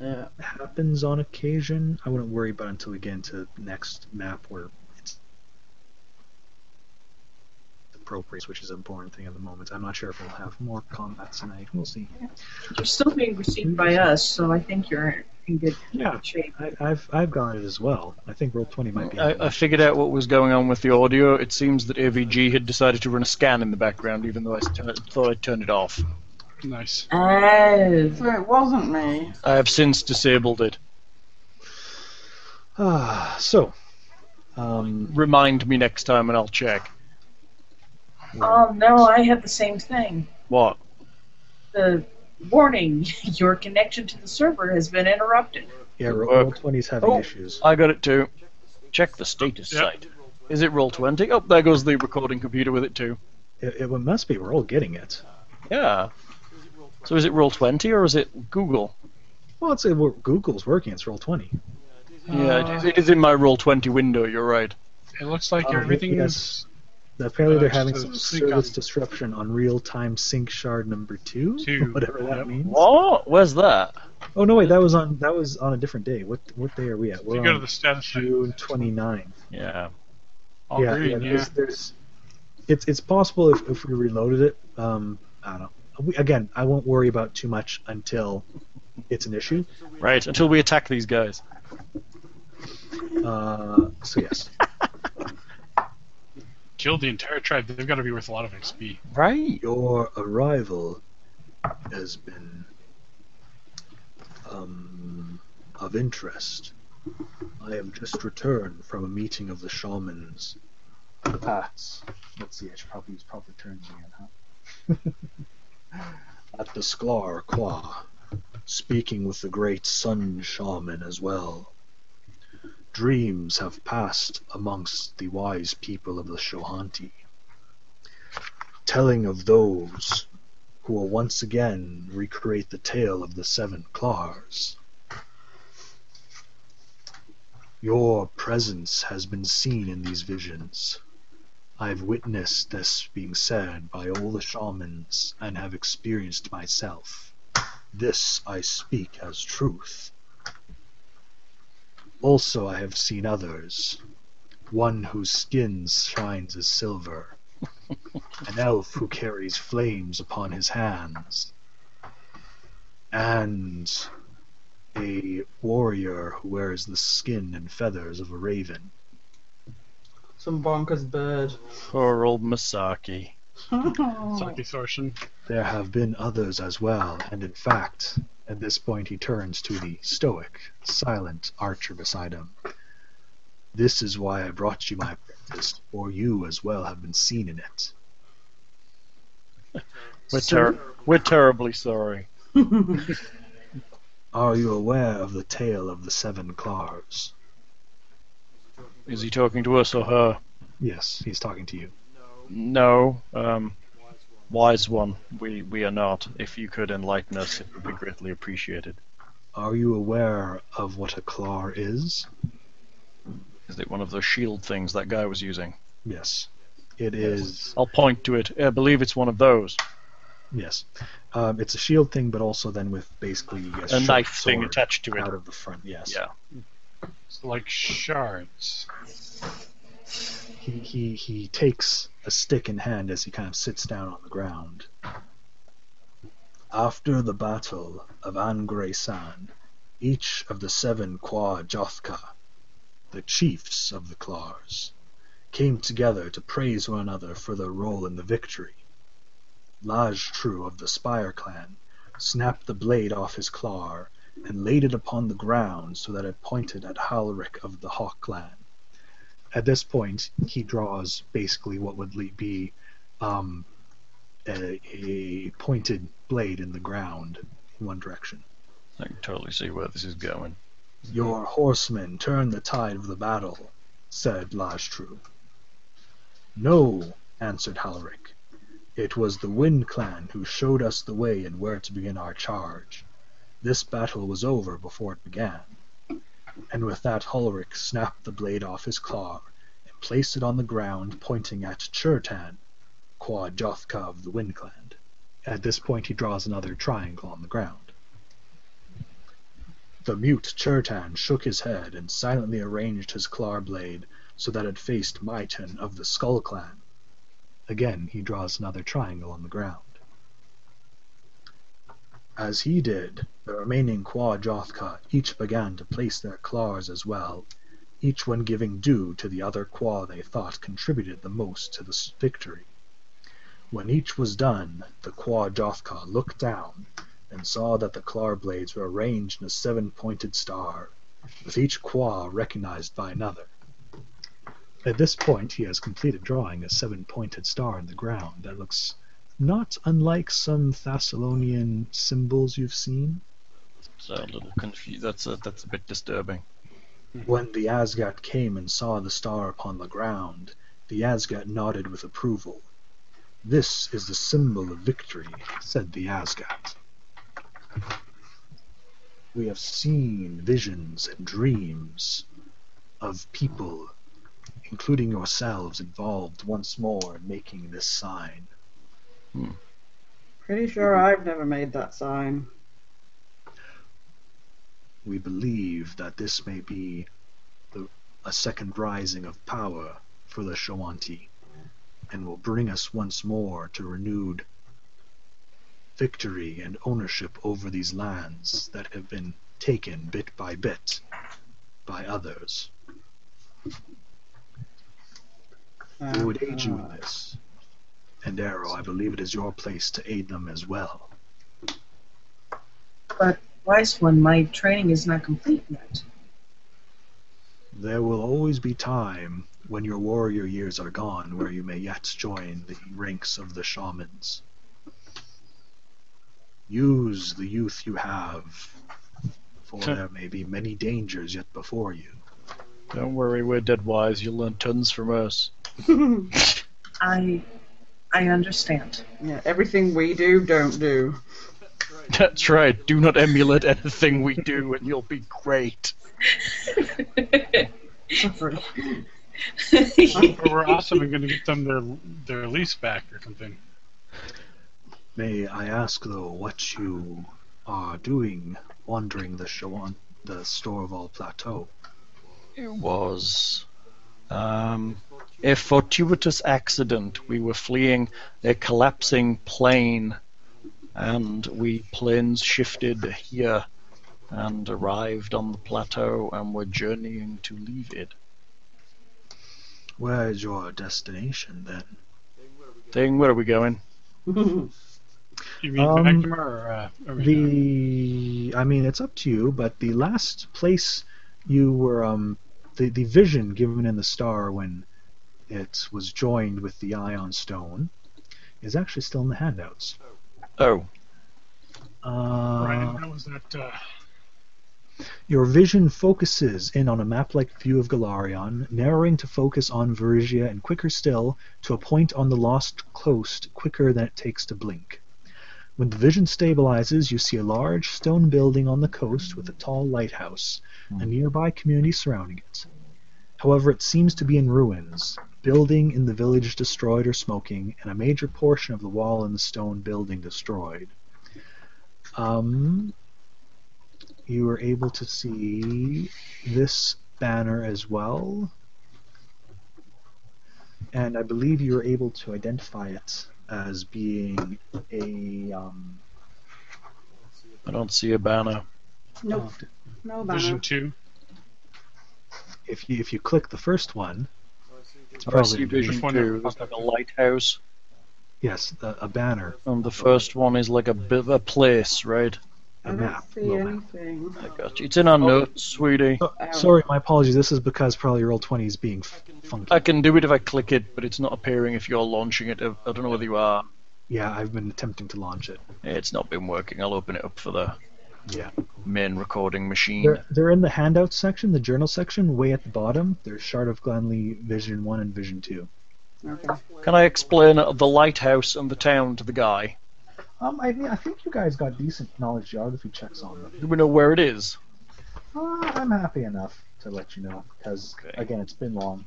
Speaker 4: Yeah.
Speaker 3: happens on occasion. I wouldn't worry about it until we get into the next map where it's appropriate, which is an important thing at the moment. I'm not sure if we'll have more combat tonight. We'll see.
Speaker 6: You're still being received by us, so I think you're in good
Speaker 3: Yeah.
Speaker 6: shape.
Speaker 3: I, I've I've got it as well. I think roll twenty might be.
Speaker 2: I, I figured out what was going on with the audio. It seems that AVG had decided to run a scan in the background, even though I st- thought I'd turned it off.
Speaker 5: nice.
Speaker 6: Oh,
Speaker 4: So it wasn't me.
Speaker 2: I have since disabled it.
Speaker 3: Ah, so. Um,
Speaker 2: Remind me next time and I'll check.
Speaker 6: oh no, I had the same thing.
Speaker 2: What?
Speaker 6: The warning: your connection to the server has been interrupted.
Speaker 3: yeah,
Speaker 2: Good
Speaker 3: roll,
Speaker 2: work.
Speaker 3: roll twenty's having
Speaker 2: Oh.
Speaker 3: issues.
Speaker 2: I got it too. Check the status
Speaker 5: Yep.
Speaker 2: site. Is it roll twenty? Oh, there goes the recording computer with it too.
Speaker 3: It, it must be. We're all getting it.
Speaker 2: Yeah. So is it roll twenty or is it Google?
Speaker 3: Well, it's it, Google's working. It's roll twenty.
Speaker 2: yeah, it is, it is in my roll twenty window. You're right.
Speaker 5: It looks like
Speaker 3: Oh,
Speaker 5: everything
Speaker 3: yes.
Speaker 5: is
Speaker 3: Apparently, they're
Speaker 5: Uh,
Speaker 3: having
Speaker 5: so
Speaker 3: some
Speaker 5: sync on-
Speaker 3: service disruption on real-time sync shard number two,
Speaker 5: Two,
Speaker 3: whatever that
Speaker 5: yep.
Speaker 3: means.
Speaker 2: What? Where's that?
Speaker 3: Oh no, wait, that was on that was on a different day. What what day are we at?
Speaker 5: If
Speaker 3: We're
Speaker 5: you go to
Speaker 3: on
Speaker 5: the status site,
Speaker 3: June 29.
Speaker 2: Yeah.
Speaker 5: all
Speaker 3: yeah,
Speaker 5: green, yeah.
Speaker 3: There's, there's, it's it's possible if, if we reloaded it. Um, I don't know. We, again, I won't worry about too much until it's an issue.
Speaker 2: Right. Until we attack these guys.
Speaker 3: Uh, so yes,
Speaker 5: Kill the entire tribe. They've got to be worth a lot of XP.
Speaker 2: Right.
Speaker 3: your arrival has been um, of interest. I have just returned from a meeting of the shamans. Ah, it's- let's see, I should probably use proper terms again, huh? At the Sklar Qua, speaking with the great sun shaman as well. Dreams have passed amongst the wise people of the Shohanti, telling of those who will once again recreate the tale of the seven Klars. Your presence has been seen in these visions. I've witnessed this being said by all the shamans and have experienced myself. This I speak as truth. Also, I have seen others. One whose skin shines as silver, an elf who carries flames upon his hands, and a warrior who wears the skin and feathers of a raven.
Speaker 4: Some bonkers bird.
Speaker 2: Poor old Masaki.
Speaker 5: Saki Thorshan.
Speaker 3: There have been others as well, and in fact, at this point he turns to the stoic, silent archer beside him. This is why I brought you my breakfast, for you as well have been seen in it.
Speaker 2: We're, ter- we're terribly sorry.
Speaker 3: Are you aware of the tale of the seven claws?
Speaker 2: Is he talking to us or her?
Speaker 3: Yes, he's talking to you.
Speaker 2: No. Um, wise one, we, we are not. If you could enlighten us, it would be greatly appreciated.
Speaker 3: Are you aware of what a claw is?
Speaker 2: Is it one of those shield things that guy was using?
Speaker 3: Yes. It is.
Speaker 2: I'll point to it. I believe it's one of those.
Speaker 3: Yes. Um, it's a shield thing, but also then with basically a,
Speaker 2: A
Speaker 3: short
Speaker 2: knife thing
Speaker 3: sword
Speaker 2: attached to it.
Speaker 3: out of the front. Yes.
Speaker 2: Yeah.
Speaker 5: So like shards.
Speaker 3: He, he he takes a stick in hand as he kind of sits down on the ground. After the battle of Angresan, each of the seven Kwa Jothka, the chiefs of the Klars, came together to praise one another for their role in the victory. Laj Tru of the Spire clan snapped the blade off his Klar and laid it upon the ground so that it pointed at Halric of the Hawk clan at this point, he draws basically what would le- be um, a, a pointed blade in the ground in one direction.
Speaker 2: I can totally see where this is going.
Speaker 3: Your horsemen turn the tide of the battle, said Lajtru. No, answered Halric. It was the Wind Clan who showed us the way and where to begin our charge. This battle was over before it began. And with that, Halric snapped the blade off his claw and placed it on the ground, pointing at Churtan, Kwa Jothka of the Wind Clan. At this point, he draws another triangle on the ground. The mute Churtan shook his head and silently arranged his claw blade so that it faced Myton of the Skull Clan. Again, he draws another triangle on the ground. As he did, the remaining Kwa Jothka each began to place their claws as well, each one giving due to the other Kwa they thought contributed the most to this victory. When each was done, the Kwa Jothka looked down and saw that the claw blades were arranged in a seven pointed star, with each qua recognized by another. At this point, he has completed drawing a seven pointed star in the ground that looks not unlike some Thessalonian symbols you've seen.
Speaker 2: So a little confused. That's a, that's a bit disturbing.
Speaker 3: When the Asgat came and saw the star upon the ground, the Asgat nodded with approval. This is the symbol of victory, said the Asgat. We have seen visions and dreams of people, including yourselves, involved once more in making this sign.
Speaker 4: Pretty sure I've never made that sign.
Speaker 3: We believe that this may be the, a second rising of power for the Shawanti, and will bring us once more to renewed victory and ownership over these lands that have been taken bit by bit by others. Who would aid
Speaker 4: Uh,
Speaker 3: you in this? And Arrow, I believe it is your place to aid them as well.
Speaker 6: Wise one, my training is not complete yet.
Speaker 3: There will always be time when your warrior years are gone where you may yet join the ranks of the shamans. Use the youth you have, for
Speaker 2: Huh.
Speaker 3: there may be many dangers yet before you.
Speaker 2: Don't worry, we're dead wise. You'll learn tons from us.
Speaker 6: I, I understand.
Speaker 4: Yeah, everything we do, don't do.
Speaker 2: That's right. Do not emulate anything we do, and you'll be great.
Speaker 6: I
Speaker 4: for free.
Speaker 5: Or we're awesome and going to get them their their lease back or something.
Speaker 3: May I ask though what you are doing wandering the Shawan, the Storval Plateau?
Speaker 2: It was um, a fortuitous accident. We were fleeing a collapsing plane, and we planes shifted here and arrived on the plateau and were journeying to leave it.
Speaker 3: Where is your destination then?
Speaker 2: Thing, where are we going?
Speaker 5: You mean
Speaker 3: Um,
Speaker 5: Magdamar or uh, Arena?
Speaker 3: The I mean it's up to you, but the last place you were um the, the vision given in the star when it was joined with the ion stone is actually still in the handouts.
Speaker 2: Oh,
Speaker 3: Uh,
Speaker 5: Brian, how was that? Uh,
Speaker 3: Your vision focuses in on a map-like view of Galarion, narrowing to focus on Verigia and quicker still to a point on the lost coast quicker than it takes to blink. When the vision stabilizes, you see a large stone building on the coast with a tall lighthouse, a nearby community surrounding it. However, it seems to be in ruins, building in the village destroyed or smoking, and a major portion of the wall and the stone building destroyed. Um, you were able to see this banner as well. And I believe you were able to identify it as being a. Um,
Speaker 2: I don't see a banner.
Speaker 3: Oh.
Speaker 4: nope, no
Speaker 5: Vision
Speaker 4: banner.
Speaker 5: two.
Speaker 3: if you if you click the first one, it's
Speaker 2: Oh, I
Speaker 3: probably
Speaker 2: see Vision
Speaker 5: Which one
Speaker 2: 2.
Speaker 5: is-
Speaker 2: There's like a lighthouse,
Speaker 3: yes, a, a banner,
Speaker 2: and the first one is like a bit of a place, right?
Speaker 3: a
Speaker 4: I don't
Speaker 3: map.
Speaker 4: see
Speaker 3: little map.
Speaker 4: anything.
Speaker 2: I got you. It's in our notes, sweetie.
Speaker 3: So- sorry, my apologies. This is because probably roll twenty is being f- funky.
Speaker 2: I can do it if I click it, but it's not appearing if you're launching it. I I don't know whether you are.
Speaker 3: Yeah, I've been attempting to launch it.
Speaker 2: It's not been working. I'll open it up for the
Speaker 3: Yeah.
Speaker 2: main recording machine.
Speaker 3: They're, they're in the handout section, the journal section, way at the bottom. There's Shard of Glenlee, Vision 1 and Vision 2.
Speaker 4: Okay.
Speaker 2: Can I explain the lighthouse and the town to the guy?
Speaker 3: Um, I, mean, I think you guys got decent knowledge geography checks on them.
Speaker 2: Do we know where it is?
Speaker 3: Uh, I'm happy enough to let you know because
Speaker 2: Okay.
Speaker 3: again, it's been long.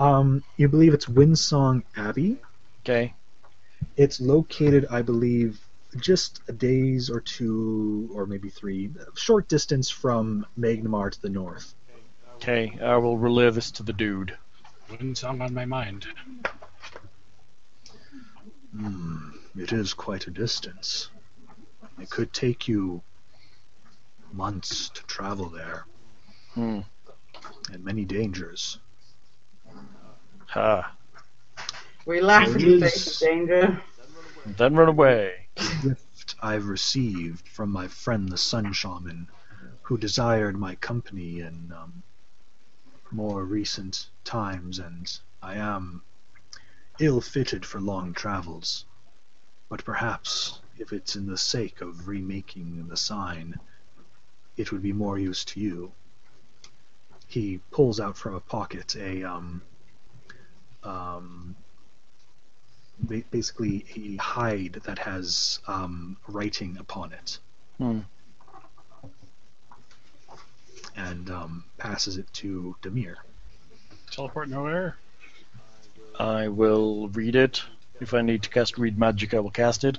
Speaker 3: Um, you believe it's Windsong Abbey.
Speaker 2: Okay.
Speaker 3: It's located, I believe, just a days or two or maybe three, short distance from Magnamar to the north.
Speaker 2: Okay. I will relay this to the dude.
Speaker 5: One song on my mind.
Speaker 3: Hmm, It is quite a distance. It could take you months to travel there,
Speaker 2: Hmm.
Speaker 3: and many dangers.
Speaker 2: Ha.
Speaker 4: We laugh in the face of
Speaker 3: There
Speaker 4: danger.
Speaker 2: Then run away.
Speaker 3: gift I've received from my friend the Sun Shaman, who desired my company in um, more recent times, and I am ill fitted for long travels. But perhaps, if it's in the sake of remaking the sign, it would be more use to you. He pulls out from a pocket a um, um, ba- basically a hide that has um, writing upon it.
Speaker 2: Hmm.
Speaker 3: And um, passes it to Demir.
Speaker 5: Teleport nowhere.
Speaker 2: I will read it. If I need to cast read magic, I will cast it.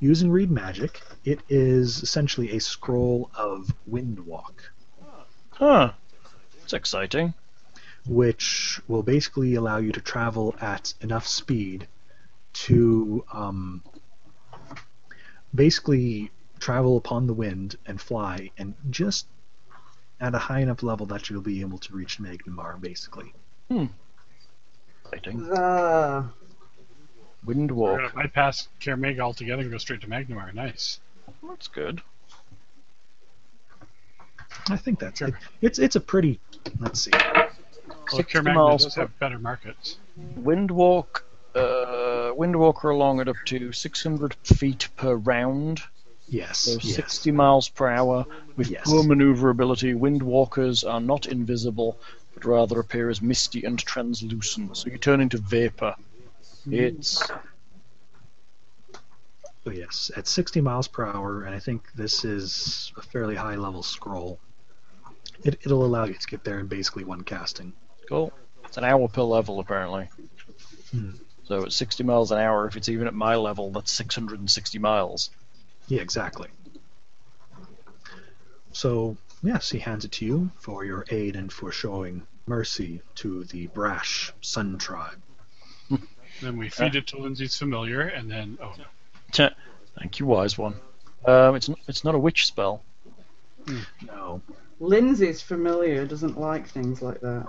Speaker 3: Using read magic, it is essentially a scroll of wind walk,
Speaker 2: Huh. It's exciting.
Speaker 3: which will basically allow you to travel at enough speed to um, basically travel upon the wind and fly, and just at a high enough level that you'll be able to reach Magnamar, basically.
Speaker 2: Exciting.
Speaker 4: The
Speaker 2: Wind
Speaker 5: We're
Speaker 2: walk.
Speaker 5: gonna bypass Karamega altogether and go straight to Magnemar. Nice.
Speaker 2: That's good.
Speaker 3: I think that's
Speaker 5: Sure.
Speaker 3: it. It's it's a pretty. Let's see.
Speaker 5: Well,
Speaker 2: Sixty
Speaker 5: Karamega
Speaker 2: miles
Speaker 5: does
Speaker 2: per-
Speaker 5: have better markets.
Speaker 2: Wind walk. Uh, wind walker along at up to 600 feet per round.
Speaker 3: Yes.
Speaker 2: So
Speaker 3: yes.
Speaker 2: 60 miles per hour with
Speaker 3: Yes.
Speaker 2: poor maneuverability. Windwalkers are not invisible, but rather appear as misty and translucent. So you turn into vapor.
Speaker 3: Hmm.
Speaker 2: It's
Speaker 3: So Oh, yes, at 60 miles per hour, and I think this is a fairly high level scroll. It, it'll allow you to get there in basically one casting.
Speaker 2: Cool. It's an hour per level, apparently.
Speaker 3: Hmm.
Speaker 2: So at 60 miles an hour, if it's even at my level, that's 660 miles.
Speaker 3: Yeah, exactly. So, yes, he hands it to you for your aid and for showing mercy to the brash Sun Tribe.
Speaker 5: Then we feed it to Lindsay's familiar, and then oh no,
Speaker 2: Thank you, wise one. Um, it's not, it's not a witch spell.
Speaker 3: No.
Speaker 4: Lindsay's familiar doesn't like things like that.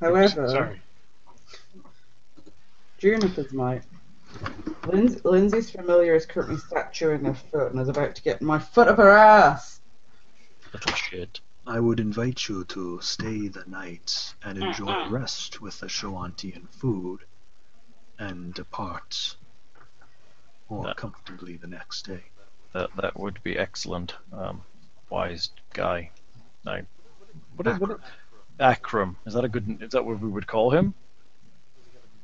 Speaker 4: However,
Speaker 5: sorry,
Speaker 4: Juniper's might. Lindsay, Lindsay's familiar is currently sat chewing her foot and is about to get my foot up her ass.
Speaker 2: Little shit.
Speaker 3: I would invite you to stay the night and enjoy rest with the Shawantian food and depart more
Speaker 2: That-
Speaker 3: comfortably the next day.
Speaker 2: That that would be excellent. Um, wise guy. No. What, is- what, is- Akram. Is that a good? Is that what we would call him?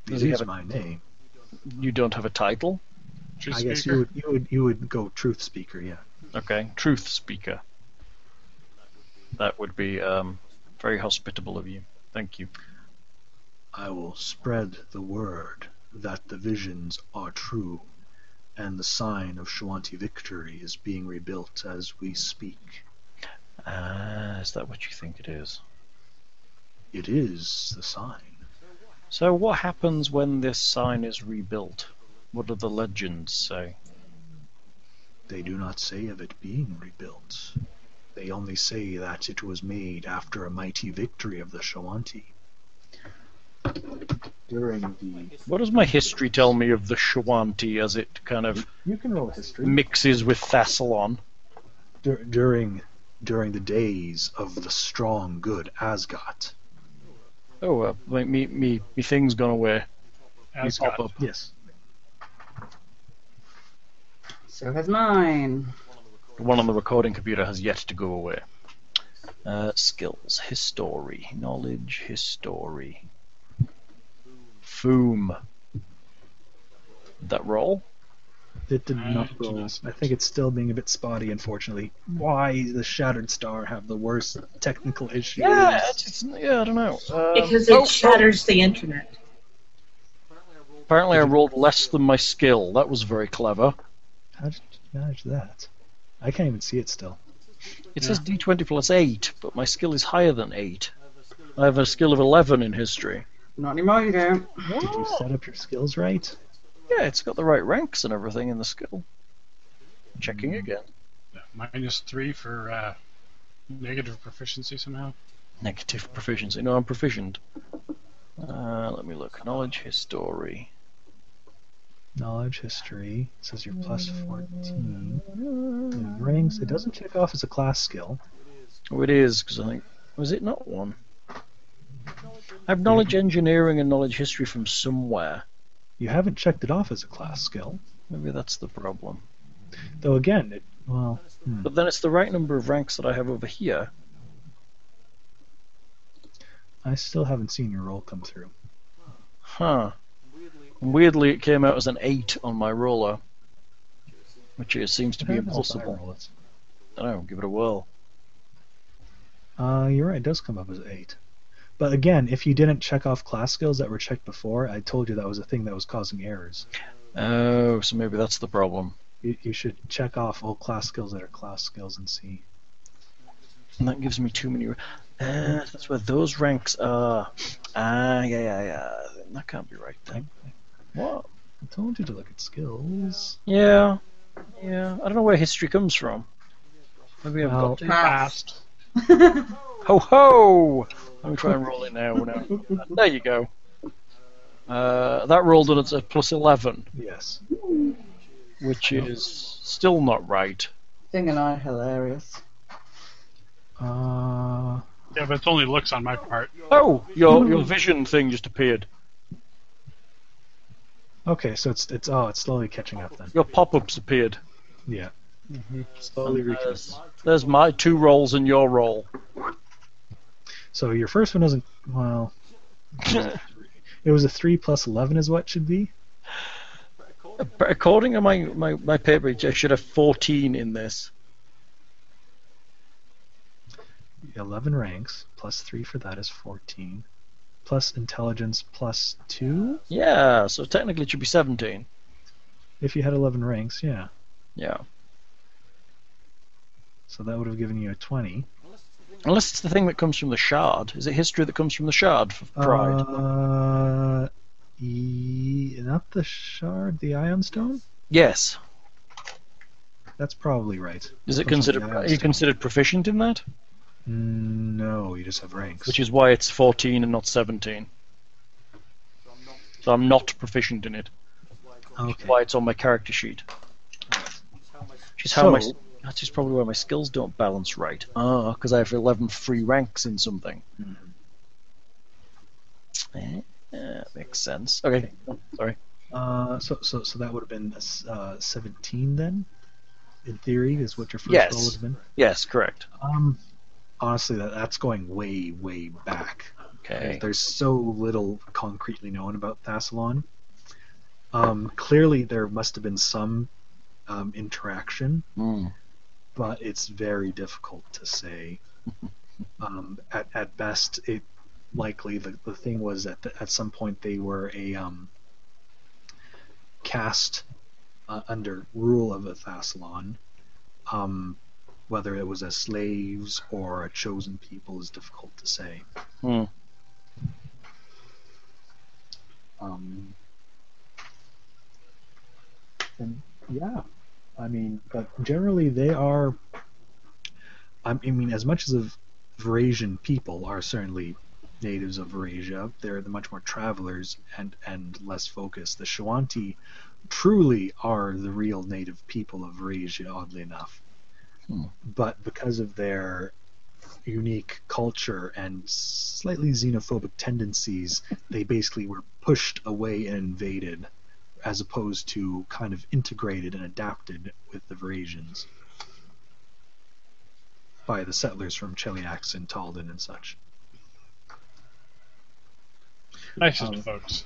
Speaker 2: Does
Speaker 3: This
Speaker 2: he
Speaker 3: is
Speaker 2: have a-
Speaker 3: my name.
Speaker 2: You don't have a title.
Speaker 5: truth
Speaker 3: I guess
Speaker 5: speaker.
Speaker 3: you would, you would you would go truth speaker, yeah.
Speaker 2: Okay. Truth speaker. That would be um, very hospitable of you. Thank you.
Speaker 3: I will spread the word that the visions are true, and the sign of Shawanti victory is being rebuilt as we speak.
Speaker 2: Ah, is that what you think it is?
Speaker 3: It is the sign.
Speaker 2: So, what happens when this sign is rebuilt? What do the legends say?
Speaker 3: They do not say of it being rebuilt. They only say that it was made after a mighty victory of the Shawanti. During the.
Speaker 2: What does my history tell me of the Shawanti as it kind of
Speaker 3: You can roll history.
Speaker 2: mixes with Thassalon?
Speaker 3: Dur- during, during the days of the strong, good Asgard.
Speaker 2: Oh, uh, me, me, me, me thing's gone away. You
Speaker 5: Asgard.
Speaker 2: pop up.
Speaker 3: Yes.
Speaker 4: So has mine.
Speaker 2: The one on the recording computer has yet to go away. Uh, skills, history, knowledge, history. Foom. Did that roll?
Speaker 3: It did
Speaker 5: Uh,
Speaker 3: not
Speaker 5: it did
Speaker 3: roll.
Speaker 5: not.
Speaker 3: I think it's still being a bit spotty, unfortunately. Why does the Shattered Star have the worst technical issues?
Speaker 2: Yeah, it's, it's, yeah, I don't know. Um,
Speaker 6: because
Speaker 2: oh,
Speaker 6: it shatters the internet.
Speaker 2: Apparently, I rolled less than my skill. That was very clever.
Speaker 3: How did you manage that? I can't even see it still.
Speaker 2: It says d20 plus 8, but my skill is higher than 8. I have a skill of 11 in history.
Speaker 4: Not anymore, you don't.
Speaker 3: Did you set up your skills right?
Speaker 2: Yeah, it's got the right ranks and everything in the skill. Checking again.
Speaker 5: minus three for uh, negative proficiency somehow.
Speaker 2: Negative proficiency. No, I'm proficient. Uh, let me look. Knowledge, history.
Speaker 3: Knowledge, history. It says you're plus 14. It rings. It doesn't check off as a class skill.
Speaker 2: Oh, it is, because I think. Was it not one? I have knowledge engineering and knowledge history from somewhere.
Speaker 3: You haven't checked it off as a class skill.
Speaker 2: Maybe that's the problem.
Speaker 3: Though again, it. Well, hmm.
Speaker 2: But then it's the right number of ranks that I have over here.
Speaker 3: I still haven't seen your roll come through.
Speaker 2: Huh. Weirdly, it came out as an 8 on my roller, which it seems to be
Speaker 3: How does a fire
Speaker 2: impossible.
Speaker 3: roll it?
Speaker 2: I don't know, give it a whirl.
Speaker 3: Uh, you're right. It does come up as eight. But again, if you didn't check off class skills that were checked before, I told you that was a thing that was causing errors.
Speaker 2: Oh, so maybe that's the problem.
Speaker 3: You, you should check off all class skills that are class skills and see.
Speaker 2: And that gives me too many. ra- Ah, that's where those ranks are. Ah, yeah, yeah, yeah. That can't be right then. What?
Speaker 3: I told you to look at skills.
Speaker 2: Yeah. Yeah. I don't know where history comes from. Maybe I've
Speaker 3: Well,
Speaker 2: got.
Speaker 4: Passed.
Speaker 2: Ho ho! Let me try and roll it now. now. There you go. Uh, that rolled on a plus 11.
Speaker 3: yes.
Speaker 2: which is still not right.
Speaker 4: Thing and I hilarious.
Speaker 3: Uh,
Speaker 5: Yeah, but it's only looks on my part.
Speaker 2: Oh, your your vision thing just appeared.
Speaker 3: okay, so it's it's oh, it's slowly catching up then.
Speaker 2: Your pop-ups appeared.
Speaker 3: Yeah. Slowly
Speaker 2: And
Speaker 3: reconnecting.
Speaker 2: there's, there's my two rolls and your roll.
Speaker 3: So your first one doesn't. Well, it was a three plus eleven is what it should be.
Speaker 2: But according to my, my, my paper, I should have 14 in this.
Speaker 3: 11 ranks, plus 3 for that is 14, plus intelligence plus 2
Speaker 2: Yeah, so technically it should be 17.
Speaker 3: if you had 11 ranks, yeah.
Speaker 2: Yeah.
Speaker 3: So that would have given you a 20.
Speaker 2: Unless it's the thing that comes from the shard. Is it history that comes from the shard for pride?
Speaker 3: Uh, e- not the shard, the ion stone?
Speaker 2: yes.
Speaker 3: That's probably right.
Speaker 2: Is it
Speaker 3: comes from the
Speaker 2: considered?
Speaker 3: ion
Speaker 2: Are you
Speaker 3: stone.
Speaker 2: considered proficient in that?
Speaker 3: No, you just have ranks.
Speaker 2: Which is why it's 14 and not 17. So I'm not proficient in it.
Speaker 3: okay.
Speaker 2: Why it's on my character sheet. Which is how
Speaker 3: So-
Speaker 2: my. That's just probably why my skills don't balance right. Ah, because I have 11 free ranks in something. Eh, eh, makes sense. Okay. Sorry.
Speaker 3: Uh, so, so, so that would have been uh, 17 then, in theory, is what your first
Speaker 2: Yes.
Speaker 3: roll would have been.
Speaker 2: Yes, correct.
Speaker 3: Um, honestly, that, that's going way, way back.
Speaker 2: Okay.
Speaker 3: There's so little concretely known about Thassalon. Um, clearly, there must have been some um, interaction,
Speaker 2: Hmm.
Speaker 3: but it's very difficult to say. um, at, at best, it likely the, the thing was that at some point they were a um, cast uh, under rule of a Thassalon. Um, whether it was as slaves or a chosen people is difficult to say.
Speaker 2: Hmm.
Speaker 3: Um, and yeah, I mean, but generally they are. I mean, as much as of Eurasian people are certainly natives of Eurasia, they're the much more travelers and and less focused. The Shawanti truly are the real native people of Eurasia, oddly enough.
Speaker 2: Hmm.
Speaker 3: But because of their unique culture and slightly xenophobic tendencies, they basically were pushed away and invaded, as opposed to kind of integrated and adapted with the Eurasians by the settlers from Cheliax and Talden and such.
Speaker 5: Nicest
Speaker 3: Um,
Speaker 5: folks.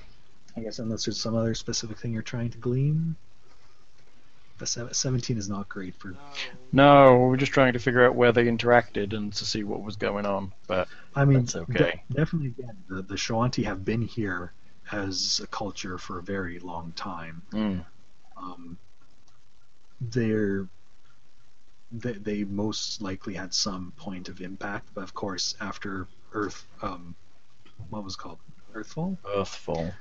Speaker 3: I guess unless there's some other specific thing you're trying to glean. The sev- 17 is not great for.
Speaker 2: No, we were just trying to figure out where they interacted and to see what was going on. But
Speaker 3: I mean,
Speaker 2: That's okay.
Speaker 3: de- definitely again, the, the Shawanti have been here as a culture for a very long time.
Speaker 2: mm,
Speaker 3: um, they're they, they most likely had some point of impact but of course after earth um, what was it called earthfall
Speaker 2: Earthfall.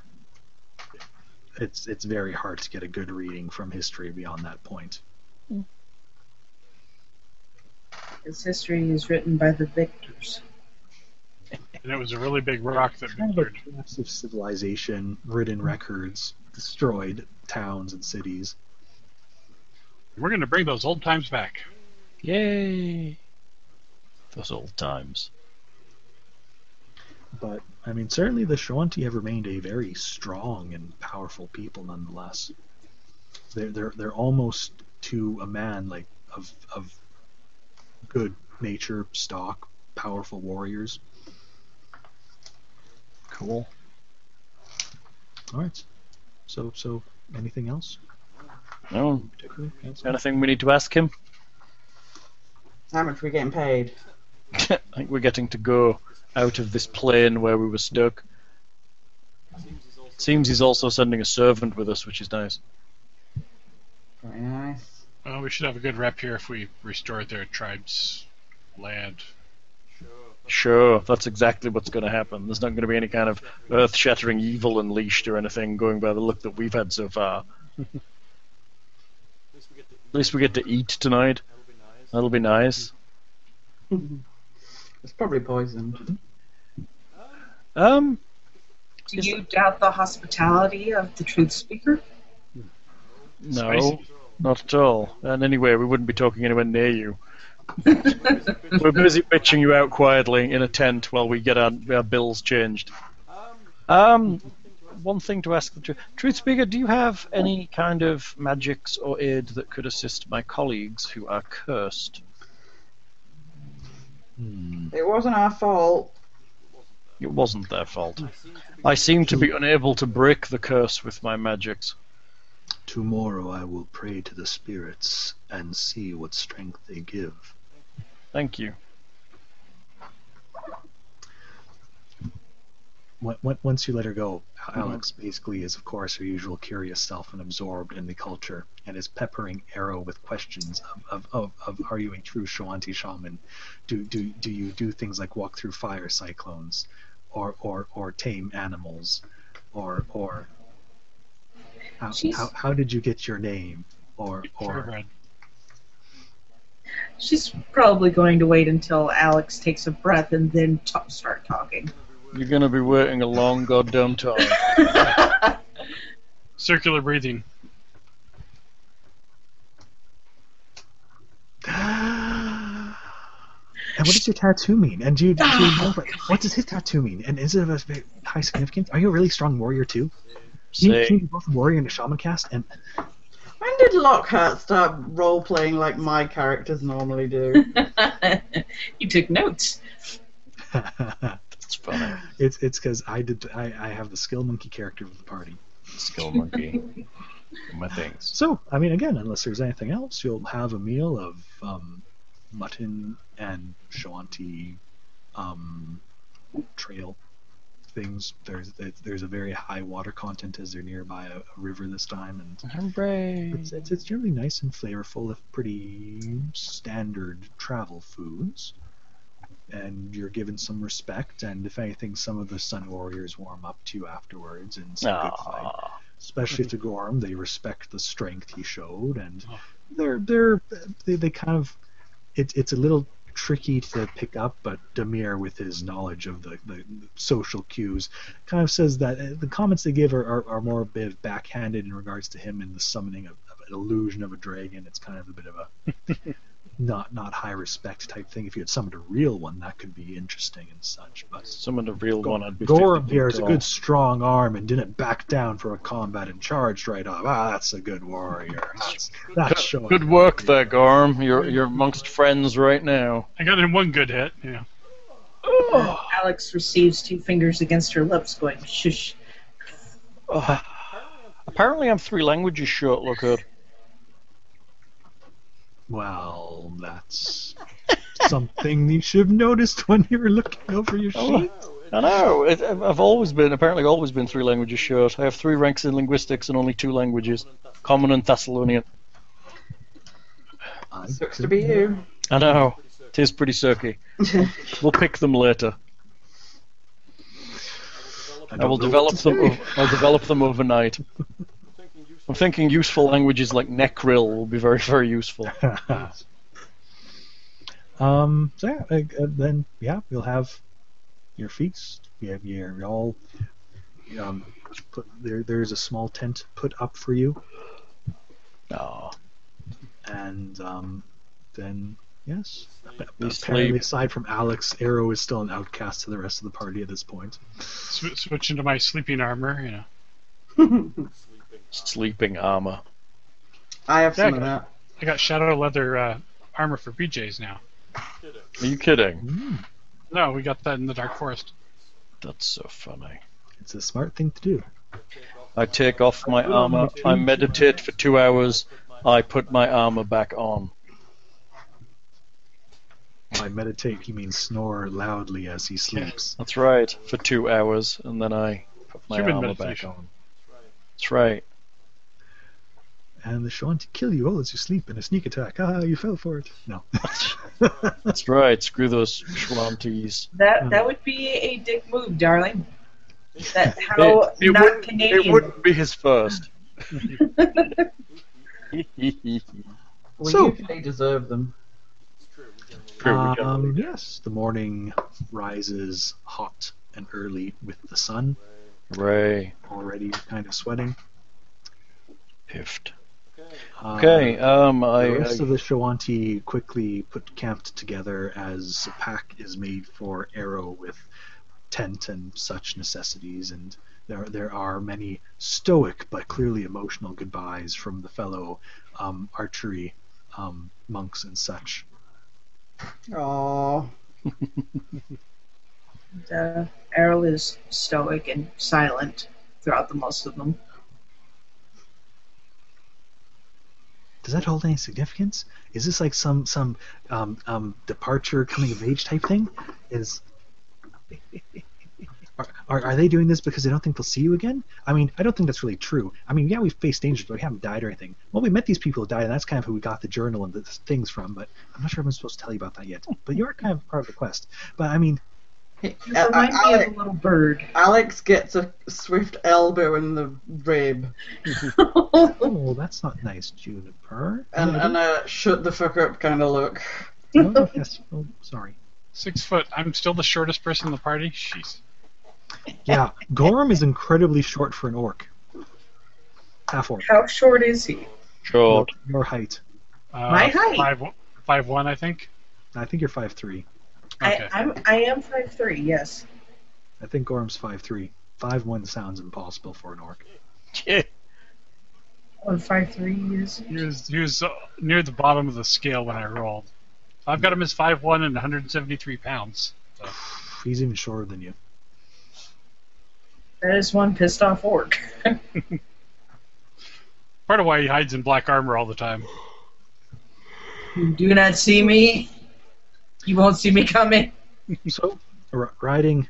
Speaker 3: it's it's very hard to get a good reading from history beyond that point
Speaker 6: His history is written by the victors.
Speaker 5: And it was a really big rock that
Speaker 3: kind of
Speaker 5: appeared.
Speaker 3: a collapse of civilization written records destroyed towns and cities
Speaker 5: We're going to bring those old times back.
Speaker 2: Yay! Those old times.
Speaker 3: but i mean certainly the shawanti have remained a very strong and powerful people nonetheless they're they're they're almost to a man like of of good nature stock powerful warriors
Speaker 2: Cool.
Speaker 3: all right so so anything else
Speaker 2: No,
Speaker 3: particularly Yes?
Speaker 2: anything we need to ask him?
Speaker 4: How much we getting paid?
Speaker 2: I think we're getting to go out of this plane where we were stuck. Seems he's also sending a servant with us, which is nice.
Speaker 4: Very nice.
Speaker 5: Well, we should have a good rep here if we restore their tribe's land.
Speaker 2: Sure, that's exactly what's going to happen. There's not going to be any kind of earth shattering evil unleashed or anything going by the look that we've had so far. At least we get to eat tonight. That'll be nice.
Speaker 4: It's probably poisoned.
Speaker 2: Um,
Speaker 6: Do you doubt the hospitality of the truth speaker?
Speaker 2: no,
Speaker 5: Spicy.
Speaker 2: not at all. And anyway, we wouldn't be talking anywhere near you. We're busy bitching you out quietly in a tent while we get our, our bills changed. Um, one thing to ask the truth. Truth Speaker, do you have any kind of magics or aid that could assist my colleagues who are cursed?
Speaker 3: Hmm.
Speaker 4: It wasn't our fault.
Speaker 2: It wasn't their fault. I seem to be unable to break the curse with my magics.
Speaker 3: tomorrow i will pray to the spirits and see what strength they give
Speaker 2: Thank you.
Speaker 3: when- when- once you let her go, Alex basically is, of course, her usual curious self and absorbed in the culture, and is peppering Arrow with questions of, of, of, of Are you a true Shawanti shaman? Do, do, do you do things like walk through fire cyclones, or, or, or tame animals, or or how,
Speaker 6: She's-
Speaker 3: how, how did you get your name? Or, or
Speaker 5: Purebred.
Speaker 6: She's probably going to wait until Alex takes a breath and then t- start talking.
Speaker 2: You're going to be waiting a long goddamn time.
Speaker 5: Circular breathing.
Speaker 3: And what does your tattoo mean? And do you, do you know what, what does his tattoo mean? And is it of a sp- high significance? Are you a really strong warrior too? Can you, can you
Speaker 2: Say,
Speaker 3: be both a warrior and a shaman cast? And
Speaker 4: When did Lockhart start role playing like my characters normally do?
Speaker 6: you took notes.
Speaker 2: it's funny.
Speaker 3: it's it's because I did I, I have the skill monkey character of the party.
Speaker 2: Skill monkey. My things.
Speaker 3: So I mean, again, unless there's anything else, you'll have a meal of um, mutton and Shawanti um, trail things. There's there's a very high water content as they're nearby a, a river this time, and
Speaker 2: Hooray.
Speaker 3: It's, it's, it's generally nice and flavorful, if pretty standard travel foods. And you're given some respect, and if anything, some of the Sun Warriors warm up to you afterwards and it's a good fight.
Speaker 2: Aw.
Speaker 3: Especially to Gorm, they respect the strength he showed, and they're they're they, they kind of it, it's a little tricky to pick up, but Demir, with his knowledge of the, the social cues, kind of says that uh, the comments they give are, are, are more a bit backhanded in regards to him and the summoning of, of an illusion of a dragon. It's kind of a bit of a not not high respect type thing. If you had summoned a real one, that could be interesting and such. But
Speaker 2: Summon a real one. I'd be
Speaker 3: Gorm
Speaker 2: 50
Speaker 3: here has a
Speaker 2: tall.
Speaker 3: good strong arm and didn't back down for a combat and charged right up. Ah, that's a good warrior. That's, that's showing.
Speaker 2: Good work there, Gorm. You're you're amongst friends right now.
Speaker 5: I got in one good hit. Yeah.
Speaker 6: Oh. Alex receives two fingers against her lips, going shush.
Speaker 2: Apparently, I'm three languages short. Look up.
Speaker 3: Well, that's something you should have noticed when you were looking over your
Speaker 4: Oh,
Speaker 3: sheet.
Speaker 2: Oh, I know. It, I've I've always been apparently always been three languages short. I have three ranks in linguistics and only two languages: Common and Thessalonian.
Speaker 3: I
Speaker 4: Sucks to be you.
Speaker 2: I know. Tis pretty sucky. we'll pick them later. I will develop them. o- I'll develop them overnight. I'm thinking useful languages like Necril will be very, very useful.
Speaker 3: um. So yeah, like, uh, then yeah, you'll have your feast. You have your all. Um, put, there, there's a small tent put up for you,
Speaker 2: Oh,
Speaker 3: and um, then yes.
Speaker 2: You
Speaker 3: Apparently,
Speaker 2: sleep.
Speaker 3: aside from Alex, Arrow is still an outcast to the rest of the party at this point.
Speaker 5: Sw- switch into my sleeping armor. You know.
Speaker 2: sleeping armor.
Speaker 4: I have some
Speaker 5: Jack.
Speaker 4: of that.
Speaker 5: I got shadow leather uh, armor for PJs now.
Speaker 2: Are you kidding?
Speaker 5: No, we got that in the Dark Forest.
Speaker 2: That's so funny.
Speaker 3: It's a smart thing to do.
Speaker 2: I take off my armor. I meditate for two hours. I put my armor back on.
Speaker 3: By meditate, he means snore loudly as he sleeps.
Speaker 2: That's right. For two hours, and then I put my
Speaker 5: Human
Speaker 2: armor back
Speaker 5: meditation.
Speaker 2: on. That's right.
Speaker 3: And the Shawanti kill you all as you sleep in a sneak attack. Ah, you fell for it. No.
Speaker 2: That's right. Screw those schwanties.
Speaker 6: That
Speaker 2: Hmm.
Speaker 6: that would be a dick move, darling. That how
Speaker 2: It
Speaker 6: not
Speaker 2: wouldn't- It
Speaker 6: Canadian.
Speaker 2: wouldn't be his first.
Speaker 4: Well,
Speaker 3: So-
Speaker 4: usually deserve them.
Speaker 2: True, we don't.
Speaker 3: Um, yes, the morning rises hot and early with the sun.
Speaker 2: Ray.
Speaker 3: Already kind of sweating.
Speaker 2: Piffed.
Speaker 3: Uh,
Speaker 2: Okay, um, I,
Speaker 3: the rest
Speaker 2: I
Speaker 3: of the Shawanti quickly put camped together as a pack is made for Arrow with tent and such necessities, and there there are many stoic but clearly emotional goodbyes from the fellow um, archery um, monks and such.
Speaker 4: Aww.
Speaker 6: Uh, Errol is stoic and silent throughout the most of them.
Speaker 3: Does that hold any significance? Is this like some some um, um, departure coming of age type thing? Is are, Are, are they doing this because they don't think they'll see you again? I mean, I don't think that's really true. I mean, yeah, we've faced dangers, but we haven't died or anything. Well, we met these people who died, and that's kind of who we got the journal and the things from, but I'm not sure if I'm supposed to tell you about that yet. But you are kind of part of the quest. But I mean,
Speaker 6: You
Speaker 4: Uh,
Speaker 6: remind me
Speaker 4: Alex-
Speaker 6: of a little bird.
Speaker 4: Alex gets a swift elbow in the rib
Speaker 3: oh, that's not nice, Juniper.
Speaker 4: and,
Speaker 3: I
Speaker 4: and a shut the fuck up kind of look.
Speaker 3: don't- I don't know if that's- oh, sorry.
Speaker 5: Six foot. I'm still the shortest person in the party. Jeez.
Speaker 3: Yeah, Gorm is incredibly short for an orc. Half orc.
Speaker 6: How short is he?
Speaker 7: Short.
Speaker 3: Your height.
Speaker 5: Uh,
Speaker 6: My height.
Speaker 5: Five, five one, I think.
Speaker 3: I think you're five three.
Speaker 5: Okay.
Speaker 6: I, I'm, I am five three. Yes.
Speaker 3: I think Gorm's five three. Five one sounds impossible for an orc.
Speaker 2: Yeah.
Speaker 6: Or Oh, five three is.
Speaker 5: He was, he was uh, near the bottom of the scale when I rolled. I've got him as five one and 173 pounds.
Speaker 3: He's even shorter than you.
Speaker 6: That is one pissed off orc.
Speaker 5: Part of why he hides in black armor all the time.
Speaker 6: You do not see me. You won't see me coming.
Speaker 3: So, r- riding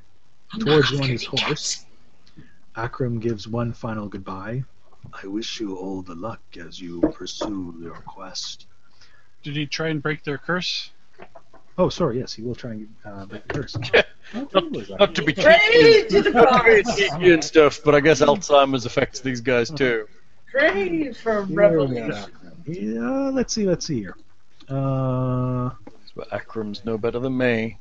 Speaker 3: towards you on his horse, Akram gives one final goodbye. I wish you all the luck as you pursue your quest.
Speaker 5: Did he try and break their curse?
Speaker 3: Oh, sorry. Yes, he will try and uh, break the curse.
Speaker 2: Not to be cheeky,
Speaker 6: Straight to the
Speaker 2: not to be
Speaker 6: cross.
Speaker 2: cheeky and stuff, but I guess Alzheimer's affects these guys too.
Speaker 6: Great
Speaker 3: Here
Speaker 6: for
Speaker 3: we
Speaker 6: revolution.
Speaker 3: are. Yeah, let's see. Let's see here. Uh,
Speaker 2: But Akram's no better than me.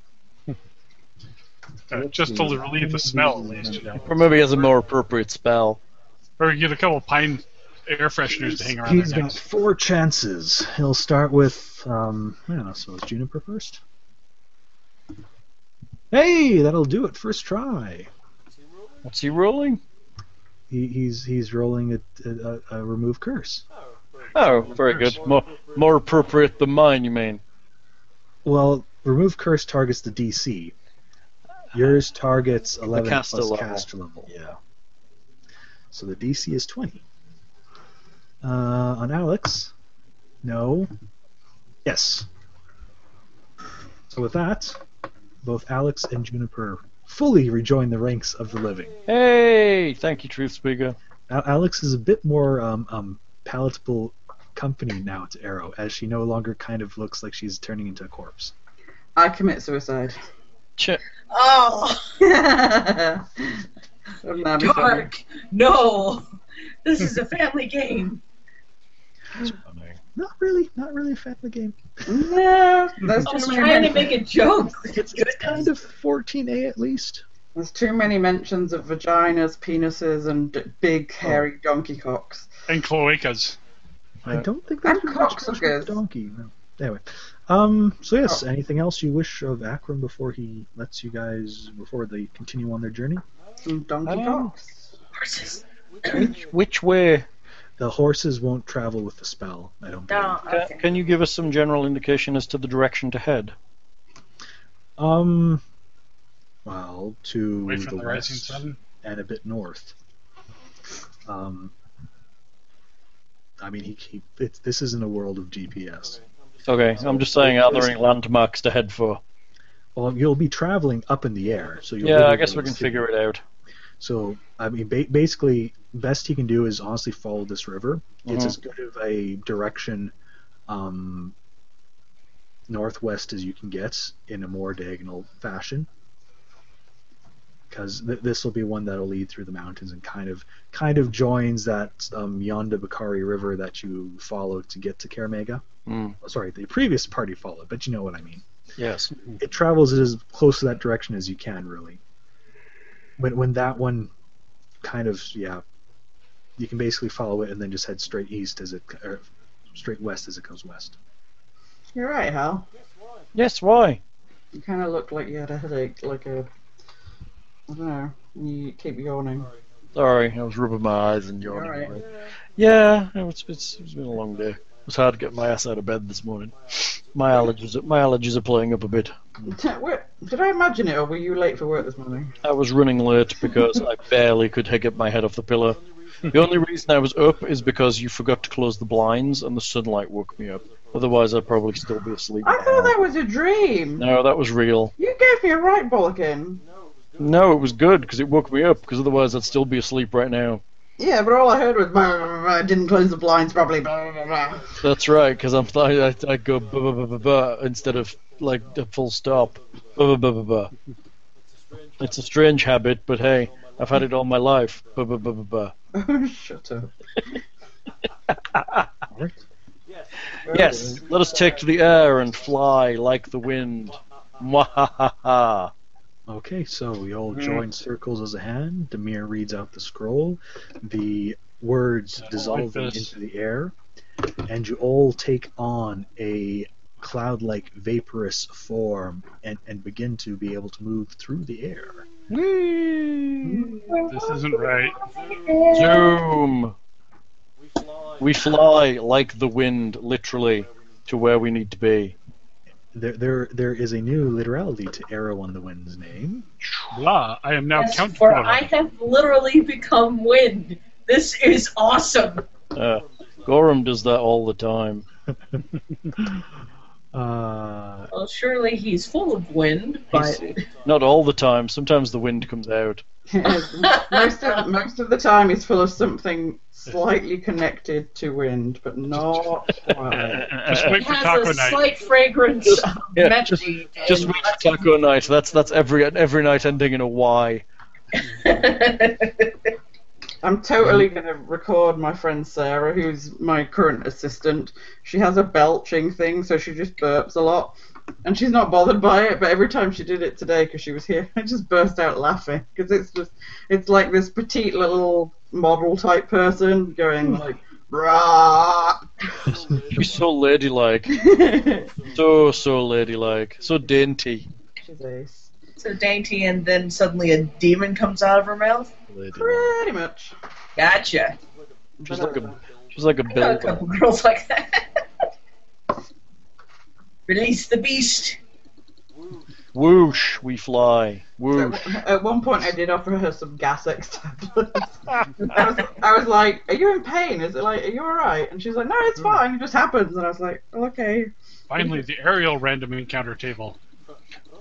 Speaker 5: Uh, just to relieve the smell, at least. You know.
Speaker 2: Or maybe he has a more appropriate spell.
Speaker 5: Or get a couple pine air fresheners to hang around
Speaker 3: he's
Speaker 5: their
Speaker 3: got
Speaker 5: necks.
Speaker 3: four chances. He'll start with um, I don't know. So is Juniper first? Hey, that'll do it. First try.
Speaker 2: What's he rolling?
Speaker 3: He, he's he's rolling a, a, a remove curse.
Speaker 2: Oh, very good. More, more appropriate than mine, you mean?
Speaker 3: Well, remove curse targets the DC. Yours targets eleven
Speaker 2: caster
Speaker 3: plus
Speaker 2: level.
Speaker 3: caster level. Yeah. So the DC is twenty. Uh, on Alex, no. Yes. So with that, both Alex and Juniper fully rejoin the ranks of the living.
Speaker 2: Hey, thank you, Truth Speaker.
Speaker 3: Al- Alex is a bit more um, um, palatable company now to Arrow, as she no longer kind of looks like she's turning into a corpse.
Speaker 4: I commit suicide.
Speaker 2: Ch-
Speaker 6: Oh,
Speaker 4: Wouldn't that be funny?
Speaker 6: dark. No. This is a family game.
Speaker 3: Not really, not really a fan of the game.
Speaker 4: No, there's
Speaker 6: I was
Speaker 4: too, many
Speaker 6: trying to make
Speaker 4: mentions,
Speaker 6: a joke.
Speaker 3: It's, it's kind of 14A at least.
Speaker 4: there's too many mentions of vaginas, penises, and d- big hairy donkey cocks.
Speaker 5: And cloacas.
Speaker 3: I
Speaker 2: Yeah.
Speaker 3: don't think
Speaker 4: And
Speaker 3: that's been much mention of
Speaker 4: cocksuckers.
Speaker 3: donkey. No. Anyway, um, so yes, anything else you wish of Akram before he lets you guys before they continue on their journey?
Speaker 4: Some donkey
Speaker 2: Oh.
Speaker 4: cocks.
Speaker 6: Horses.
Speaker 2: Which, which way?
Speaker 3: The horses won't travel with the spell. I don't. believe.
Speaker 6: No.
Speaker 2: Ca-
Speaker 6: Okay.
Speaker 2: Can you give us some general indication as to the direction to head?
Speaker 3: Um. Well, to
Speaker 5: Away from the, rising
Speaker 3: west.
Speaker 5: sun.
Speaker 3: and a bit north. Um, I mean, he, he it's, this isn't a world of GPS.
Speaker 2: Okay, I'm just saying, are there any landmarks to head for?
Speaker 3: Well, you'll be traveling up in the air, so you'll
Speaker 2: Yeah, I
Speaker 3: literally
Speaker 2: guess we
Speaker 3: be
Speaker 2: can
Speaker 3: able to see.
Speaker 2: figure it out.
Speaker 3: So, I mean, ba- basically, best he can do is honestly follow this river. It's
Speaker 2: Mhm.
Speaker 3: as good of a direction um, northwest as you can get in a more diagonal fashion. Because th- this will be one that'll lead through the mountains and kind of kind of joins that um, Yonda Bakari River that you followed to get to Karamega.
Speaker 2: Mm.
Speaker 3: Oh, sorry, the previous party followed, but you know what I mean
Speaker 2: Yes.
Speaker 3: it travels as close to that direction as you can, really. When when that one kind of yeah, you can basically follow it and then just head straight east as it or straight west as it goes west.
Speaker 4: You're right, Hal.
Speaker 2: Yes, why?
Speaker 4: You kind of looked like you had a headache, like a. I don't know. You keep yawning.
Speaker 2: Sorry, I was rubbing my eyes and
Speaker 4: You're
Speaker 2: yawning.
Speaker 4: all right.
Speaker 2: Yeah, it's, it's, it's been a long day. It was hard to get my ass out of bed this morning. My allergies, my allergies are playing up a bit.
Speaker 4: Wait, Did I imagine it, or were you late for work this morning?
Speaker 2: I was running late because I barely could get my head off the pillow. The only reason I was up is because you forgot to close the blinds and the sunlight woke me up. Otherwise, I'd probably still be asleep.
Speaker 4: I thought that was a dream.
Speaker 2: No, that was real.
Speaker 4: You gave me a right bollocking.
Speaker 2: No, it was good because it woke me up. Because otherwise, I'd still be asleep right now.
Speaker 4: Yeah, but all I heard was blah, blah, blah, blah, didn't close the blinds properly. Blah, blah, blah, blah.
Speaker 2: That's right. Because I'm I, I, I go buh, buh, buh, buh, buh, instead of like a full stop. Buh, buh, buh, buh, buh. It's a strange habit, but hey, I've had it all my life. Buh, buh, buh, buh, buh.
Speaker 4: Oh, shut up.
Speaker 2: Yes, let us take to the air and fly like the wind. Mwahaha.
Speaker 3: Okay, so we all join circles as a hand. Demir reads out the scroll, the words
Speaker 5: I don't like
Speaker 3: dissolving
Speaker 5: this.
Speaker 3: into the air, and you all take on a cloud like vaporous form and, and begin to be able to move through the air.
Speaker 5: This isn't right.
Speaker 2: Zoom. We fly like the wind, literally, to where we need to be.
Speaker 3: There, there, there is a new literality to Arrow on the Wind's name.
Speaker 5: La, I am now
Speaker 6: Yes,
Speaker 5: Count
Speaker 6: for
Speaker 5: Corona.
Speaker 6: I have literally become wind. This is awesome.
Speaker 2: Uh, Gorham does that all the time.
Speaker 3: Uh,
Speaker 6: Well, surely he's full of wind, but
Speaker 2: Not all the time. Sometimes the wind comes out.
Speaker 4: most, of, most of the time he's full of something slightly connected to wind, but not quite.
Speaker 5: Just
Speaker 6: he
Speaker 5: wait for
Speaker 6: has
Speaker 5: Taco
Speaker 6: a
Speaker 5: Night.
Speaker 6: slight fragrance of
Speaker 2: yeah,
Speaker 6: magic.
Speaker 2: just- Just wait for taco night. That's that's every every night ending in a Y.
Speaker 4: I'm totally going to record my friend Sarah, who's my current assistant. She has a belching thing, so she just burps a lot. And she's not bothered by it, but every time she did it today, because she was here, I just burst out laughing. Because it's just, it's like this petite little model type person going like, brah.
Speaker 2: She's so ladylike,
Speaker 4: she's
Speaker 2: so so ladylike, so dainty.
Speaker 4: ace.
Speaker 6: so dainty, and then suddenly a demon comes out of her mouth.
Speaker 2: Ladylike.
Speaker 4: Pretty much.
Speaker 6: Gotcha.
Speaker 2: She's like a she's like a
Speaker 6: I know a
Speaker 2: builder.
Speaker 6: couple girls like that. Release the beast.
Speaker 2: Whoosh, we fly. Whoosh.
Speaker 4: At one point, I did offer her some Gasex tablets. I was, I was like, "Are you in pain? Is it like, are you all right?" And she's like, "No, it's fine. It just happens." And I was like, well, "Okay."
Speaker 5: Finally, the aerial random encounter table.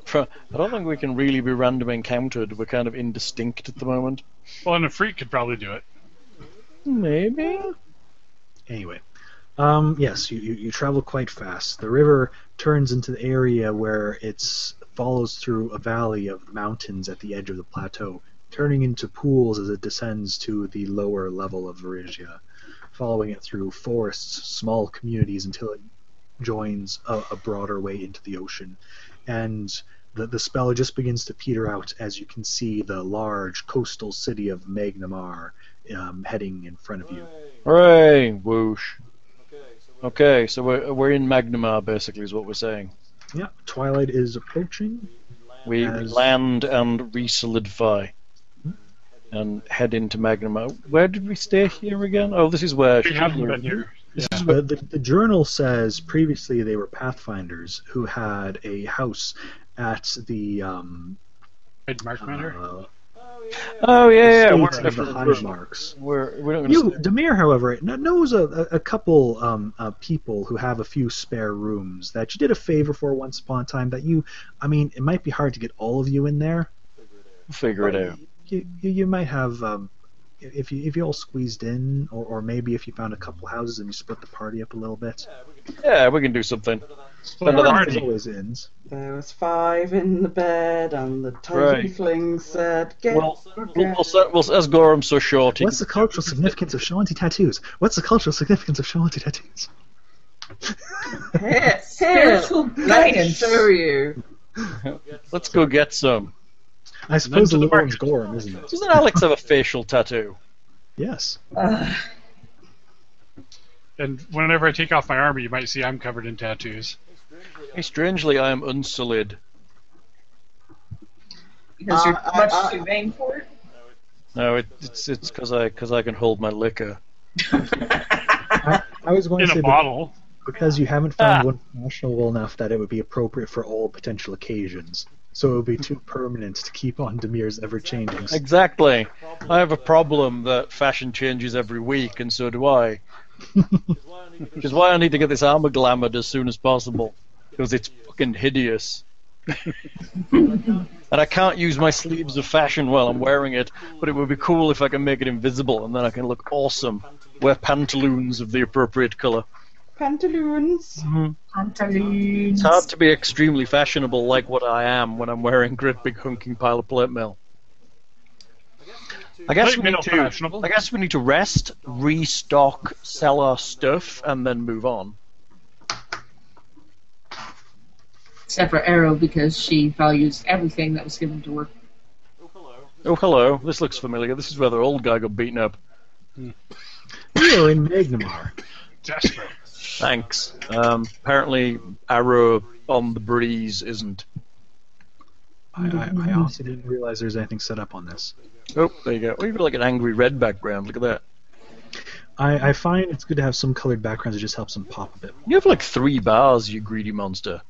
Speaker 2: Pro- I don't think we can really be random encountered. We're kind of indistinct at the moment.
Speaker 5: Well, and a freak could probably do it.
Speaker 2: Maybe.
Speaker 3: Anyway, um, yes, you, you, you travel quite fast. The river turns into the area where it's follows through a valley of mountains at the edge of the plateau, turning into pools as it descends to the lower level of Virigia, following it through forests, small communities until it joins a, a broader way into the ocean. And the, the spell just begins to peter out as you can see the large coastal city of Magnamar um, heading in front of you.
Speaker 2: Hooray! Whoosh. Okay, so we're we're in Magnamar basically is what we're saying.
Speaker 3: Yeah, twilight is approaching.
Speaker 2: We
Speaker 3: As-
Speaker 2: land and re-solidify and head into Magnamar. Where did we stay here again? Oh, this is where.
Speaker 5: We haven't been here.
Speaker 2: This is where
Speaker 3: The, the, the journal says previously they were pathfinders who had a house at the um,
Speaker 5: Red Mark Manor.
Speaker 3: uh,
Speaker 2: Oh yeah, yeah, we're
Speaker 3: estates
Speaker 2: in a
Speaker 3: of the
Speaker 2: different
Speaker 3: High
Speaker 2: room.
Speaker 3: Marks.
Speaker 2: We're we're not going
Speaker 3: You,
Speaker 2: to.
Speaker 3: Demir, however, kn- knows a, a- a couple um, uh, people who have a few spare rooms that you did a favor for once upon a time. That you, I mean, it might be hard to get all of you in there.
Speaker 2: Figure it out.
Speaker 3: You, you, you might have um, if you if you all squeezed in, or, or maybe if you found a couple houses and you split the party up a little bit.
Speaker 2: Yeah, we can do something.
Speaker 5: Split
Speaker 2: Another-
Speaker 3: It
Speaker 5: party.
Speaker 3: always ends.
Speaker 4: There was five in the bed, and the
Speaker 2: Right.
Speaker 4: tiefling said, "Get
Speaker 2: Well,
Speaker 4: up
Speaker 2: We'll,
Speaker 4: again."
Speaker 2: we'll, set- we'll, as Gorham's so short, he
Speaker 3: What's the cultural significance of Shanti tattoos? What's the cultural significance of Shanti tattoos?
Speaker 4: Here, here,
Speaker 6: Spiritual
Speaker 4: let's
Speaker 6: guidance.
Speaker 4: show you.
Speaker 2: Let's go get some.
Speaker 3: I suppose the
Speaker 5: to the
Speaker 3: little one's
Speaker 5: market.
Speaker 3: Gorham, isn't it?
Speaker 2: Doesn't Alex have a facial tattoo?
Speaker 3: Yes.
Speaker 6: Ugh.
Speaker 5: And whenever I take off my armor, you might see I'm covered in tattoos.
Speaker 2: Hey, strangely, I am unsullied.
Speaker 6: because you're
Speaker 4: Uh,
Speaker 6: much
Speaker 4: uh,
Speaker 6: too vain for it.
Speaker 2: No, it, it's it's because I because I can hold my liquor.
Speaker 3: I, I was going
Speaker 5: In
Speaker 3: to say
Speaker 5: a
Speaker 3: that
Speaker 5: bottle. Ah.
Speaker 3: because you haven't found one fashionable enough that it would be appropriate for all potential occasions. So it would be too permanent to keep on Demir's ever changing.
Speaker 2: Exactly. I have a problem that fashion changes every week, and so do I. Which is why I need to get this armor glamoured as soon as possible because it's fucking hideous. And I can't use my sleeves of fashion while I'm wearing it, but it would be cool if I can make it invisible and then I can look awesome. Wear pantaloons of the appropriate color.
Speaker 4: Pantaloons.
Speaker 6: Pantaloons.
Speaker 2: It's hard to be extremely fashionable like what I am when I'm wearing great big hunking pile of plate mail. I guess
Speaker 5: Plate
Speaker 2: we need
Speaker 5: mail
Speaker 2: to.
Speaker 5: fashionable.
Speaker 2: I guess we need to rest, restock, sell our stuff, and then move on.
Speaker 6: Except for Arrow because she values everything that was given to her.
Speaker 2: Oh hello, this looks familiar. This is where the old guy got beaten up.
Speaker 3: We are in Magnamar.
Speaker 5: Desperate.
Speaker 2: Thanks. Um, apparently, arrow on the breeze isn't.
Speaker 3: I, I, I honestly didn't realize there's anything set up on this.
Speaker 2: Oh, there you go. Oh, you've got like an angry red background. Look at that.
Speaker 3: I, I find it's good to have some colored backgrounds. It just helps them pop a bit.
Speaker 2: You have like three bars, you greedy monster.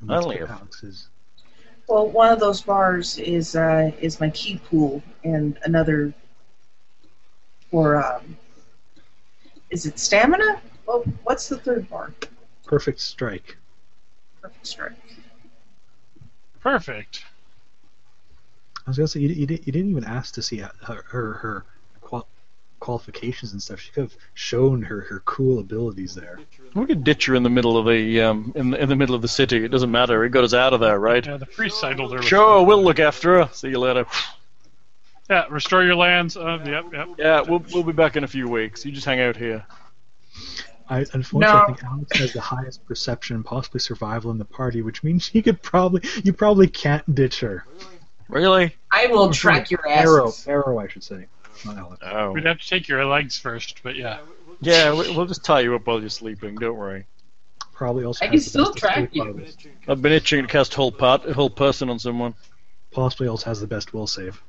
Speaker 3: And that's
Speaker 2: Only if-
Speaker 3: what Alex is.
Speaker 6: Well, one of those bars is uh, is my key pool, and another for um, is it stamina? Well, what's the third bar?
Speaker 3: Perfect strike.
Speaker 6: Perfect strike.
Speaker 5: Perfect.
Speaker 3: I was gonna say you, you, didn't, you didn't even ask to see her her, her qual- qualifications and stuff. She could have shown her her cool abilities there.
Speaker 2: We could ditch her in the middle of the um, in the, in the middle of the city. It doesn't matter. It got us out of there, right?
Speaker 5: Yeah, the priest idol there. was-
Speaker 2: Sure, we'll look after her. See you later.
Speaker 5: Yeah, restore your lands. Uh, yep, yep.
Speaker 2: Yeah, we'll we'll be back in a few weeks. You just hang out here.
Speaker 3: I unfortunately
Speaker 6: No.
Speaker 3: I think Alex has the highest perception and possibly survival in the party, which means she could probably you probably can't ditch her.
Speaker 2: Really?
Speaker 4: I will track your ass.
Speaker 3: Arrow, arrow, I should say. Not Alex.
Speaker 2: Oh.
Speaker 5: We'd have to take your legs first, but yeah.
Speaker 2: Yeah, we- we'll just tie you up while you're sleeping. Don't worry.
Speaker 3: Probably also.
Speaker 4: I
Speaker 3: has
Speaker 4: can
Speaker 3: the
Speaker 4: still
Speaker 3: best
Speaker 4: track
Speaker 3: escape
Speaker 4: you.
Speaker 3: out of this.
Speaker 2: I've been itching to cast whole part, whole person on someone.
Speaker 3: Possibly also has the best will save.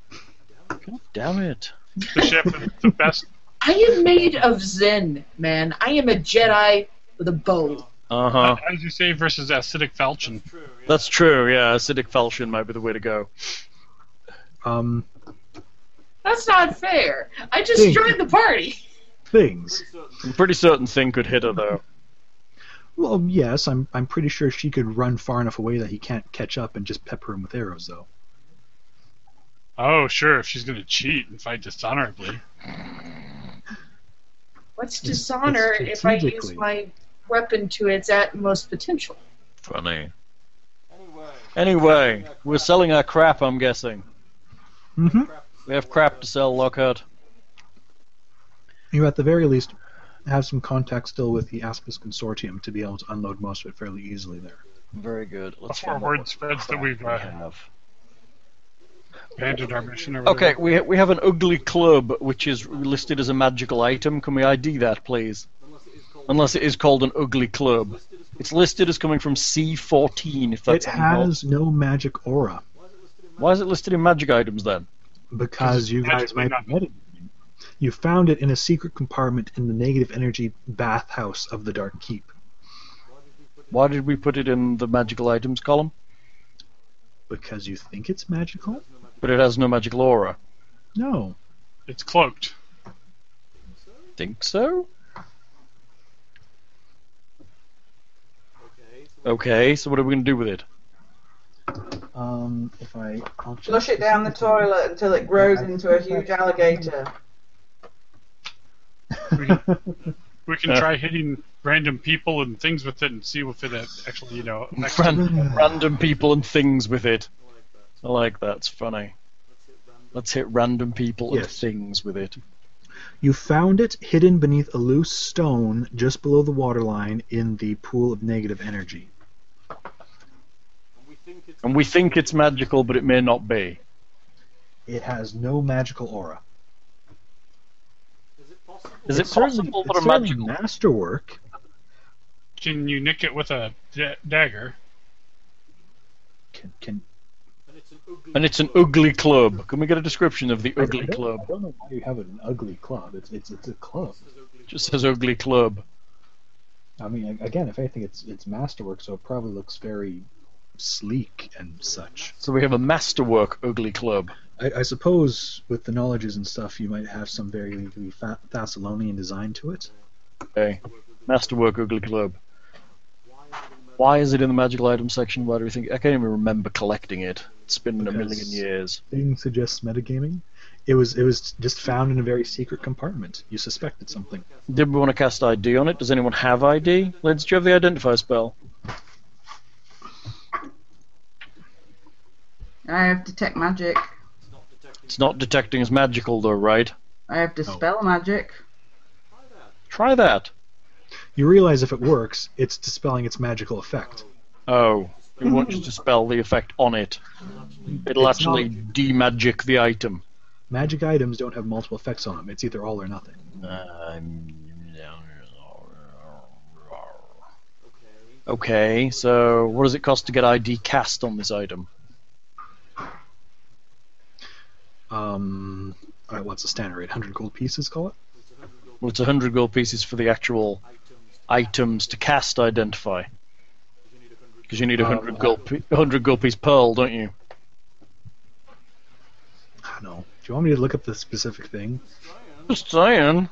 Speaker 2: Damn it.
Speaker 5: The ship is the best.
Speaker 6: I am made of Zen, man. I am a Jedi with a bow.
Speaker 2: Uh huh.
Speaker 5: As you say, versus acidic falchion.
Speaker 2: That's true. Yeah, acidic falchion might be the way to go.
Speaker 3: Um,
Speaker 6: That's not fair. I
Speaker 3: Hey.
Speaker 6: just joined the party.
Speaker 3: things.
Speaker 2: I'm pretty certain thing could hit her though.
Speaker 3: Well, yes, I'm. I'm pretty sure she could run far enough away that he can't catch up and just pepper him with arrows, though.
Speaker 5: Oh, sure, if she's going to cheat and fight dishonorably.
Speaker 6: What's dishonor if I use
Speaker 3: strategically.
Speaker 6: my weapon to its utmost potential?
Speaker 2: Funny. Anyway, we're selling our crap. I'm guessing
Speaker 3: Mm-hmm.
Speaker 2: we have crap to sell, Lockhart.
Speaker 3: You at the very least have some contact still with the Aspis Consortium to be able to unload most of it fairly easily there.
Speaker 2: Very good. Let's
Speaker 5: Before
Speaker 2: find out
Speaker 5: word
Speaker 2: what
Speaker 5: spreads that
Speaker 2: crap
Speaker 5: we've
Speaker 2: we
Speaker 5: uh,
Speaker 2: have.
Speaker 5: abandoned our mission or whatever.
Speaker 2: Okay, we we have an ugly club which is listed as a magical item. Can we ID that, please? Unless it is called an ugly club. It's listed as coming from C14. If that's
Speaker 3: it
Speaker 2: any help.
Speaker 3: has no magic aura
Speaker 2: Why is it listed in magic items then?
Speaker 3: because you guys
Speaker 5: magically
Speaker 3: might have met it. You found it in a secret compartment in the negative energy bathhouse of the Dark Keep.
Speaker 2: Why did we put it in the magical items column?
Speaker 3: Because you think it's magical?
Speaker 2: But it has no magical aura.
Speaker 3: No.
Speaker 5: It's cloaked.
Speaker 2: Think so? Okay, so what are we going to do with it?
Speaker 3: Um, if I I'll check
Speaker 4: Flush
Speaker 3: this
Speaker 4: it down the
Speaker 3: out.
Speaker 4: toilet until it grows into a huge alligator.
Speaker 5: We can, we can
Speaker 2: Yeah.
Speaker 5: try hitting random people and things with it and see if it actually, you know, affects
Speaker 2: Ran- random people and things with it. I like that. It's funny. Let's hit random people and
Speaker 3: Yes.
Speaker 2: things with it.
Speaker 3: You found it hidden beneath a loose stone just below the waterline in the pool of negative energy.
Speaker 2: And we think it's magical, but it may not be.
Speaker 3: It has no magical aura.
Speaker 2: Is it
Speaker 3: It's certainly-
Speaker 2: possible
Speaker 3: it's
Speaker 2: that a
Speaker 3: certainly
Speaker 2: magical?
Speaker 3: masterwork
Speaker 5: Can you nick it with a da- dagger?
Speaker 3: can can
Speaker 2: And it's an ugly club. Can we get a description of the
Speaker 3: I
Speaker 2: ugly
Speaker 3: don't- I
Speaker 2: club?
Speaker 3: don't know why you have an ugly club. It's it's it's a club.
Speaker 2: It just says ugly club.
Speaker 3: I mean, a- again, if anything, it's it's masterwork, so it probably looks very sleek and such.
Speaker 2: So we have a masterwork ugly club.
Speaker 3: I, I suppose with the knowledges and stuff, you might have some very fa- Thessalonian design to it.
Speaker 2: Okay, masterwork ugly club. Why is it in the magical item section? Why do we think I can't even remember collecting it? It's been a million
Speaker 3: Because-
Speaker 2: years.
Speaker 3: Thing suggests metagaming. It was it was just found in a very secret compartment. You suspected something.
Speaker 2: Did we want to cast ID on it? Does anyone have ID? Lindsay, do you have the identify spell?
Speaker 4: I have detect magic.
Speaker 2: It's not detecting as magical though, right?
Speaker 4: I have dispel magic.
Speaker 2: Try that.
Speaker 3: You realize if it works, it's dispelling its magical effect.
Speaker 2: Oh, you want to dispel the effect on it. It'll
Speaker 3: It's not-
Speaker 2: actually demagic the item.
Speaker 3: Magic items don't have multiple effects on them. It's either all or nothing.
Speaker 2: Okay, so what does it cost to get ID cast on this item?
Speaker 3: Um, all right, what's the standard rate? 100 gold pieces, call it?
Speaker 2: Well, it's 100 gold pieces for the actual items to cast identify. Because you need a 100
Speaker 3: Uh,
Speaker 2: gold, pe- 100 gold piece pearl, don't you?
Speaker 3: I don't know. Do you want me to look up the specific thing?
Speaker 2: Just saying.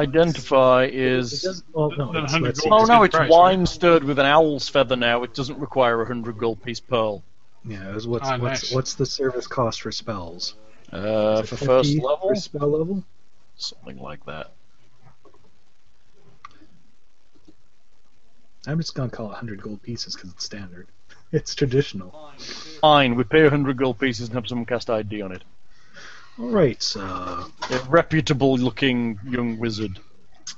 Speaker 2: Identify
Speaker 3: It
Speaker 2: is.
Speaker 3: doesn't. Well, no.
Speaker 5: Then
Speaker 3: It's,
Speaker 5: 100
Speaker 3: let's see.
Speaker 5: gold.
Speaker 2: Oh no,
Speaker 5: good
Speaker 2: it's
Speaker 5: price,
Speaker 2: wine stirred with an owl's feather now. It doesn't require a 100 gold piece pearl.
Speaker 3: Yeah, it was what's,
Speaker 5: Ah,
Speaker 3: what's,
Speaker 5: nice.
Speaker 3: what's the service cost for spells?
Speaker 2: Uh,
Speaker 3: Is
Speaker 2: for
Speaker 3: it
Speaker 2: first
Speaker 3: 50
Speaker 2: level?
Speaker 3: For spell level?
Speaker 2: Something like that.
Speaker 3: I'm just going to call it 100 gold pieces because it's standard. It's traditional.
Speaker 2: Fine, we pay 100 gold pieces and have someone cast ID on it.
Speaker 3: All right. Uh,
Speaker 2: A reputable looking young wizard.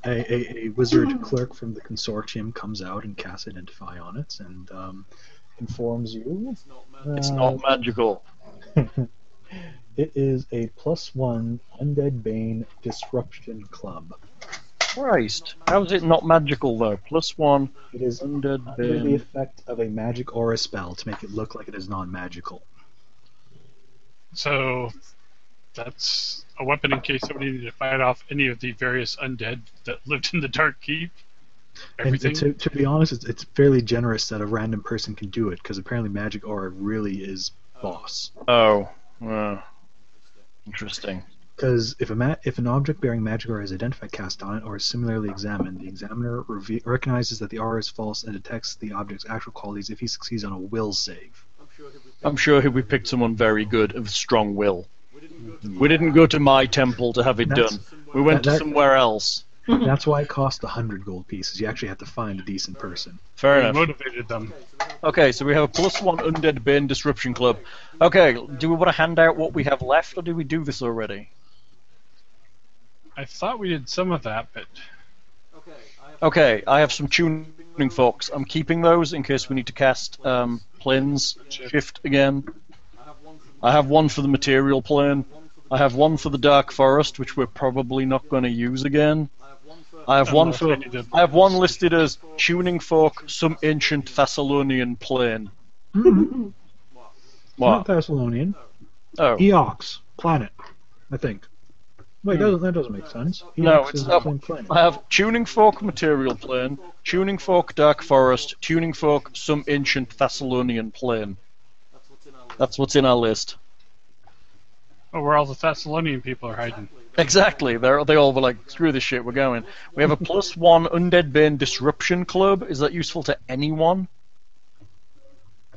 Speaker 3: a, a, a wizard clerk from the consortium comes out and casts Identify on it and um, informs you.
Speaker 2: It's
Speaker 3: uh,
Speaker 2: not magical.
Speaker 3: It is a plus one Undead Bane Disruption Club.
Speaker 2: Christ. How is it not magical though? Plus one,
Speaker 3: It is
Speaker 2: undead
Speaker 3: under the
Speaker 2: bane.
Speaker 3: effect of a magic aura spell to make it look like it is non-magical.
Speaker 5: So that's a weapon in case somebody needed to fight off any of the various undead that lived in the Dark Keep.
Speaker 3: And
Speaker 5: Everything.
Speaker 3: to, to be honest, it's, it's fairly generous that a random person can do it because apparently magic aura really is boss.
Speaker 2: Oh. uh, interesting.
Speaker 3: Because if a ma- if an object bearing magic aura is identified cast on it or is similarly examined, the examiner reve- recognizes that the aura is false and detects the object's actual qualities if he succeeds on a will save.
Speaker 2: I'm sure we picked someone very good of strong will. We didn't go to my temple to have it
Speaker 3: That's-
Speaker 2: done. We went
Speaker 3: that-
Speaker 2: to somewhere else.
Speaker 3: That's why it costs 100 gold pieces. You actually have to find a decent person.
Speaker 2: Fair
Speaker 5: We
Speaker 2: enough.
Speaker 5: motivated them.
Speaker 2: Okay, so we have a plus one undead bane disruption club. Okay, do we want to hand out what we have left, or do we do this already?
Speaker 5: I thought we did some of that, but
Speaker 2: Okay, I have some tuning forks. I'm keeping those in case we need to cast um, planes shift again. I have one for the material plane. I have one for the dark forest, which we're probably not going to use again. I have one
Speaker 5: Unless we
Speaker 2: for.
Speaker 5: need to-
Speaker 2: I have one listed as tuning fork, some ancient Thessalonian plane.
Speaker 3: Not
Speaker 2: What?
Speaker 3: Hmm. Thessalonian.
Speaker 2: Oh.
Speaker 3: Eox, planet, I think. Wait, doesn't, that doesn't make sense.
Speaker 2: Hmm. No,
Speaker 3: Eox
Speaker 2: it's
Speaker 3: is
Speaker 2: not-
Speaker 3: the same planet.
Speaker 2: I have Tuning Fork Material Plane, Tuning Fork Dark Forest, Tuning Fork Some Ancient Thessalonian Plane. That's what's in our list.
Speaker 5: Oh, where all the Thessalonian people are hiding.
Speaker 2: Exactly. They're, they all were like, screw this shit, we're going. We have a plus one Undead Bane Disruption Club. Is that useful to anyone?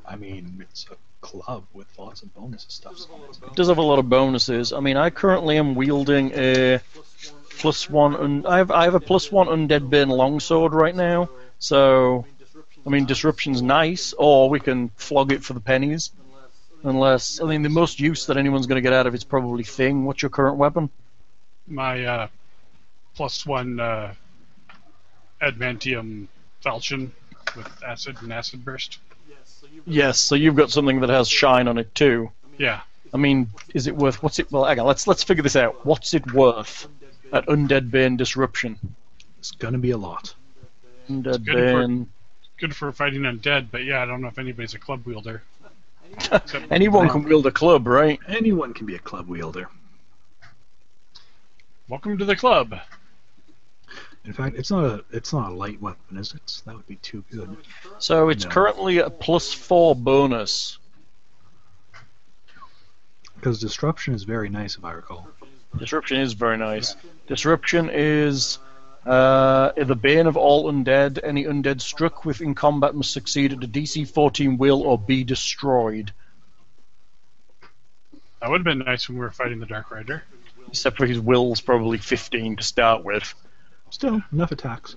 Speaker 3: I mean, it's a club with lots of bonus and stuff. so it's-
Speaker 2: It does have a lot of bonuses. I mean, I currently am wielding a plus one. Un- I have I have a plus one undead bin longsword right now. So, I mean, disruption's nice, or we can flog it for the pennies. Unless, I mean, the most use that anyone's going to get out of it's probably thing. What's your current weapon?
Speaker 5: My uh, plus one uh, Adamantium falchion with acid and acid burst.
Speaker 2: Yes. So you've got something that has shine on it too.
Speaker 5: Yeah.
Speaker 2: I mean, is it worth? What's it? Well, hang on. Let's let's figure this out. What's it worth at undead bin disruption?
Speaker 3: It's gonna be a lot.
Speaker 2: Undead
Speaker 5: good for-
Speaker 2: bin.
Speaker 5: Good for fighting undead, but yeah, I don't know if anybody's a club wielder.
Speaker 2: Anyone can wield a club, right?
Speaker 3: Anyone can be a club wielder.
Speaker 5: Welcome to the club.
Speaker 3: In fact, it's not a it's not a light weapon, is it? That would be too good.
Speaker 2: So it's
Speaker 3: No.
Speaker 2: currently a plus four bonus.
Speaker 3: Because disruption is very nice, if I recall.
Speaker 2: Disruption is very nice. Disruption is Uh, the bane of all undead. Any undead struck with in combat must succeed at a DC 14 will or be destroyed.
Speaker 5: That would have been nice when we were fighting the Dark Rider.
Speaker 2: Except for his will's probably 15 to start with.
Speaker 3: Still, enough attacks.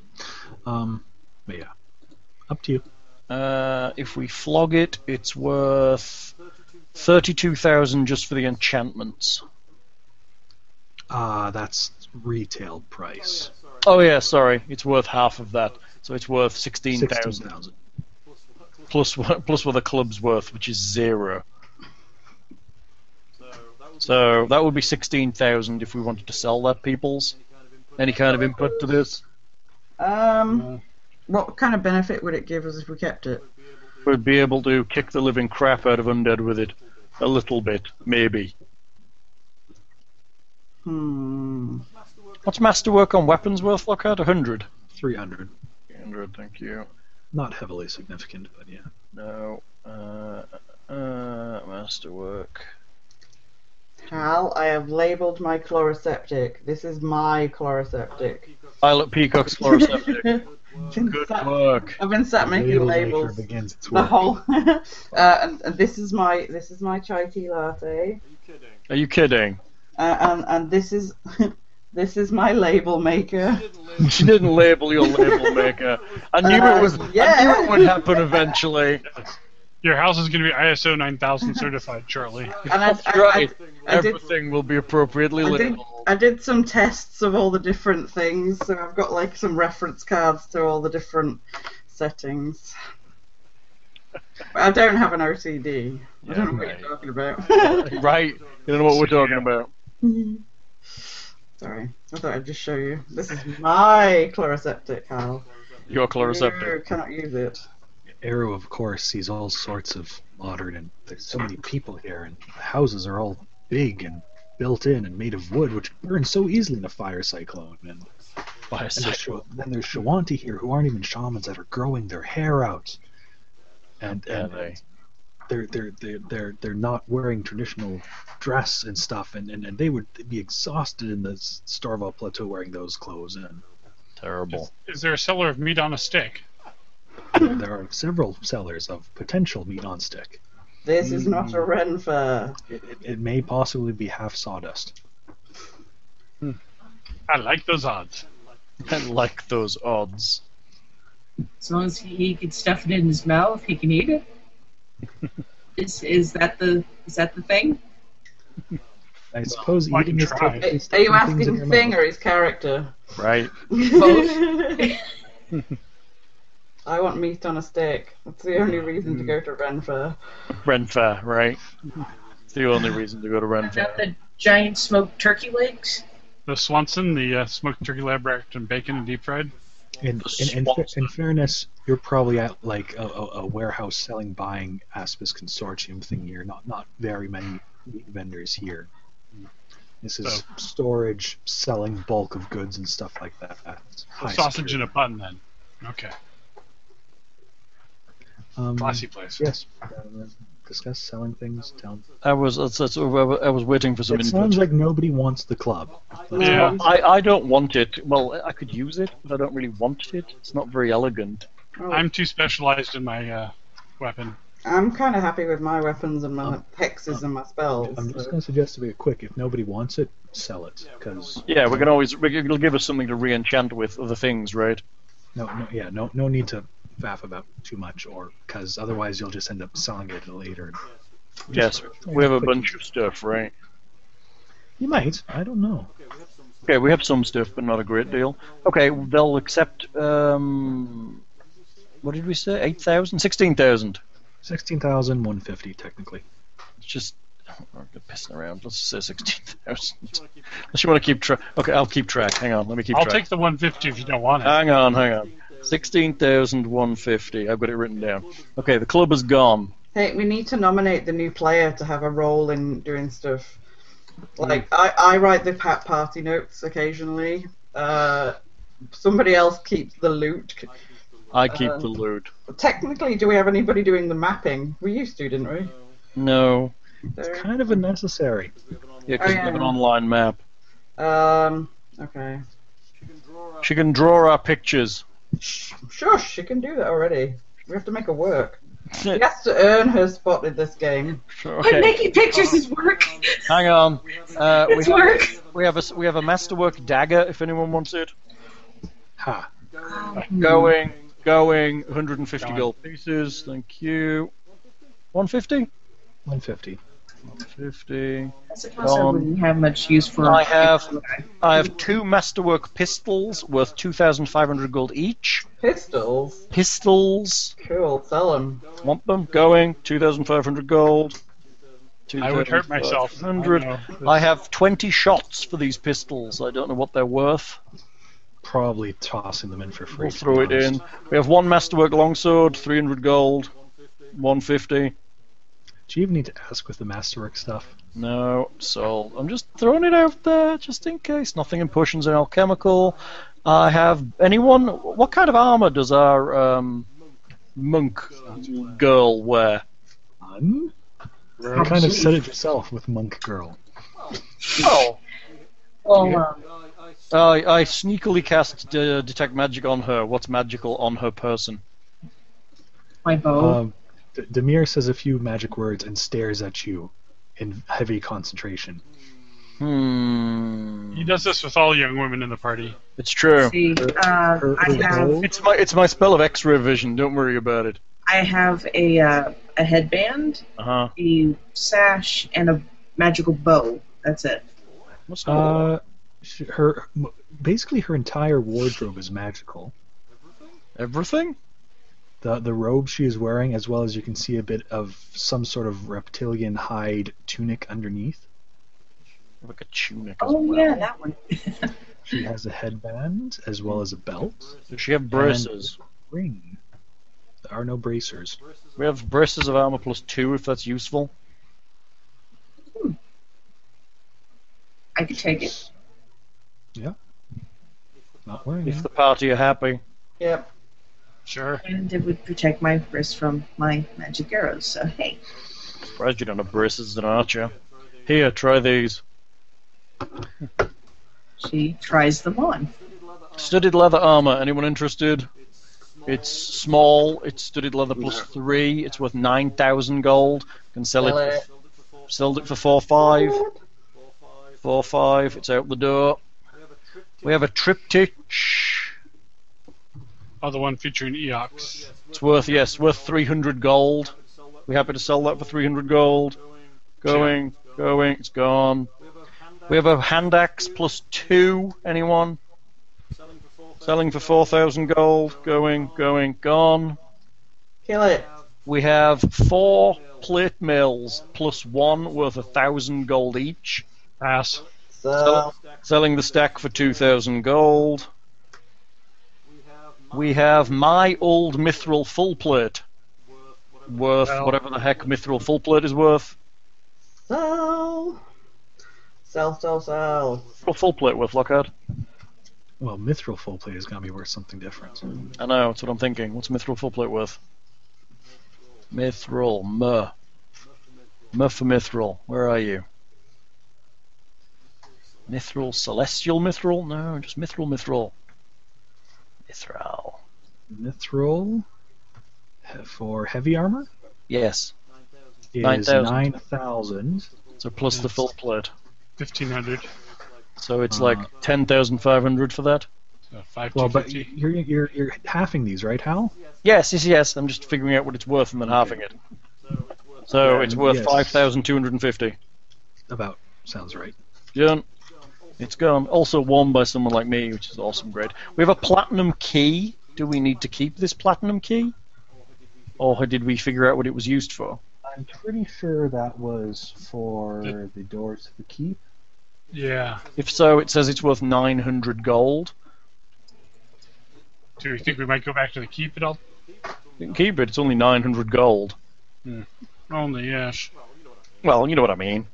Speaker 3: Um, but yeah, up to you.
Speaker 2: Uh, if we flog it, it's worth 32,000 just for the enchantments.
Speaker 3: Uh, that's retail price.
Speaker 2: Oh yeah, sorry, it's worth half of that, so it's worth 16,000
Speaker 3: 16,000.
Speaker 2: plus what plus what the club's worth, which is zero. So that would be 16,000 if we wanted to sell that people's. Any kind of input to this?
Speaker 4: Um, what kind of benefit would it give us if we kept it?
Speaker 2: We'd be able to kick the living crap out of undead with it, a little bit, maybe.
Speaker 4: Hmm.
Speaker 2: What's masterwork on weapons worth, Lockhart? 100.
Speaker 3: 300.
Speaker 2: 100, thank you.
Speaker 3: Not heavily significant, but yeah.
Speaker 2: No. Uh, uh, masterwork.
Speaker 4: Hal, I have labelled my chloroseptic. This is my chloroseptic.
Speaker 2: Pilot Peacock's fluoresceptic.
Speaker 4: Been
Speaker 2: Good
Speaker 4: sat-
Speaker 2: work.
Speaker 4: I've been sat making
Speaker 3: Label maker
Speaker 4: labels
Speaker 3: begins its
Speaker 4: the
Speaker 3: work.
Speaker 4: whole. uh, and, and this is my this is my chai tea latte,
Speaker 2: Are you kidding?
Speaker 4: uh, and and this is this is my label maker.
Speaker 2: She didn't label your label maker. I knew
Speaker 4: Uh,
Speaker 2: it was. I knew
Speaker 4: yeah.
Speaker 2: it would happen eventually.
Speaker 5: Your house is going to be ISO 9000 certified shortly.
Speaker 4: And I,
Speaker 2: That's
Speaker 4: I-
Speaker 2: right.
Speaker 4: I did-
Speaker 2: Everything will be appropriately
Speaker 4: I did,
Speaker 2: labeled.
Speaker 4: I did some tests of all the different things, so I've got like some reference cards to all the different settings. But I don't have an OCD. I
Speaker 2: Yeah,
Speaker 4: don't know
Speaker 2: right.
Speaker 4: what you're talking
Speaker 2: Right. You don't know what we're talking about.
Speaker 4: about. Sorry, I thought I'd just show you. This is my chloroseptic, Hal.
Speaker 2: Your
Speaker 4: You
Speaker 2: chloroseptic.
Speaker 4: cannot use it.
Speaker 3: Arrow, of course, sees all sorts of modern, and there's so many people here, and the houses are all big and built in and made of wood, which burns so easily in a fire cyclone. And
Speaker 2: By a
Speaker 3: and there's,
Speaker 2: second.
Speaker 3: Shaw- then there's Shawanti here, who aren't even shamans, that are growing their hair out, and,
Speaker 2: Yeah,
Speaker 3: and
Speaker 2: they-
Speaker 3: they're they're they're they're they're not wearing traditional dress and stuff, and, and, and they would be exhausted in the S- Starval Plateau wearing those clothes. And
Speaker 2: Terrible.
Speaker 5: Is there a seller of meat on a stick?
Speaker 3: there are several sellers of potential meat on stick.
Speaker 4: This is not
Speaker 2: Mm.
Speaker 4: a Ren fair.
Speaker 3: It, it, it may possibly be half sawdust.
Speaker 5: I like those odds.
Speaker 2: I like those odds.
Speaker 7: As long as he can stuff it in his mouth, he can eat it. is is that the is that the thing?
Speaker 3: I suppose
Speaker 5: I
Speaker 3: eating
Speaker 5: can
Speaker 3: is
Speaker 5: try.
Speaker 3: technically
Speaker 4: Are you
Speaker 3: sticking things in
Speaker 4: asking
Speaker 3: your
Speaker 4: the
Speaker 3: mouth.
Speaker 4: thing or his character?
Speaker 2: Right.
Speaker 4: I want meat on a steak. That's the only reason to go to Renfair.
Speaker 2: Renfair, right? It's the only reason to go to
Speaker 7: Not
Speaker 2: Renfair.
Speaker 7: the giant smoked turkey legs.
Speaker 5: The Swanson, the uh, smoked turkey lab wrapped in bacon and deep fried.
Speaker 3: In, in, in, fa- in fairness, you're probably at like a, a, a warehouse selling, buying Aspis Consortium thing here. Not not very many meat vendors here. This is
Speaker 5: So-
Speaker 3: storage, selling bulk of goods and stuff like that. That's high
Speaker 5: sausage in
Speaker 3: security.
Speaker 5: a bun, then. Okay.
Speaker 3: um,
Speaker 5: Classy place.
Speaker 3: Yes. Uh, discuss selling things. Down.
Speaker 2: I was. That's, that's, I was waiting for some
Speaker 3: It
Speaker 2: input.
Speaker 3: sounds like nobody wants the club.
Speaker 5: Yeah.
Speaker 2: I, I don't want it. Well, I could use it, but I don't really want it. It's not very elegant.
Speaker 5: I'm too specialized in my uh, weapon.
Speaker 4: I'm kind of happy with my weapons and my hexes and my spells.
Speaker 3: Oh. I'm just
Speaker 4: so-
Speaker 3: going to suggest to be quick. If nobody wants it, sell it. Because
Speaker 2: Yeah, we can always. we- It'll give us something to re-enchant with other things, right?
Speaker 3: No, no, yeah, no, no need to faff about too much, or because otherwise you'll just end up selling it later.
Speaker 2: Yes, we have a bunch of stuff, right?
Speaker 3: You might. I don't know.
Speaker 2: Okay, we have some stuff, but not a great deal. Okay, they'll accept. Um, what did we say? Eight thousand, sixteen thousand.
Speaker 3: Sixteen thousand one fifty, technically.
Speaker 2: It's just I'm pissing around. Let's just say sixteen thousand. Unless you want to keep track. Okay, I'll keep track. Hang on, let me keep
Speaker 5: I'll
Speaker 2: track.
Speaker 5: take the 150 if you don't want it.
Speaker 2: Hang on, hang on. 16,150. I've got it written down. Okay, the club is gone.
Speaker 4: Hey, we need to nominate the new player to have a role in doing stuff.
Speaker 3: Mm.
Speaker 4: Like I, I write the pat party notes occasionally. Uh, somebody else keeps the loot. C-
Speaker 2: I keep
Speaker 4: Uh,
Speaker 2: the loot.
Speaker 4: Technically, do we have anybody doing the mapping? We used to, didn't we?
Speaker 2: No.
Speaker 4: So-
Speaker 3: Uh, Kind of unnecessary.
Speaker 2: Yeah, because we
Speaker 4: Oh, yeah,
Speaker 2: have an
Speaker 4: yeah.
Speaker 2: online map.
Speaker 4: Um. Okay.
Speaker 2: She can draw our pictures.
Speaker 4: Shush, she can do that already. We have to make her work. She has to earn her spot in this game.
Speaker 7: But
Speaker 2: okay,
Speaker 7: making pictures is work.
Speaker 2: hang on. Uh, we,
Speaker 7: It's
Speaker 2: have,
Speaker 7: work.
Speaker 2: we have a s- we have a masterwork dagger if anyone wants it.
Speaker 5: Ha.
Speaker 2: Going, going, 150
Speaker 5: Gone.
Speaker 2: gold pieces. Thank you. 150.
Speaker 3: 150.
Speaker 2: 150.
Speaker 6: I suppose I
Speaker 2: Um,
Speaker 6: wouldn't have much use for.
Speaker 2: I have I have two masterwork pistols worth 2,500 gold each.
Speaker 4: Pistols?
Speaker 2: Pistols.
Speaker 4: Cool, sell them.
Speaker 2: Want them? Going. 2,500 gold.
Speaker 5: I would hurt myself. I
Speaker 2: 2,500.
Speaker 5: know.
Speaker 2: I have 20 shots for these pistols. I don't know what they're worth.
Speaker 3: Probably tossing them in for free.
Speaker 2: We'll
Speaker 3: to
Speaker 2: throw
Speaker 3: be
Speaker 2: it
Speaker 3: honest.
Speaker 2: in. We have one masterwork longsword, 300 gold, 150.
Speaker 3: Do you even need to ask with the masterwork stuff?
Speaker 2: No, so I'm just throwing it out there just in case. Nothing in potions and alchemical. I have anyone. What kind of armor does our um, monk girl wear?
Speaker 3: None? You kind of said it yourself with Monk Girl.
Speaker 2: Oh,
Speaker 6: Well, um,
Speaker 2: I, I sneakily cast uh, detect magic on her. What's magical on her person?
Speaker 7: My
Speaker 2: Uh, Oh.
Speaker 7: bow.
Speaker 3: Um, D- Demir says a few magic words and stares at you in heavy concentration.
Speaker 2: Hmm.
Speaker 5: He does this with all young women in the party.
Speaker 2: It's true.
Speaker 7: See,
Speaker 6: uh,
Speaker 3: Her,
Speaker 6: I
Speaker 3: her
Speaker 6: have
Speaker 3: bow-
Speaker 2: It's my it's my spell of X-ray vision. Don't worry about it.
Speaker 6: I have a uh, a headband,
Speaker 2: Uh huh.
Speaker 6: a sash, and a magical bow. That's it.
Speaker 3: uh, sh- her m- basically her entire wardrobe is magical.
Speaker 2: Everything?
Speaker 3: The the robe she is wearing, as well as you can see a bit of some sort of reptilian hide tunic underneath.
Speaker 2: Like a tunic. as
Speaker 6: Oh
Speaker 2: well.
Speaker 6: yeah, that one.
Speaker 3: She has a headband as well as a belt.
Speaker 2: Does she have braces?
Speaker 3: Ring. There are no bracers.
Speaker 2: We have braces of armor plus two if that's useful.
Speaker 6: I could take it.
Speaker 3: Not wearing
Speaker 2: If
Speaker 3: it.
Speaker 2: the party are happy.
Speaker 4: Yep.
Speaker 5: Sure.
Speaker 6: And it would protect my wrist from my magic arrows. So hey,
Speaker 2: Surprised you don't have braces as an archer. Here, try these.
Speaker 6: she tries them on.
Speaker 2: Studded leather armor. Anyone interested? It's small. It's studded leather plus three. It's worth nine thousand gold. Can sell
Speaker 4: Sell
Speaker 2: it.
Speaker 4: it.
Speaker 2: Sold it for four five. Four five. It's out the door. We have a triptych.
Speaker 5: Oh, the one featuring Eox.
Speaker 2: It's worth yes, worth three hundred gold. We happy to sell that for three hundred gold. Going, going. It's gone. We have a hand axe plus two. Anyone? Selling for four thousand gold. Going, going, gone.
Speaker 4: Kill it.
Speaker 2: We have four plate mills plus one worth a thousand gold each.
Speaker 5: Pass.
Speaker 4: So,
Speaker 2: Selling the stack for 2,000 gold. We have my old mithril full plate, worth
Speaker 5: Well-
Speaker 2: whatever the heck mithril full plate is worth.
Speaker 4: sell. Sell, sell, sell.
Speaker 2: Mithril full plate worth, Lockhart?
Speaker 3: Well, mithril full plate is gonna be worth something different.
Speaker 2: I know, that's what I'm thinking. What's mithril full plate worth? Mithril, mer. Mer for mithril. Where are you? Mithril, celestial mithril? No, just mithril, mithril. Mithril.
Speaker 3: Mithril he- for heavy armor
Speaker 2: Yes.
Speaker 3: is
Speaker 2: 9,000.
Speaker 3: nine thousand.
Speaker 2: So plus the full plate.
Speaker 5: 1500.
Speaker 2: So it's
Speaker 3: Uh,
Speaker 2: like ten thousand five hundred for that.
Speaker 5: So 5
Speaker 3: Well,
Speaker 5: to
Speaker 3: but
Speaker 5: 50.
Speaker 3: you're you're you're halving these, right, Hal?
Speaker 2: Yes, yes, yes. I'm just figuring out what it's worth and then halving it. So it's
Speaker 3: Um,
Speaker 2: worth
Speaker 3: yes.
Speaker 2: five thousand two hundred and fifty.
Speaker 3: About sounds right.
Speaker 2: Done. It's gone. Also worn by someone like me, which is awesome. Great. We have a platinum key. Do we need to keep this platinum key, or did we figure out what it was used for?
Speaker 3: I'm pretty sure that was for
Speaker 5: The-
Speaker 3: the doors to the keep.
Speaker 5: Yeah.
Speaker 2: If so, it says it's worth nine hundred gold.
Speaker 5: Do you think we might go back to the keep it all?
Speaker 2: You can keep it. It's only nine hundred gold.
Speaker 5: Only, yeah. sh-
Speaker 2: Well, you know what I mean.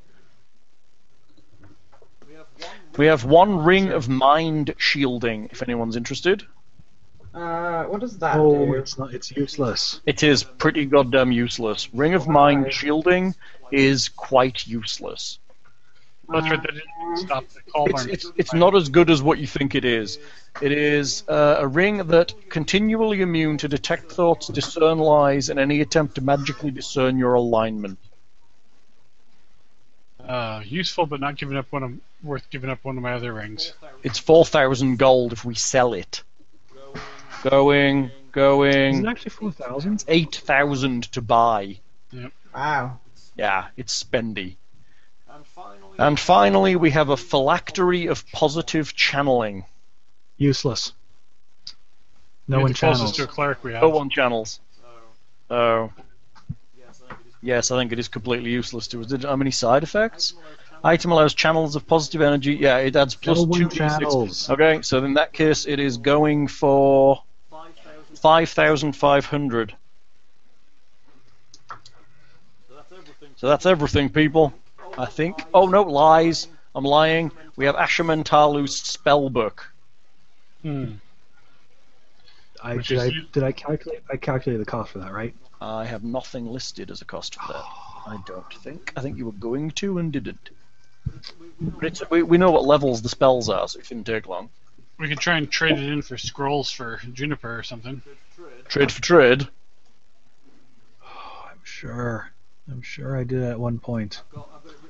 Speaker 2: We have one ring of mind shielding, if anyone's interested.
Speaker 4: Uh, what does that
Speaker 3: Oh,
Speaker 4: do?
Speaker 3: it's not. It's useless.
Speaker 2: It is pretty goddamn useless. Ring of mind
Speaker 4: Alright.
Speaker 2: shielding is quite useless.
Speaker 5: That's right. That didn't stop the call
Speaker 2: It's,
Speaker 5: barn.
Speaker 2: it's, it's not as good as what you think it is. It is uh, a ring that continually immune to detect thoughts, discern lies, and any attempt to magically discern your alignment.
Speaker 5: uh, useful, but not giving up one of worth giving up one of my other rings.
Speaker 2: It's 4,000 gold if we sell it. Going,
Speaker 3: Is it
Speaker 2: going.
Speaker 3: actually 4,000?
Speaker 2: 8,000 to buy.
Speaker 8: Wow.
Speaker 2: Yeah, it's spendy. And finally, we have a phylactery of positive channeling.
Speaker 3: Useless. No
Speaker 5: You're
Speaker 3: one
Speaker 5: the closest
Speaker 3: channels. Oh,
Speaker 5: to a cleric we have.
Speaker 2: No one channels. So, yes, I think it is completely useless to us. Did it have any side effects? Item allows channels of positive energy. Yeah, it adds plus
Speaker 3: No
Speaker 2: two
Speaker 3: one
Speaker 2: D6.
Speaker 3: channels.
Speaker 2: Okay, so in that case, it is going for five thousand five hundred. So that's everything, people. I think. Oh no, lies. I'm lying. We have Ashamentalu's spellbook.
Speaker 5: Hmm.
Speaker 3: I,
Speaker 5: Which
Speaker 3: did,
Speaker 5: is
Speaker 3: I,
Speaker 5: you-
Speaker 3: did I calculate? I calculated the cost for that, right?
Speaker 2: I have nothing listed as a cost for that. I don't think. I think you were going to and didn't. But it's, we, we know what levels the spells are, so it shouldn't take long.
Speaker 5: We could try and trade it in for scrolls for juniper or something.
Speaker 2: Trade for trade.
Speaker 3: Oh, I'm sure. I'm sure I did at one point.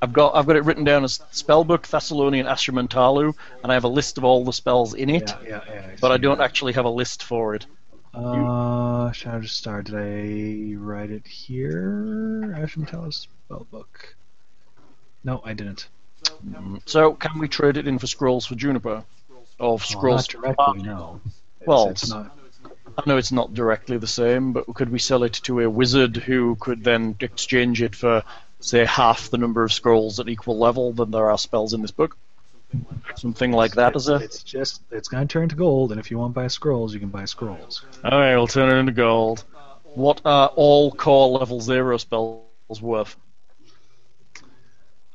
Speaker 2: I've got I've got it written down as spellbook Thessalonian Astromentalu, and I have a list of all the spells in it,
Speaker 3: Yeah, yeah, yeah.
Speaker 2: but I don't actually have a list for it.
Speaker 3: Uh, Shadow Star. Did I write it here? Ashram Talos spellbook. No, I didn't.
Speaker 2: So can we trade it in for scrolls for Juniper? Or for
Speaker 3: Well,
Speaker 2: scrolls?
Speaker 3: not directly. No. It's-
Speaker 2: Well,
Speaker 3: it's not.
Speaker 2: I know it's not directly the same, but could we sell it to a wizard who could then exchange it for, say, half the number of scrolls at equal level than there are spells in this book? Something like that as a.
Speaker 3: It's just. It's gonna turn to gold, and if you want to buy scrolls, you can buy scrolls.
Speaker 2: Alright, we'll turn it into gold. What are all core level zero spells worth?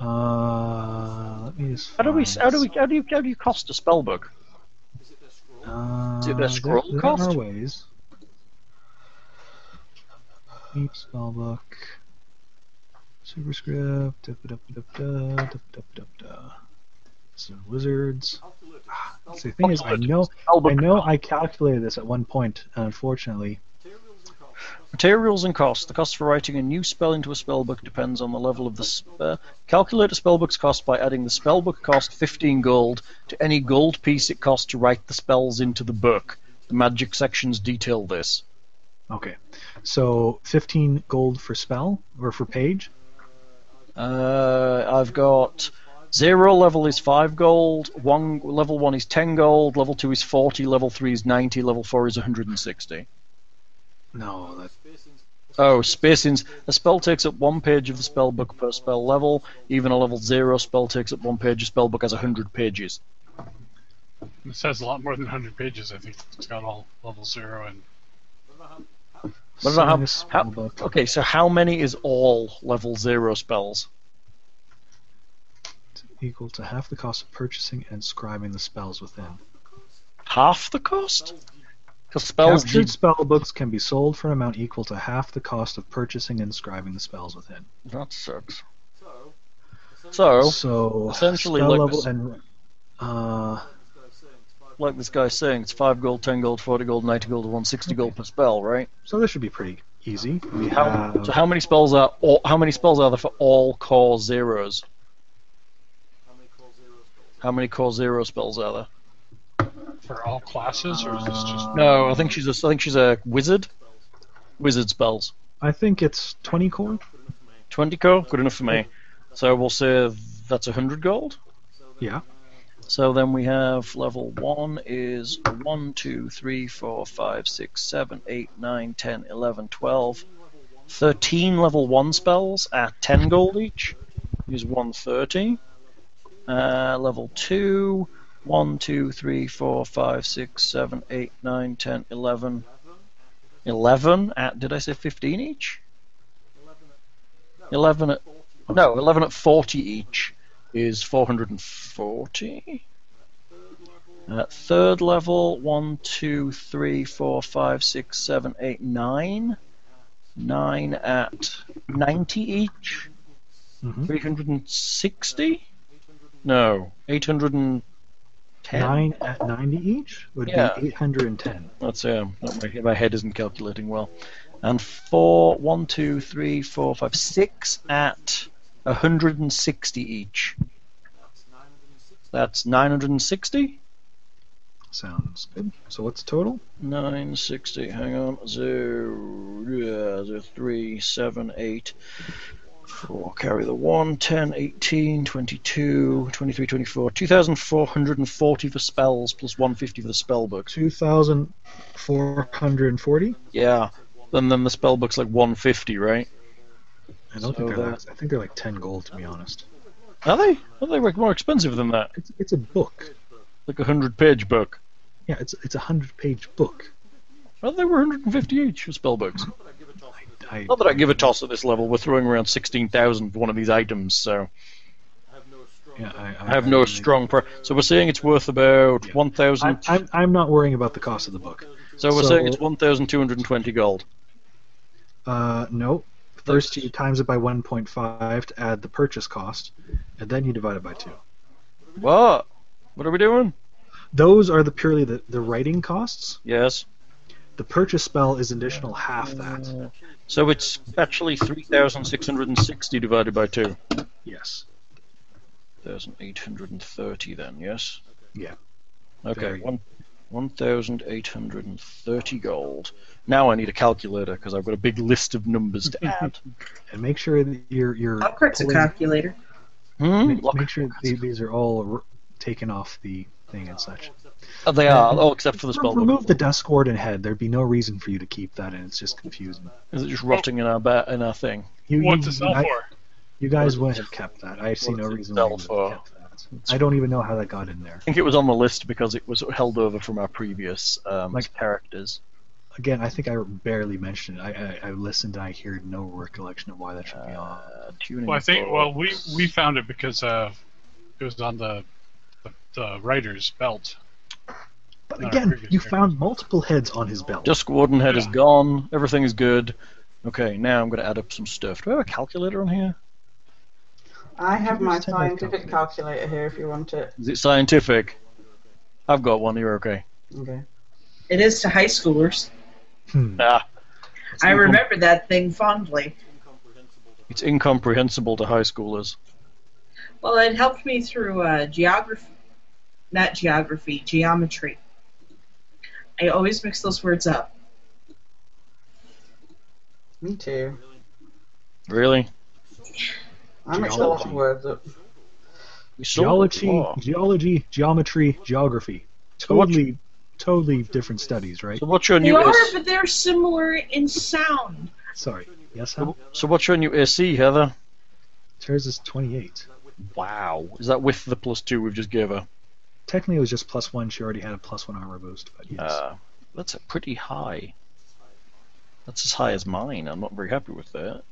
Speaker 3: Uh, let me just.
Speaker 2: How do we?
Speaker 3: find
Speaker 2: How do we? How do you? How do you cost a spellbook?
Speaker 3: Uh,
Speaker 2: Is it a
Speaker 3: there-
Speaker 2: scroll
Speaker 3: there,
Speaker 2: cost?
Speaker 3: are ways. Deep spellbook. Superscript. Da, da, da, da, da, da, da, da. So wizards. Ah, See, the thing is, I know, I
Speaker 2: Spellbook
Speaker 3: know, I calculated this at one point. and Unfortunately,
Speaker 2: Materials and cost. The cost for writing a new spell into a spellbook depends on the level of the spell. Calculate a spellbook's cost by adding the spellbook cost, 15 gold, to any gold piece it costs to write the spells into the book. The magic sections detail this.
Speaker 3: okay. So 15 gold for spell or for page.
Speaker 2: Uh, I've got zero level is five gold, one level one is 10 gold, level two is 40, level three is 90, level four is 160.
Speaker 3: No, that,
Speaker 2: Oh, spacings. A spell takes up one page of the spellbook per spell level. Even a level zero spell takes up one page. A spellbook has hundred pages.
Speaker 5: It says a lot more than 100 pages. I think it's got all level zero and
Speaker 2: What about how-
Speaker 3: Sinus
Speaker 2: how-
Speaker 3: spellbook.
Speaker 2: Okay, so how many is all level zero spells?
Speaker 3: equal to half the cost of purchasing and scribing the spells within.
Speaker 2: Half the cost. 'Cause spells.
Speaker 3: Captured spell books can be sold for an amount equal to half the cost of purchasing and scribing the spells within.
Speaker 2: That sucks. So,
Speaker 3: so
Speaker 2: essentially
Speaker 3: spell
Speaker 2: like
Speaker 3: level
Speaker 2: this.
Speaker 3: and uh,
Speaker 2: like this guy's saying, it's five gold, ten gold, forty gold, ninety gold, one sixty gold per spell, right?
Speaker 3: so this should be pretty easy. We
Speaker 2: How,
Speaker 3: have
Speaker 2: so how many spells are all, how many spells are there for all core zeros? How many core zero spells are there?
Speaker 5: for all classes, or is this just
Speaker 2: No, I think she's a, I think she's a wizard. Wizard spells.
Speaker 3: I think it's 20 core.
Speaker 2: Twenty co, good enough for me. So we'll say that's hundred gold.
Speaker 3: Yeah.
Speaker 2: So then we have level one is one, two, three, four, five, six, seven, eight, nine, ten, eleven, twelve. Thirteen level one spells at ten gold each. Use one thirty. Uh, level two. 1, 2, 3, 4, 5, 6, 7, 8, 9, 10, 11. 11 at, did I say 15 each? 11 at, no, 11 at 40 each is 440. At third level, 1, 2, 3, 4, 5, 6, 7, 8, 9. 9 at 90 each.
Speaker 3: Mhm.
Speaker 2: 360? No, 800 and...
Speaker 3: Nine at ninety each would
Speaker 2: Yeah.
Speaker 3: be eight hundred and ten.
Speaker 2: That's um, that my, my head isn't calculating well. And four, one, two, three, four, five, six at 160 each. That's 960?
Speaker 3: Sounds good. So what's the total?
Speaker 2: 960, hang on. Zero, uh, zero, three, seven, eight. Four, carry the one, 10, 18, 22, 23, 24. 2,440 for spells, plus 150 for the spell books.
Speaker 3: Two thousand four hundred and forty.
Speaker 2: Yeah. And then the spell book's like 150, right?
Speaker 3: I don't
Speaker 2: So
Speaker 3: think they're
Speaker 2: that-
Speaker 3: that. I think they're like ten gold to be honest.
Speaker 2: Are they? Are they like more expensive than that?
Speaker 3: It's, it's a book.
Speaker 2: Like a hundred page book.
Speaker 3: Yeah, it's it's a hundred page book.
Speaker 2: Well, they were 150 each for spell books.
Speaker 3: I,
Speaker 2: Not that I give a toss at this level. We're throwing around 16,000 for one of these items, so
Speaker 3: yeah, I, I-
Speaker 2: I have no
Speaker 3: I-
Speaker 2: strong. Pro- so we're saying it's worth about
Speaker 3: Yeah. I'm,
Speaker 2: 1,000.
Speaker 3: I'm I'm not worrying about the cost of the book.
Speaker 2: So we're
Speaker 3: so-
Speaker 2: saying it's 1,220 gold.
Speaker 3: Uh, no. First, you times it by 1.5 to add the purchase cost, and then you divide it by two.
Speaker 2: What? What are we doing?
Speaker 3: Those are the purely the, the writing costs.
Speaker 2: Yes.
Speaker 3: The purchase spell is an additional half that.
Speaker 2: So it's actually 3,660 divided by 2.
Speaker 3: Yes.
Speaker 2: 1,830 then, yes?
Speaker 3: Yeah.
Speaker 2: Okay,
Speaker 3: Very-
Speaker 2: one, 1,830 gold. Now I need a calculator because I've got a big list of numbers to add.
Speaker 3: And make sure that you're you're
Speaker 6: I'll correct a
Speaker 3: pulling-
Speaker 6: calculator.
Speaker 2: Hmm?
Speaker 3: make, make sure the, these are all r- taken off the thing and such.
Speaker 2: Oh, they are, oh, except for the spell.
Speaker 3: Remove
Speaker 2: book.
Speaker 3: the dusk ward and head. There'd be no reason for you to keep that, and it's just confusing.
Speaker 2: Is it just rotting in our ba- in our thing?
Speaker 3: You,
Speaker 5: What's
Speaker 3: you,
Speaker 5: it sell
Speaker 3: I-
Speaker 5: for?
Speaker 3: you guys would have kept that. I see
Speaker 2: What's
Speaker 3: no
Speaker 2: it
Speaker 3: reason why
Speaker 2: sell
Speaker 3: you would
Speaker 2: for?
Speaker 3: have kept that. I don't even know how that got in there.
Speaker 2: I think it was on the list because it was held over from our previous um,
Speaker 3: Like-
Speaker 2: characters.
Speaker 3: Again, I think I barely mentioned it. I, I, I listened. I hear no recollection of why that should be on.
Speaker 2: Uh, tuning
Speaker 5: Well, I think. Well, we
Speaker 2: forks.
Speaker 5: we found it because uh, it was on the the, the writer's belt.
Speaker 3: But
Speaker 5: no,
Speaker 3: again,
Speaker 5: previous
Speaker 3: you
Speaker 5: character.
Speaker 3: found multiple heads on his belt.
Speaker 2: Dusk Warden head is
Speaker 5: Yeah.
Speaker 2: gone. Everything is good. Okay, now I'm going to add up some stuff. Do I have a calculator on here?
Speaker 4: I have
Speaker 3: you
Speaker 4: my
Speaker 3: just take my
Speaker 4: scientific calculator here if you want it.
Speaker 2: Is it scientific? I've got one. You're okay.
Speaker 4: Okay.
Speaker 6: It is to high schoolers.
Speaker 3: Hmm.
Speaker 2: Ah,
Speaker 6: I remember that thing fondly.
Speaker 2: it's incomprehensible to high schoolers.
Speaker 6: Well, it helped me through uh, geography, not geography, geometry. I always mix those words up.
Speaker 4: Me too.
Speaker 2: Really?
Speaker 4: I mixed a lot of
Speaker 3: Geology.
Speaker 4: words up.
Speaker 2: We saw
Speaker 3: Geology,
Speaker 2: before.
Speaker 3: geology, geometry, geography.
Speaker 2: So what-
Speaker 3: Totally, totally different studies, right?
Speaker 2: So what's your
Speaker 6: They
Speaker 2: new
Speaker 6: are,
Speaker 2: S-
Speaker 6: but they're similar in sound.
Speaker 3: Sorry. Yes, how?
Speaker 2: So what's your new AC, Heather?
Speaker 3: Tears is 28.
Speaker 2: Wow. Is that with the plus two we've just gave her?
Speaker 3: Technically, it was just plus one. She already had a plus one armor boost, but yes.
Speaker 2: Uh, that's a pretty high. That's as high as mine. I'm not very happy with that.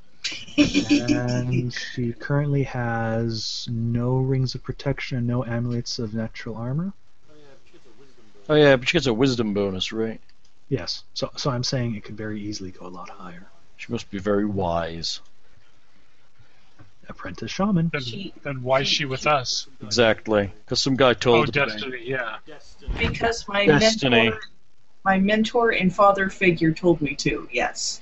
Speaker 3: and she currently has no rings of protection and no amulets of natural armor.
Speaker 2: Oh yeah, but she gets a wisdom bonus, right?
Speaker 3: Yes. So, so I'm saying it could very easily go a lot higher.
Speaker 2: She must be very wise.
Speaker 3: Apprentice shaman.
Speaker 5: Then, then why is she with us?
Speaker 2: Exactly. Because some guy
Speaker 5: Oh,
Speaker 2: told her.
Speaker 5: Destiny. Yeah.
Speaker 6: Because my
Speaker 2: Destiny.
Speaker 6: mentor, my mentor and father figure told me to. Yes.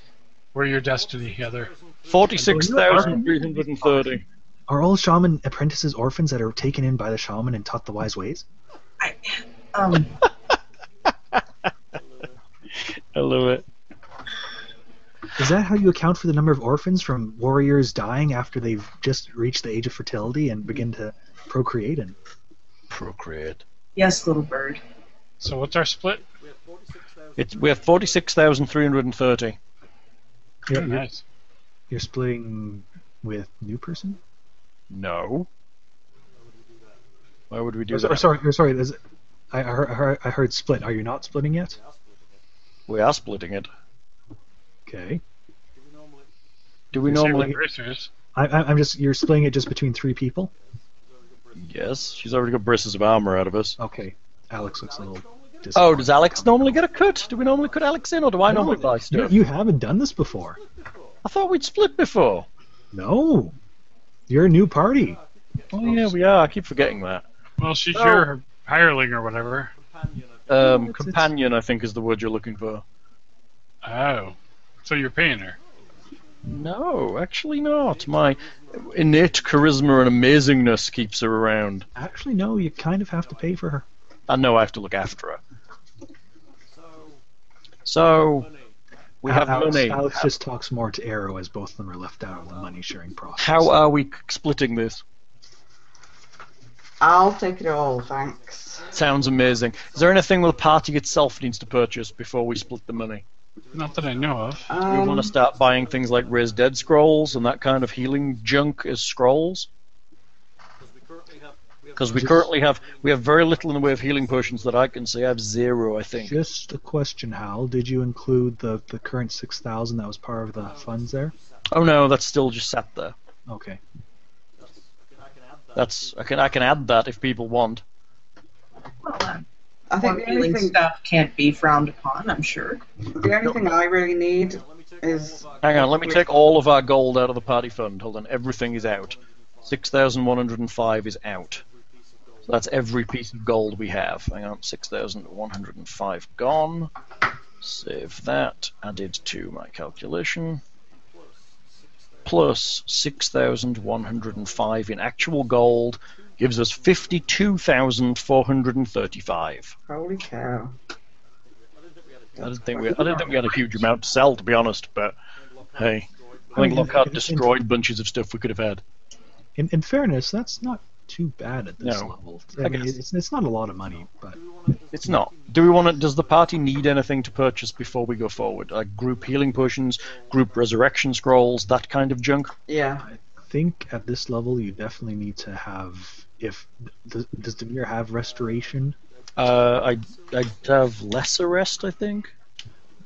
Speaker 5: We're your destiny, Heather.
Speaker 2: Forty-six thousand three hundred and thirty.
Speaker 3: Are all shaman apprentices orphans that are taken in by the shaman and taught the wise ways?
Speaker 6: I, um,
Speaker 2: I love it.
Speaker 3: Is that how you account for the number of orphans from warriors dying after they've just reached the age of fertility and begin to procreate? And
Speaker 2: Procreate.
Speaker 6: yes, little bird.
Speaker 5: So what's our split?
Speaker 2: It's we have forty-six thousand three hundred and thirty.
Speaker 3: you're,
Speaker 5: Oh,
Speaker 3: you're,
Speaker 5: nice.
Speaker 3: you're splitting with new person?
Speaker 2: No. Oh, Why would we do
Speaker 3: Or, or
Speaker 2: that?
Speaker 3: sorry, or sorry. There's, I, I, heard, I heard split. Are you not splitting yet?
Speaker 2: We are splitting it.
Speaker 3: Okay.
Speaker 2: Do we
Speaker 5: Same
Speaker 2: normally?
Speaker 5: with Bracers.
Speaker 3: I, I, I'm just. You're splitting it just between three people.
Speaker 2: Yes. She's already got braces of armor out of us.
Speaker 3: Okay. Alex looks a little.
Speaker 2: Oh,
Speaker 3: disappointed.
Speaker 2: does Alex normally get a cut? Do we normally cut Alex in, or do I
Speaker 3: No,
Speaker 2: normally buy
Speaker 3: You,
Speaker 2: stuff?
Speaker 3: you haven't done this before.
Speaker 2: I thought we'd split before.
Speaker 3: No. You're a new party.
Speaker 2: Oh yeah, we are. I keep forgetting that.
Speaker 5: Well, she's
Speaker 2: Oh.
Speaker 5: your hireling or whatever.
Speaker 2: Um,
Speaker 3: it's-
Speaker 2: companion, I think, is the word you're looking for.
Speaker 5: Oh, so you're paying her?
Speaker 2: No, actually not. My innate charisma and amazingness keeps her around.
Speaker 3: Actually, no. You kind of have to pay for her.
Speaker 2: I know I have to look after her. So we have
Speaker 3: Alex,
Speaker 2: money.
Speaker 3: Alex just talks more to Arrow as both of them are left out of the money sharing process.
Speaker 2: How are we splitting this?
Speaker 4: I'll take it all, thanks.
Speaker 2: Sounds amazing. Is there anything the party itself needs to purchase before we split the money?
Speaker 5: Not that I know of.
Speaker 2: Do we
Speaker 4: Um,
Speaker 2: want to start buying things like Raise Dead scrolls and that kind of healing junk as scrolls? Because we currently have we have very little in the way of healing potions that I can see. I have zero, I think.
Speaker 3: Just a question, Hal. Did you include the, the current 6000 that was part of the funds there?
Speaker 2: Oh no, that's still just sat there.
Speaker 3: Okay.
Speaker 2: That's I can I can add that if people want.
Speaker 6: Well, uh,
Speaker 4: I think the only
Speaker 6: healing
Speaker 4: thing,
Speaker 6: stuff can't be frowned upon, I'm sure.
Speaker 4: the only thing I really need is
Speaker 2: Hang on, let me take all of our gold out of the party fund. Hold on, everything is out. Six thousand one hundred and five is out. So that's every piece of gold we have. Hang on, six thousand one hundred and five gone. Save that. Added to my calculation. Plus six thousand one hundred and five in actual gold gives us fifty-two thousand four hundred and thirty-five.
Speaker 4: holy cow.
Speaker 2: I didn't think we. I didn't think we had a huge amount to sell, to be honest. But hey, I think Lockhart destroyed bunches of stuff we could have had.
Speaker 3: In, in fairness, that's not too bad at this
Speaker 2: No.
Speaker 3: level.
Speaker 2: I
Speaker 3: I mean,
Speaker 2: guess.
Speaker 3: it's, it's not a lot of money, but
Speaker 2: It's not. Do we want to? Does the party need anything to purchase before we go forward? Like group healing potions, group resurrection scrolls, that kind of junk.
Speaker 4: Yeah.
Speaker 3: I think at this level you definitely need to have. If does, does Demir have restoration?
Speaker 2: Uh, I I have lesser rest, I think.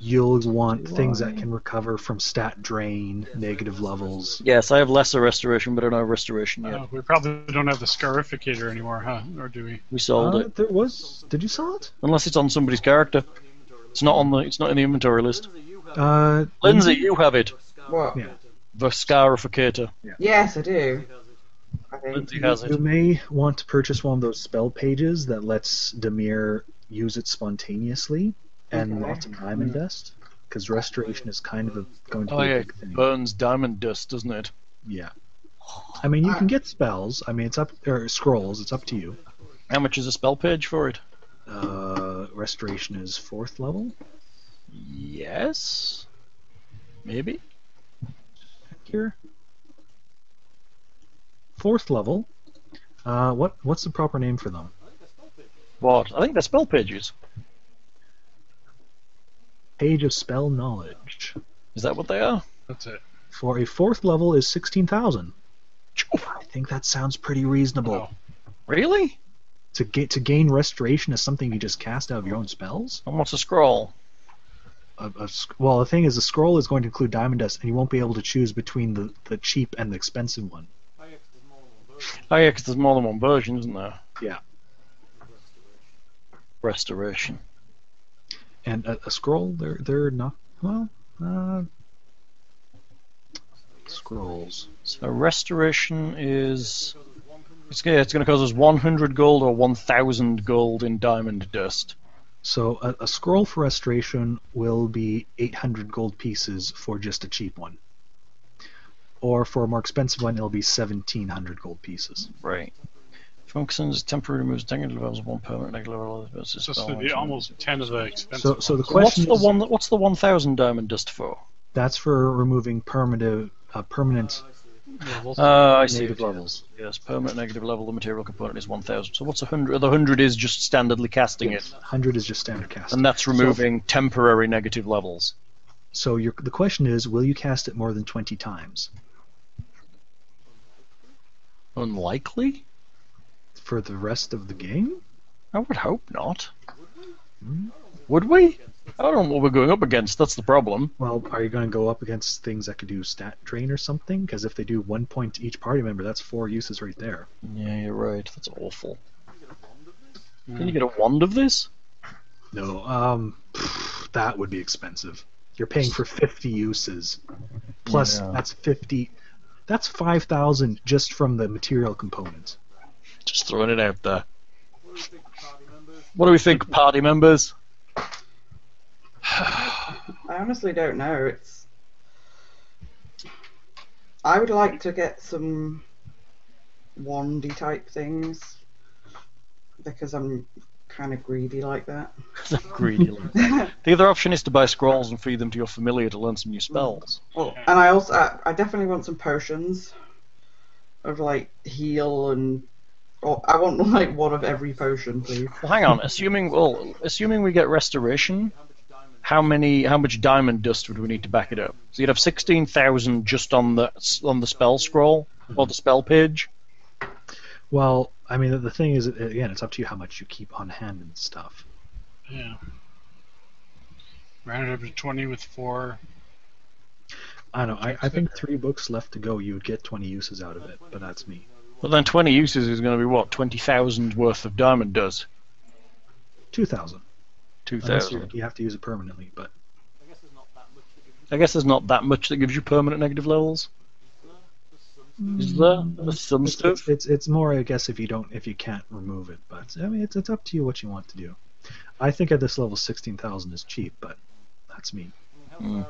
Speaker 3: You'll want things that can recover from stat drain, negative levels.
Speaker 2: Yes, I have lesser restoration, but I don't have restoration yet.
Speaker 5: Oh, we probably don't have the scarificator anymore, huh? Or do we?
Speaker 2: We sold
Speaker 3: Uh,
Speaker 2: it,
Speaker 3: there was. Did you sell it?
Speaker 2: unless it's on somebody's character. It's not on the. It's not in the inventory list.
Speaker 3: Uh,
Speaker 2: Lindsay, you have it.
Speaker 4: What?
Speaker 3: Yeah.
Speaker 2: The scarificator.
Speaker 4: Yes, I do. I think.
Speaker 2: Lindsay has it.
Speaker 3: You may want to purchase one of those spell pages that lets Demir use it spontaneously and
Speaker 4: Okay.
Speaker 3: lots of time invest because restoration is kind of a, going to
Speaker 2: Oh
Speaker 3: be a
Speaker 2: yeah,
Speaker 3: big thing.
Speaker 2: burns diamond dust, doesn't it?
Speaker 3: yeah. I mean, you can get spells. I mean, it's up or scrolls. It's up to you.
Speaker 2: How much is a spell page for it?
Speaker 3: Uh, restoration is fourth level.
Speaker 2: Yes. Maybe.
Speaker 3: Here, fourth level. Uh, what what's the proper name for them?
Speaker 2: What? I think they're spell pages.
Speaker 3: Page of spell knowledge.
Speaker 2: Is that what they are?
Speaker 5: That's it.
Speaker 3: For a fourth level is sixteen thousand. I think that sounds pretty reasonable.
Speaker 5: Oh.
Speaker 2: Really?
Speaker 3: To get to gain restoration is something you just cast out of your own spells.
Speaker 2: And what's a scroll?
Speaker 3: A, a sc- well, the thing is, the scroll is going to include diamond dust, and you won't be able to choose between the, the cheap and the expensive one.
Speaker 2: Oh yeah, 'cause there's more than one version, isn't there?
Speaker 3: Yeah.
Speaker 2: Restoration.
Speaker 3: And a, a scroll, they're they're not well. Uh, scrolls.
Speaker 2: So restoration is. It's gonna, it's going to cost us 100 gold or 1,000 gold in diamond dust.
Speaker 3: So a, a scroll for restoration will be 800 gold pieces for just a cheap one. Or for a more expensive one, it'll be 1700 gold pieces.
Speaker 2: Right. Functions temporary moves technical levels one permanent negative level. It's a
Speaker 5: So this
Speaker 2: spell
Speaker 5: would be
Speaker 2: action.
Speaker 5: almost ten of the expensive.
Speaker 3: So, so the
Speaker 5: ones.
Speaker 2: What's
Speaker 3: question
Speaker 2: the
Speaker 3: is,
Speaker 2: one? that- What's the 1,000 diamond dust for?
Speaker 3: that's for removing permanent, uh, permanent
Speaker 2: Uh, I see.
Speaker 3: negative levels.
Speaker 2: Yes, permanent negative level. The material component is 1,000. So what's 100? The 100 is just standardly casting it,
Speaker 3: 100 is just standard cast.
Speaker 2: and that's removing temporary negative levels.
Speaker 3: So your, the question is, will you cast it more than 20 times?
Speaker 2: Unlikely.
Speaker 3: For the rest of the game?
Speaker 2: I would hope not. Hmm? Would we? I don't know what we're going up against. That's the problem.
Speaker 3: Well, are you going to go up against things that could do stat drain or something? Because if they do one point to each party member, that's four uses right there.
Speaker 2: Yeah, you're right. That's awful. Can you get a wand of this?
Speaker 3: No, um, pff, that would be expensive. You're paying for 50 uses, plus
Speaker 2: Yeah.
Speaker 3: that's 50. That's 5,000 just from the material components.
Speaker 2: Just throwing it out there. What do we think, party members?
Speaker 4: I honestly don't know. It's. I would like to get some wandy type things because I'm kind of greedy like that.
Speaker 2: Greedy. like that. the other option is to buy scrolls and feed them to your familiar to learn some new spells.
Speaker 4: Well, Oh, and I also I, I definitely want some potions of like heal and or I want like one of every potion, please.
Speaker 2: Well, hang on. Assuming well, assuming we get restoration, how many how much diamond dust would we need to back it up? So you'd have sixteen thousand just on the on the spell scroll or the spell page.
Speaker 3: Well, I mean, the thing is, again, it's up to you how much you keep on hand and stuff.
Speaker 5: Yeah. Rounded up to 20 with four.
Speaker 3: I don't know. I, I think three books left to go, you would get 20 uses out of it, but that's me.
Speaker 2: Well, then twenty uses is going to be what twenty thousand worth of diamond does.
Speaker 3: 2,000.
Speaker 2: Two
Speaker 3: Unless you,
Speaker 2: thousand.
Speaker 3: you have to use it permanently, but
Speaker 2: I guess there's not that much that gives you permanent negative levels. Is there? There's some
Speaker 3: it's, it's,
Speaker 2: stuff.
Speaker 3: it's it's more, I guess, if you don't, if you can't remove it. But I mean, it's it's up to you what you want to do. I think at this level, 16,000 is cheap, but that's me.
Speaker 2: Hmm.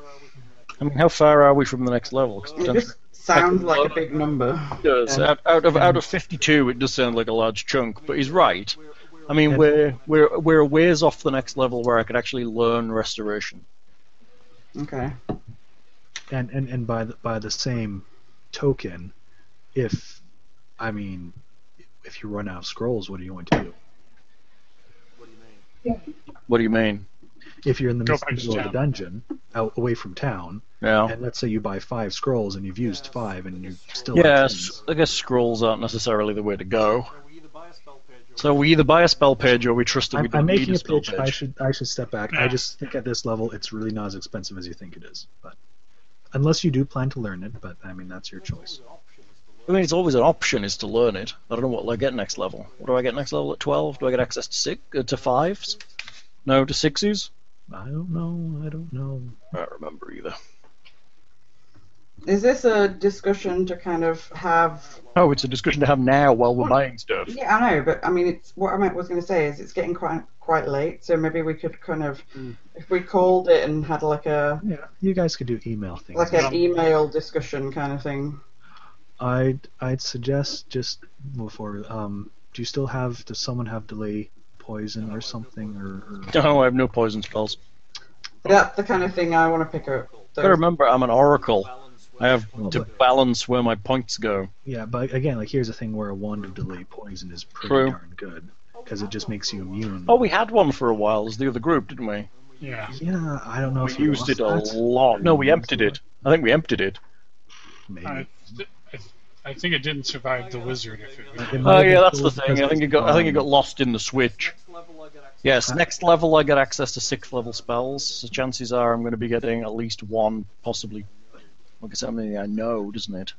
Speaker 2: I mean, how far are we from the next level? 'Cause
Speaker 4: It just sounds like a big number.
Speaker 2: it does. Out, out of out of 52, it does sound like a large chunk, but he's right. I mean,
Speaker 3: And-
Speaker 2: we're we're we're a ways off the next level where I could actually learn restoration.
Speaker 4: Okay.
Speaker 3: and and, and by the, by the same token, if I mean, if you run out of scrolls, what are you going to do?
Speaker 2: What do you mean?
Speaker 3: If you're in the
Speaker 5: Go
Speaker 3: midst-
Speaker 5: back to
Speaker 3: middle of the
Speaker 5: town. Oh.
Speaker 3: dungeon, out away from town,
Speaker 2: Yeah.
Speaker 3: and let's say you buy five scrolls and you've used five and you still have
Speaker 2: Yeah,
Speaker 3: things.
Speaker 2: s- I guess scrolls aren't necessarily the way to go. So we either buy a spell page or we trust that we
Speaker 3: I'm,
Speaker 2: don't
Speaker 3: I'm
Speaker 2: need
Speaker 3: making
Speaker 2: a
Speaker 3: a
Speaker 2: spell
Speaker 3: pitch. I
Speaker 2: page.
Speaker 3: should I should step back. I just think at this level, it's really not as expensive as you think it is. But unless you do plan to learn it, but I mean that's your choice.
Speaker 2: I mean, it's always an option is to learn it. I don't know what I get next level. What do I get next level at 12? Do I get access to six uh, to fives? No, to sixes.
Speaker 3: I don't know. I don't know.
Speaker 2: I don't remember either.
Speaker 4: Is this a discussion to kind of have?
Speaker 2: Oh, it's a discussion to have now while we're buying stuff.
Speaker 4: Yeah, I know, but I mean, it's what I meant- was going to say is it's getting quite quite late, so maybe we could kind of, if we called it and had like a
Speaker 3: Yeah, you guys could do email things.
Speaker 4: like an email discussion kind of thing.
Speaker 3: I'd I'd suggest just move forward. Um, do you still have? Does someone have delay poison or something? Or, or
Speaker 2: No, I have no poison spells.
Speaker 4: That's the kind of thing I want to pick up.
Speaker 2: But remember, I'm an oracle. I have
Speaker 3: Oh,
Speaker 2: to
Speaker 3: boy.
Speaker 2: balance where my points go.
Speaker 3: yeah, but again, like here's the thing where a wand of delay poison is pretty
Speaker 2: True.
Speaker 3: darn good because it just makes you immune.
Speaker 2: Oh, we had one for a while as the other group, didn't we?
Speaker 5: Yeah.
Speaker 3: Yeah, I don't know
Speaker 2: We
Speaker 3: if
Speaker 2: used it
Speaker 3: lost
Speaker 2: a
Speaker 3: that.
Speaker 2: lot. No, we emptied it. I think we emptied it.
Speaker 3: Maybe.
Speaker 5: I, th- I, th- I think it didn't survive the wizard. If it,
Speaker 3: It might
Speaker 2: Oh
Speaker 3: have been
Speaker 2: yeah, that's the
Speaker 3: cool because um,
Speaker 2: thing. I think
Speaker 3: it's
Speaker 2: it got I think it
Speaker 3: gone.
Speaker 2: got lost in the switch. Yes,
Speaker 3: Uh,
Speaker 2: next level I get access to sixth level spells, so chances are I'm going to be getting at least one, possibly. Like I said, I mean, I know, doesn't it?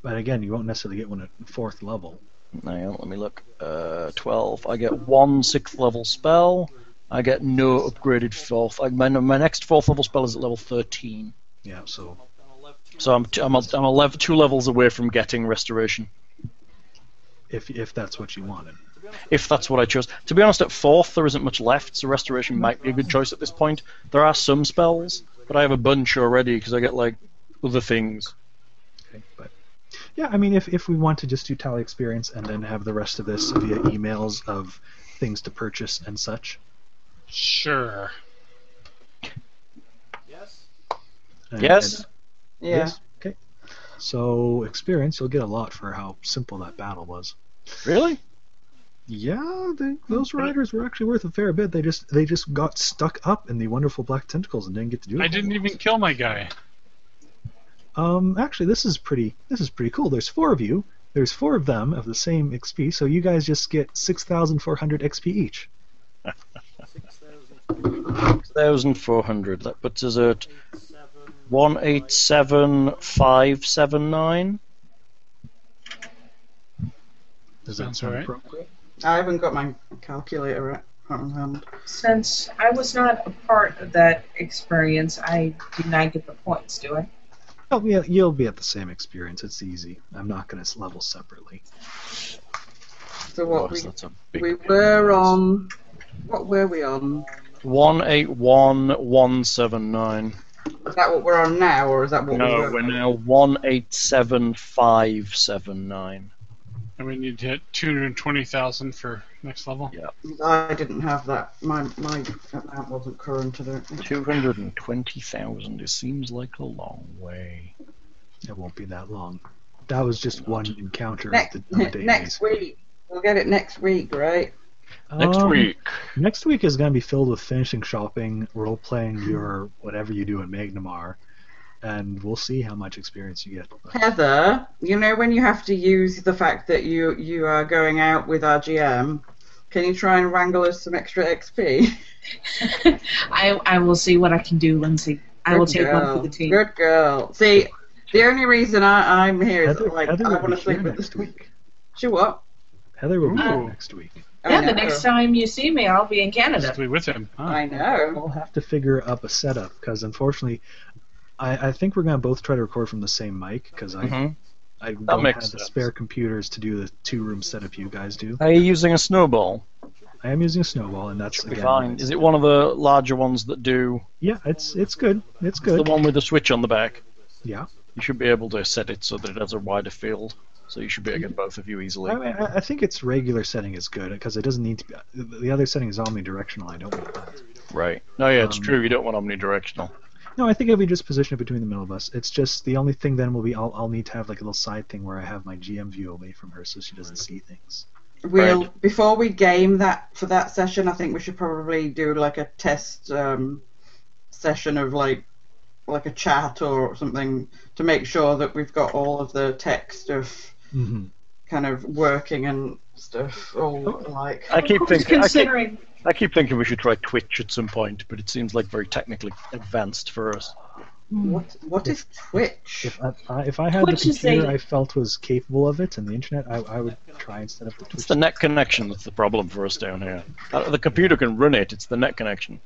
Speaker 3: But again, you won't necessarily get one at fourth level.
Speaker 2: Hang on, let me look. Uh, Twelve. I get one sixth level spell. I get no upgraded fourth. I, my, my next fourth level spell is at level thirteen,
Speaker 3: Yeah, so
Speaker 2: so I'm t- I'm a, I'm a lev- two levels away from getting restoration.
Speaker 3: if if that's what you wanted.
Speaker 2: if that's what I chose. To be honest, at fourth there isn't much left, so restoration might be a good choice at this point. There are some spells, but I have a bunch already because I get like other things.
Speaker 3: Okay, but yeah, I mean, if if we want to just do tally experience and then have the rest of this via emails of things to purchase and such.
Speaker 5: sure.
Speaker 3: and-
Speaker 2: Yes,
Speaker 3: and-
Speaker 4: yeah.
Speaker 3: yes. Okay. So experience, you'll get a lot for how simple that battle was.
Speaker 2: really?
Speaker 3: Yeah, they, those riders were actually worth a fair bit. They just they just got stuck up in the wonderful black tentacles and didn't get to do.
Speaker 5: I
Speaker 3: it.
Speaker 5: didn't even kill my guy.
Speaker 3: Um, actually, this is pretty. This is pretty cool. There's four of you. There's four of them of the same XP, so you guys just get six thousand four hundred XP each.
Speaker 2: Thousand four hundred. That puts us at one eight seven five seven nine.
Speaker 3: Does that
Speaker 5: Sounds
Speaker 3: sound
Speaker 5: alright.
Speaker 3: appropriate?
Speaker 4: I haven't got my calculator at on hand.
Speaker 6: Since I was not a part of that experience, I do not get the points, do I?
Speaker 3: Oh, yeah, you'll be at the same experience. It's easy. I'm not going to level separately.
Speaker 4: So what
Speaker 2: Otherwise,
Speaker 4: we
Speaker 2: that's a big
Speaker 4: we
Speaker 2: pain in
Speaker 4: were
Speaker 2: the ass.
Speaker 4: on. What were we on?
Speaker 2: 181179.
Speaker 4: Is that what we're on now, or is that what we
Speaker 2: No,
Speaker 4: were?
Speaker 2: we're now 187579.
Speaker 5: And we need to hit 220,000 for next level.
Speaker 2: Yeah.
Speaker 4: I didn't have that. My my account wasn't current. I don't think.
Speaker 2: 220,000. It seems like a long way.
Speaker 3: It won't be that long. That was just one encounter at
Speaker 4: Next,
Speaker 3: the, on the database.
Speaker 4: next week. We'll get it next week, right?
Speaker 2: Next
Speaker 3: Um,
Speaker 2: week.
Speaker 3: Next week is going to be filled with finishing shopping, role playing your whatever you do in Magnamar, and we'll see how much experience you get.
Speaker 4: Heather, you know when you have to use the fact that you you are going out with our GM, can you try and wrangle us some extra XP?
Speaker 6: I, I will see what I can do, Lindsay. I will
Speaker 4: Good
Speaker 6: take one
Speaker 4: girl.
Speaker 6: for the team.
Speaker 4: Good girl. See, the only reason I, I'm here is
Speaker 3: Heather,
Speaker 4: like
Speaker 3: Heather
Speaker 4: I
Speaker 3: will
Speaker 4: want
Speaker 3: be
Speaker 4: to sleep
Speaker 3: here
Speaker 4: with this
Speaker 3: next week.
Speaker 4: She what?
Speaker 3: Heather will be here
Speaker 5: Ooh.
Speaker 3: next week.
Speaker 4: I
Speaker 6: Yeah, the
Speaker 4: know.
Speaker 6: next time you see me, I'll be in Canada.
Speaker 5: Possibly with him.
Speaker 3: Ah.
Speaker 5: Huh?
Speaker 4: I know.
Speaker 3: We'll have to figure up a setup because unfortunately, I, I think we're going to both try to record from the same mic because I,
Speaker 2: Mhm.
Speaker 3: I don't
Speaker 2: makes
Speaker 3: have the
Speaker 2: sense.
Speaker 3: spare computers to do the two room setup you guys do.
Speaker 2: Are you using a snowball?
Speaker 3: I am using Snowball, and that's
Speaker 2: Should be
Speaker 3: again,
Speaker 2: fine. Is it one of the larger ones that do
Speaker 3: yeah, it's it's good, it's
Speaker 2: the
Speaker 3: good.
Speaker 2: one with the switch on the back?
Speaker 3: Yeah,
Speaker 2: You should be able to set it so that it has a wider field. So you should be able to get both of you easily.
Speaker 3: I, mean, I I think its regular setting is good because it doesn't need to be. The other setting is omnidirectional. I don't want that.
Speaker 2: Right. No, yeah, it's
Speaker 3: Um,
Speaker 2: true. You don't want omnidirectional.
Speaker 3: No, I think if we just position it between the middle of us, it's just the only thing then will be I'll, I'll need to have like a little side thing where I have my GM view away from her so she doesn't see things.
Speaker 4: We'll before we game that for that session. I think we should probably do like a test um, session of like like a chat or something to make sure that we've got all of the text of
Speaker 3: Mm-hmm.
Speaker 4: kind of working and stuff all like.
Speaker 2: I keep
Speaker 7: Who's
Speaker 2: thinking. I keep,
Speaker 7: considering?
Speaker 2: I keep thinking we should try Twitch at some point, but it seems like very technically advanced for us.
Speaker 4: What what is Twitch?
Speaker 3: If I, I, if I had
Speaker 7: Twitch
Speaker 3: the
Speaker 7: is a-
Speaker 3: computer I felt was capable of it and the internet, I, I would try instead of the
Speaker 2: It's
Speaker 3: Twitch.
Speaker 2: the net connection that's the problem for us down here. Uh, The computer can run it. It's the net connection,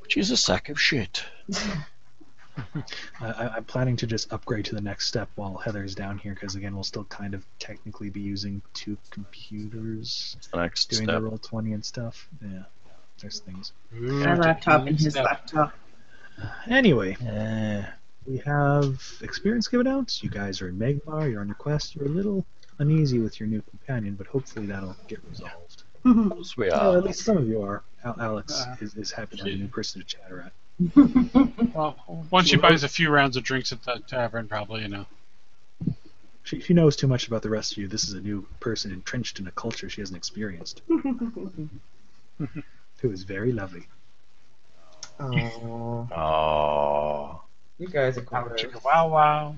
Speaker 2: which is a sack of shit.
Speaker 3: I, I- I'm planning to just upgrade to the next step while Heather's down here because again we'll still kind of technically be using two computers
Speaker 2: It's the next
Speaker 3: doing
Speaker 2: step.
Speaker 3: the roll twenty and stuff. Yeah, there's things.
Speaker 5: Ooh,
Speaker 6: My laptop and his
Speaker 5: step.
Speaker 6: laptop.
Speaker 3: Anyway,
Speaker 2: Yeah.
Speaker 3: we have experience given out. You guys are in Megmar. You're on your quest. You're a little uneasy with your new companion, but hopefully that'll get resolved.
Speaker 2: of course we
Speaker 3: Well,
Speaker 2: are.
Speaker 3: at least some of you are. Al- Alex
Speaker 5: Uh,
Speaker 3: is, is happy to have a new person to chatter at.
Speaker 5: Well, once she buys a few rounds of drinks at the tavern, probably, you know.
Speaker 3: She, she knows too much about the rest of you. This is a new person entrenched in a culture she hasn't experienced. Who is very lovely.
Speaker 4: Oh,
Speaker 2: Oh.
Speaker 4: you guys are
Speaker 5: Wow,
Speaker 4: gross.
Speaker 5: chicka, wow, wow.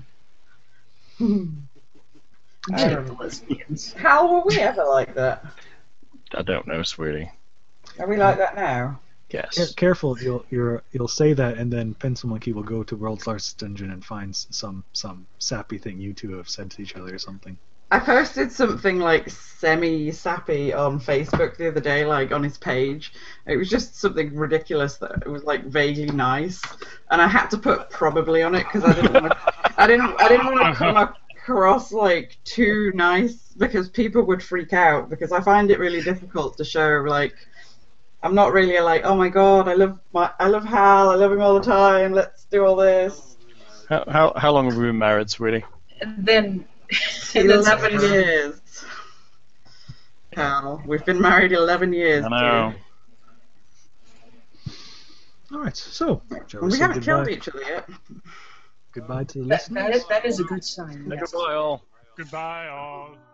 Speaker 4: I-
Speaker 6: Lesbians.
Speaker 4: How were we ever like that?
Speaker 2: I don't know, sweetie.
Speaker 4: Are we like that now?
Speaker 3: Care-
Speaker 2: Yes.
Speaker 3: careful, you'll you're, you'll say that, and then Pencil Monkey will go to World's Largest Dungeon and find s- some some sappy thing you two have said to each other or something.
Speaker 4: I posted something like semi sappy on Facebook the other day, like on his page. It was just something ridiculous that it was like vaguely nice, and I had to put probably on it because I didn't want to. I didn't. I didn't want to come across like too nice because people would freak out because I find it really difficult to show like. I'm not really like, oh my god, I love my, I love Hal, I love him all the time. Let's do all this.
Speaker 2: How, how how long have we been married, sweetie?
Speaker 6: And then. and then
Speaker 4: Eleven years. Hal, we've been married eleven years.
Speaker 2: I know.
Speaker 3: All right, so shall
Speaker 4: dear. We
Speaker 3: say
Speaker 4: haven't
Speaker 3: goodbye,
Speaker 4: killed each other yet.
Speaker 3: goodbye to the
Speaker 6: That,
Speaker 3: listeners.
Speaker 6: that, is, that is a good sign. yes.
Speaker 2: Goodbye, all.
Speaker 5: Goodbye, all.